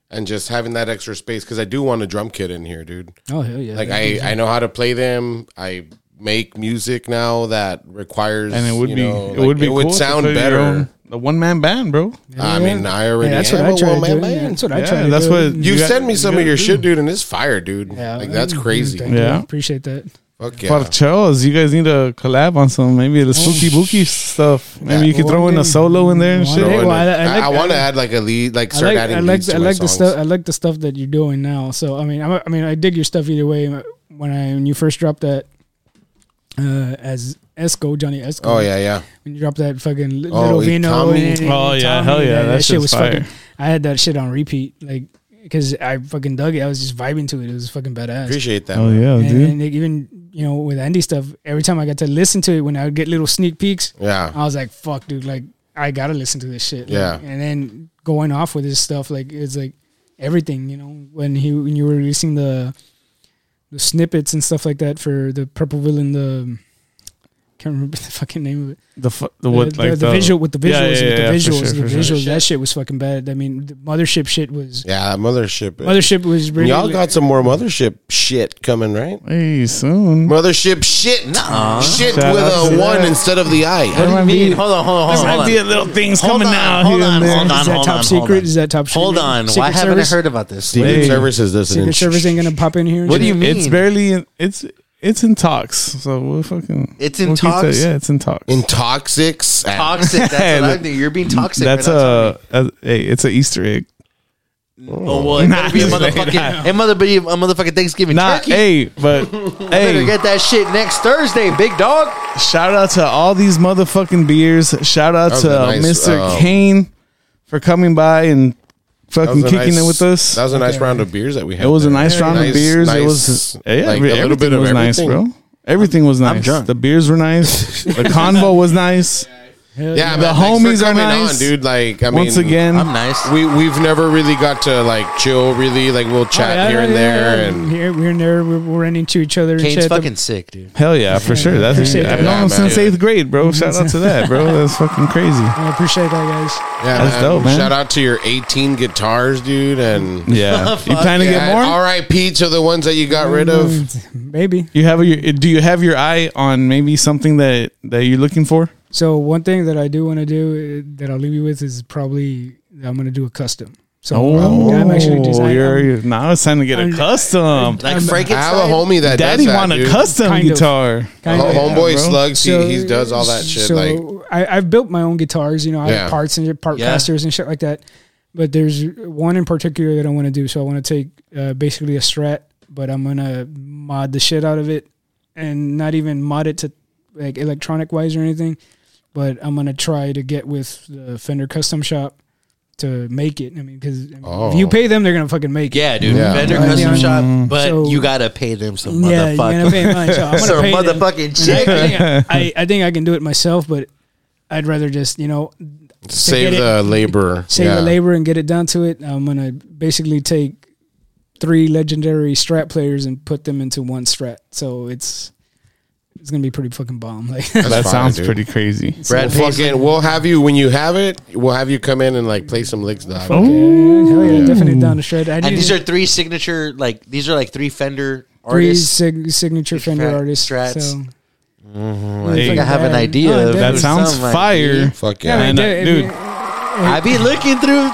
S1: and just having that extra space because I do want a drum kit in here, dude.
S3: oh hell yeah,
S1: Like I, I know how to play them. I make music now that requires
S2: and it would
S1: you
S2: be
S1: know,
S2: it
S1: like,
S2: would be
S1: it would
S2: cool to
S1: sound
S2: play your
S1: better.
S2: own- a one man band, bro.
S1: I mean, I already
S3: Yeah, that's
S1: am
S3: what I
S1: a
S3: try to
S1: one-man
S3: do.
S1: band.
S3: Yeah, that's what I
S2: Yeah,
S3: try to
S2: that's
S3: do.
S2: what
S1: You,
S2: You got-
S1: sent me
S2: you
S1: some of
S2: gotta
S1: your
S2: do.
S1: shit, dude, and it's fire, dude. like that's crazy.
S3: Mm, Thank you.
S2: Yeah.
S3: appreciate that.
S1: Fuck
S2: For
S1: yeah.
S2: chills, you guys need to collab on some maybe the spooky booky stuff. Maybe you could throw in a solo in there and
S3: One
S2: shit.
S3: day.
S1: Throwing
S3: Well, I-
S1: it.
S3: I
S1: I,
S3: like-
S1: want to
S3: I-
S1: add like a lead, like
S3: I
S1: start
S3: like,
S1: adding
S3: I like,
S1: leads to
S3: I
S1: my
S3: like the
S1: songs.
S3: stuff. I like the stuff that you're doing now. So I mean, I, I mean, I dig your stuff either way. When I when you first dropped that uh, as Esco Johnny Esco,
S1: Oh yeah, yeah.
S3: when you dropped that fucking Li-
S1: Oh,
S3: Little
S1: he-
S3: Vino,
S1: Tommy.
S3: and- and- and
S2: Oh, yeah,
S3: Tommy,
S2: hell yeah, that shit's
S3: fucking.
S2: fire.
S3: I had that shit on repeat, like because I fucking dug it. I was just vibing to it. It was fucking badass.
S1: Appreciate that.
S2: Oh
S1: man.
S2: yeah,
S3: and,
S2: dude.
S3: and even you know with Andy stuff, every time I got to listen to it, when I would get little sneak peeks,
S1: Yeah.
S3: I was like, fuck, dude, like I gotta listen to this shit. Like,
S1: Yeah.
S3: And then going off with his stuff, like it's like everything, you know, when he when you were releasing the the snippets and stuff like that for the purple villain, the can't remember the fucking name of it.
S2: The fu- the what
S3: the,
S2: like
S3: the, the visual with the visuals,
S2: Yeah, yeah, yeah, yeah, for
S3: with the
S2: sure,
S3: visuals,
S2: for
S3: the
S2: sure.
S3: visuals. That shit was fucking bad. I mean, the mothership shit was
S1: Yeah, that mothership.
S3: mothership was really
S1: Y'all got some more mothership shit coming, right?
S2: Hey, soon.
S1: Mothership shit. Shit
S2: Shout
S1: with
S2: out
S1: a
S2: to
S1: one
S2: that.
S1: instead of the I.
S4: What do you mean? Hold on, hold on, hold on. Hold on.
S2: little things
S4: Hold on, hold on, hold on,
S3: Is that
S4: hold
S3: top
S4: on,
S3: secret?
S4: hold on.
S3: Is that top secret?
S4: Hold on.
S3: Secret
S4: Why haven't I
S3: Service?
S4: heard about this?
S1: Secret
S2: Hey.
S1: Service is listening.
S3: Secret Service ain't gonna pop in here. and
S4: What do
S3: shit?
S4: you mean?
S2: It's barely in, it's it's in talks. So we'll fucking
S4: It's in
S2: we'll keep that-
S4: talks?
S2: Yeah, it's in talks.
S1: Intoxics.
S4: toxic. That's what I think. You're being toxic.
S2: That's
S4: right now, Tommy.
S2: a, a hey, it's an Easter egg.
S4: Oh, well, it better be a motherfucking, it better be a motherfucking Thanksgiving
S2: Nah,
S4: turkey.
S2: hey, but
S4: Better
S2: hey,
S4: get that shit next Thursday, big dog.
S2: shout out to all these motherfucking beers. Shout out
S1: was
S2: to
S1: a nice,
S2: Mr.
S1: um,
S2: Kane for coming by and
S1: That was
S2: fucking
S1: a
S2: kicking
S1: nice-
S2: it with us.
S1: That was a nice round of beers that we had.
S2: it was a
S1: there.
S2: nice round of beers. it was
S1: nice,
S2: yeah,
S1: like,
S2: every-
S1: a little bit
S2: everything
S1: of
S2: was
S1: everything.
S2: nice, bro. Everything was nice.
S4: drunk.
S2: The beers were nice. the convo was nice.
S3: Hell
S1: Yeah,
S2: The
S1: man, thanks for
S2: homies are
S1: coming on,
S2: nice.
S1: dude. Like, I mean,
S2: Once again,
S4: I'm nice.
S1: we we've never really got to like chill. Really, like we'll
S3: Oh,
S1: chat
S3: yeah,
S1: here
S3: yeah,
S1: and there,
S3: yeah.
S1: and
S3: here, here and there, we're, we're running to each other. and
S4: Kane's
S3: shit.
S4: fucking sick, dude.
S2: hell yeah, for sure. That's
S3: Appreciate
S2: I've
S3: that.
S2: known him
S1: Yeah,
S2: since
S1: man.
S2: eighth grade, bro. Shout out to that, bro. That's fucking crazy.
S3: I appreciate that, guys.
S1: yeah,
S2: That's dope, man.
S1: Shout out to your 18 guitars, dude, and
S2: Yeah, you plan to get
S1: Yeah,
S2: more? Mm.
S1: R.I.P. to the ones that you got rid of.
S3: Mm, Maybe.
S2: You have your do you have your eye on maybe something that that you're looking for?
S3: So one thing that I do want to do uh, that I'll leave you with is probably I'm going to do a custom. So
S2: Oh,
S3: I'm actually designing.
S2: you're,
S3: I'm-
S2: you're- now it's time to get a
S3: I'm-
S2: custom.
S3: I'm-
S4: Like
S1: I have a
S4: Frankenstein.
S1: homie that
S2: Daddy
S1: does that,
S2: want a
S1: dude.
S2: custom
S3: Kind of.
S2: guitar.
S3: Kind
S1: Ho-
S3: of.
S1: homeboy
S2: bro.
S1: slugs,
S3: So-
S1: he, he does all that shit.
S3: So
S1: like
S3: I, I've built my own guitars. You know, I
S1: Yeah.
S3: have parts and part
S4: Yeah.
S3: casters and shit like that. but there's one in particular that I want to do. So I want to take uh, basically a strat, but I'm gonna mod the shit out of it, and not even mod it to like electronic wise or anything. But I'm gonna try to get with the Fender Custom Shop to make it. I mean, because if
S1: Oh.
S3: you pay them, they're gonna fucking make it.
S4: Yeah, dude.
S1: Yeah.
S4: Vendor
S3: Right,
S4: custom
S3: yeah.
S4: shop, but
S3: Mm-hmm. So-
S4: you gotta pay them some
S3: Yeah, you're gonna
S4: motherfucking.
S3: pay mine. So I'm gonna
S4: some
S3: pay them.
S4: motherfucking
S3: I,
S4: shit.
S3: think I, I, I think I can do it myself, but I'd rather just you know
S1: Save
S3: get it-
S1: the labor.
S3: save
S1: Yeah.
S3: the labor and get it down to it. I'm gonna basically take three legendary strat players and put them into one strat. So it's it's gonna be pretty fucking bomb. Like
S5: That
S1: fine,
S5: sounds
S1: dude.
S5: pretty crazy.
S1: Brad we'll fucking, we'll have you when you have it. We'll have you come in and like play some licks, dog.
S3: yeah, hell yeah, definitely down to shred. I
S4: And
S3: need
S4: these are three signature, like these are like three Fender
S3: three
S4: artists.
S3: sig- signature Fender
S4: Strat-
S3: artists.
S4: strats. Mm-hmm.
S3: So
S4: I think I have an idea.
S3: Oh,
S4: of
S5: That
S3: Dude,
S5: sounds
S4: something like-
S5: fire.
S1: Fuck
S3: I
S1: yeah.
S3: mean,
S5: And, uh,
S3: dude,
S5: dude.
S4: I be looking through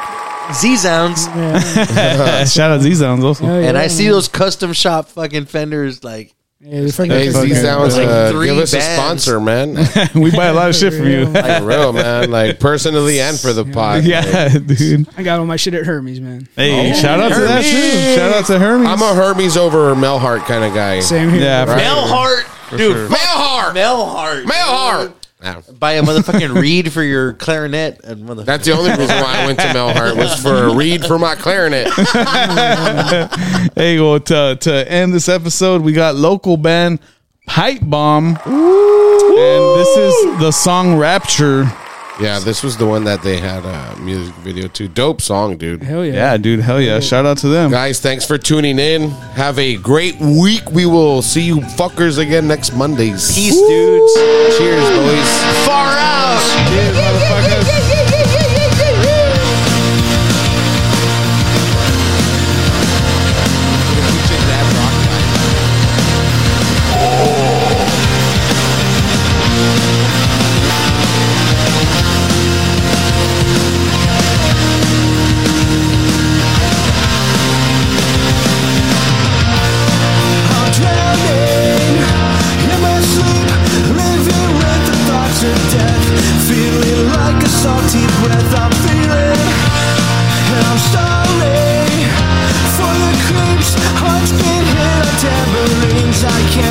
S4: Z Sounds,
S3: yeah,
S5: Shout out Z Sounds also.
S3: hell
S4: and
S3: yeah.
S4: I see those custom shop fucking Fenders. Like
S3: Yeah, the Fender
S1: Hey,
S3: Custom
S1: Z
S5: fucking-
S1: sounds.
S4: Like
S1: Uh,
S4: three
S1: give us a
S4: bands.
S1: sponsor, man.
S5: we buy a lot of shit from you.
S1: For real, man. Like personally and for the pod.
S5: Yeah, dude.
S3: I got all my shit at Hermes, man.
S5: Hey, shout out to that too. Shout out to Hermes.
S1: I'm a Hermes over Melhart kind of guy.
S3: Same here.
S5: yeah,
S1: Right.
S4: Mel Hart, dude.
S5: sure.
S4: fuck
S1: Melhart.
S4: Mel Hart.
S1: Melhart. Ah,
S4: Buy a motherfucking reed for your clarinet and mother.
S1: That's the only reason why I went to Melhart was for a read for my clarinet.
S5: Hey, well, to, to end this episode, we got local band Pipe Bomb. And this is the song Rapture.
S1: Yeah, this was the one that they had a music video to. Dope song, dude.
S3: Hell yeah.
S5: Yeah, dude. Hell yeah. Shout out to them.
S1: Guys, thanks for tuning in. Have a great week. We will see you fuckers again next Mondays.
S4: Peace, dudes.
S1: Cheers, boys.
S4: Far out.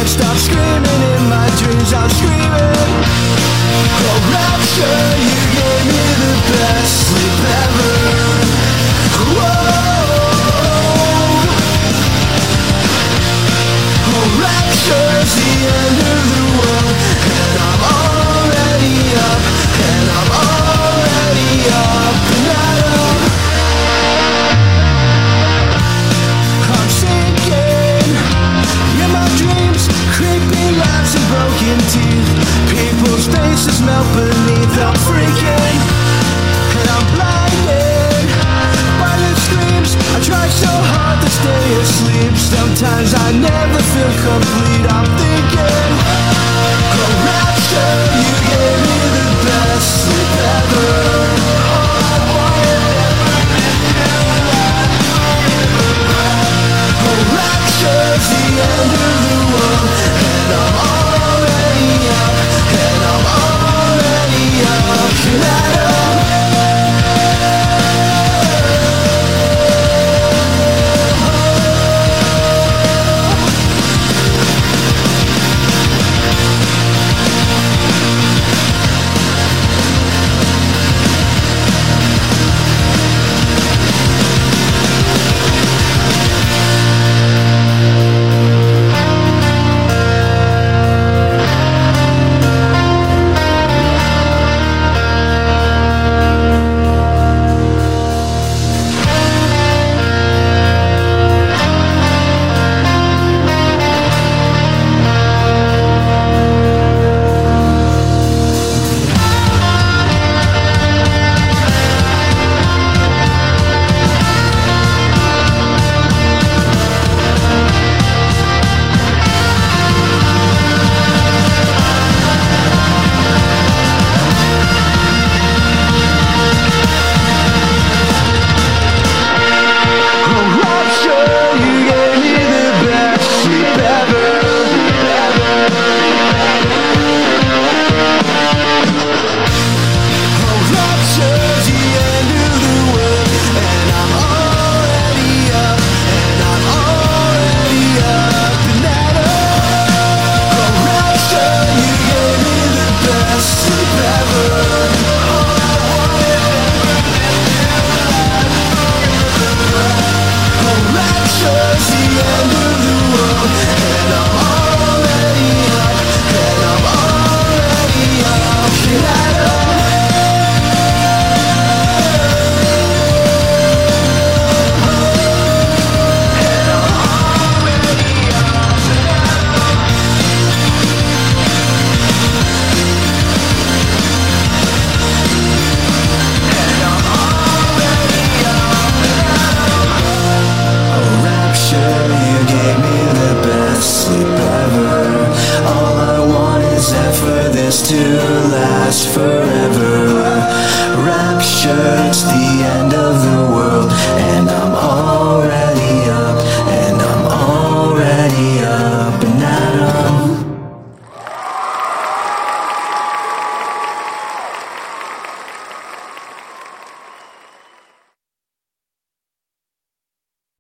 S8: Stop screaming in my dreams, I'm screaming Oh rapture, you gave me the best sleep ever Whoa rapture's the end of the world And I'm already up And I'm already up and out I'm sinking In my dreams Creeping lights and broken teeth People's faces melt beneath I'm freaking And I'm blinded by the screams. I try so hard to stay asleep. Sometimes I never feel complete. I'm thinking.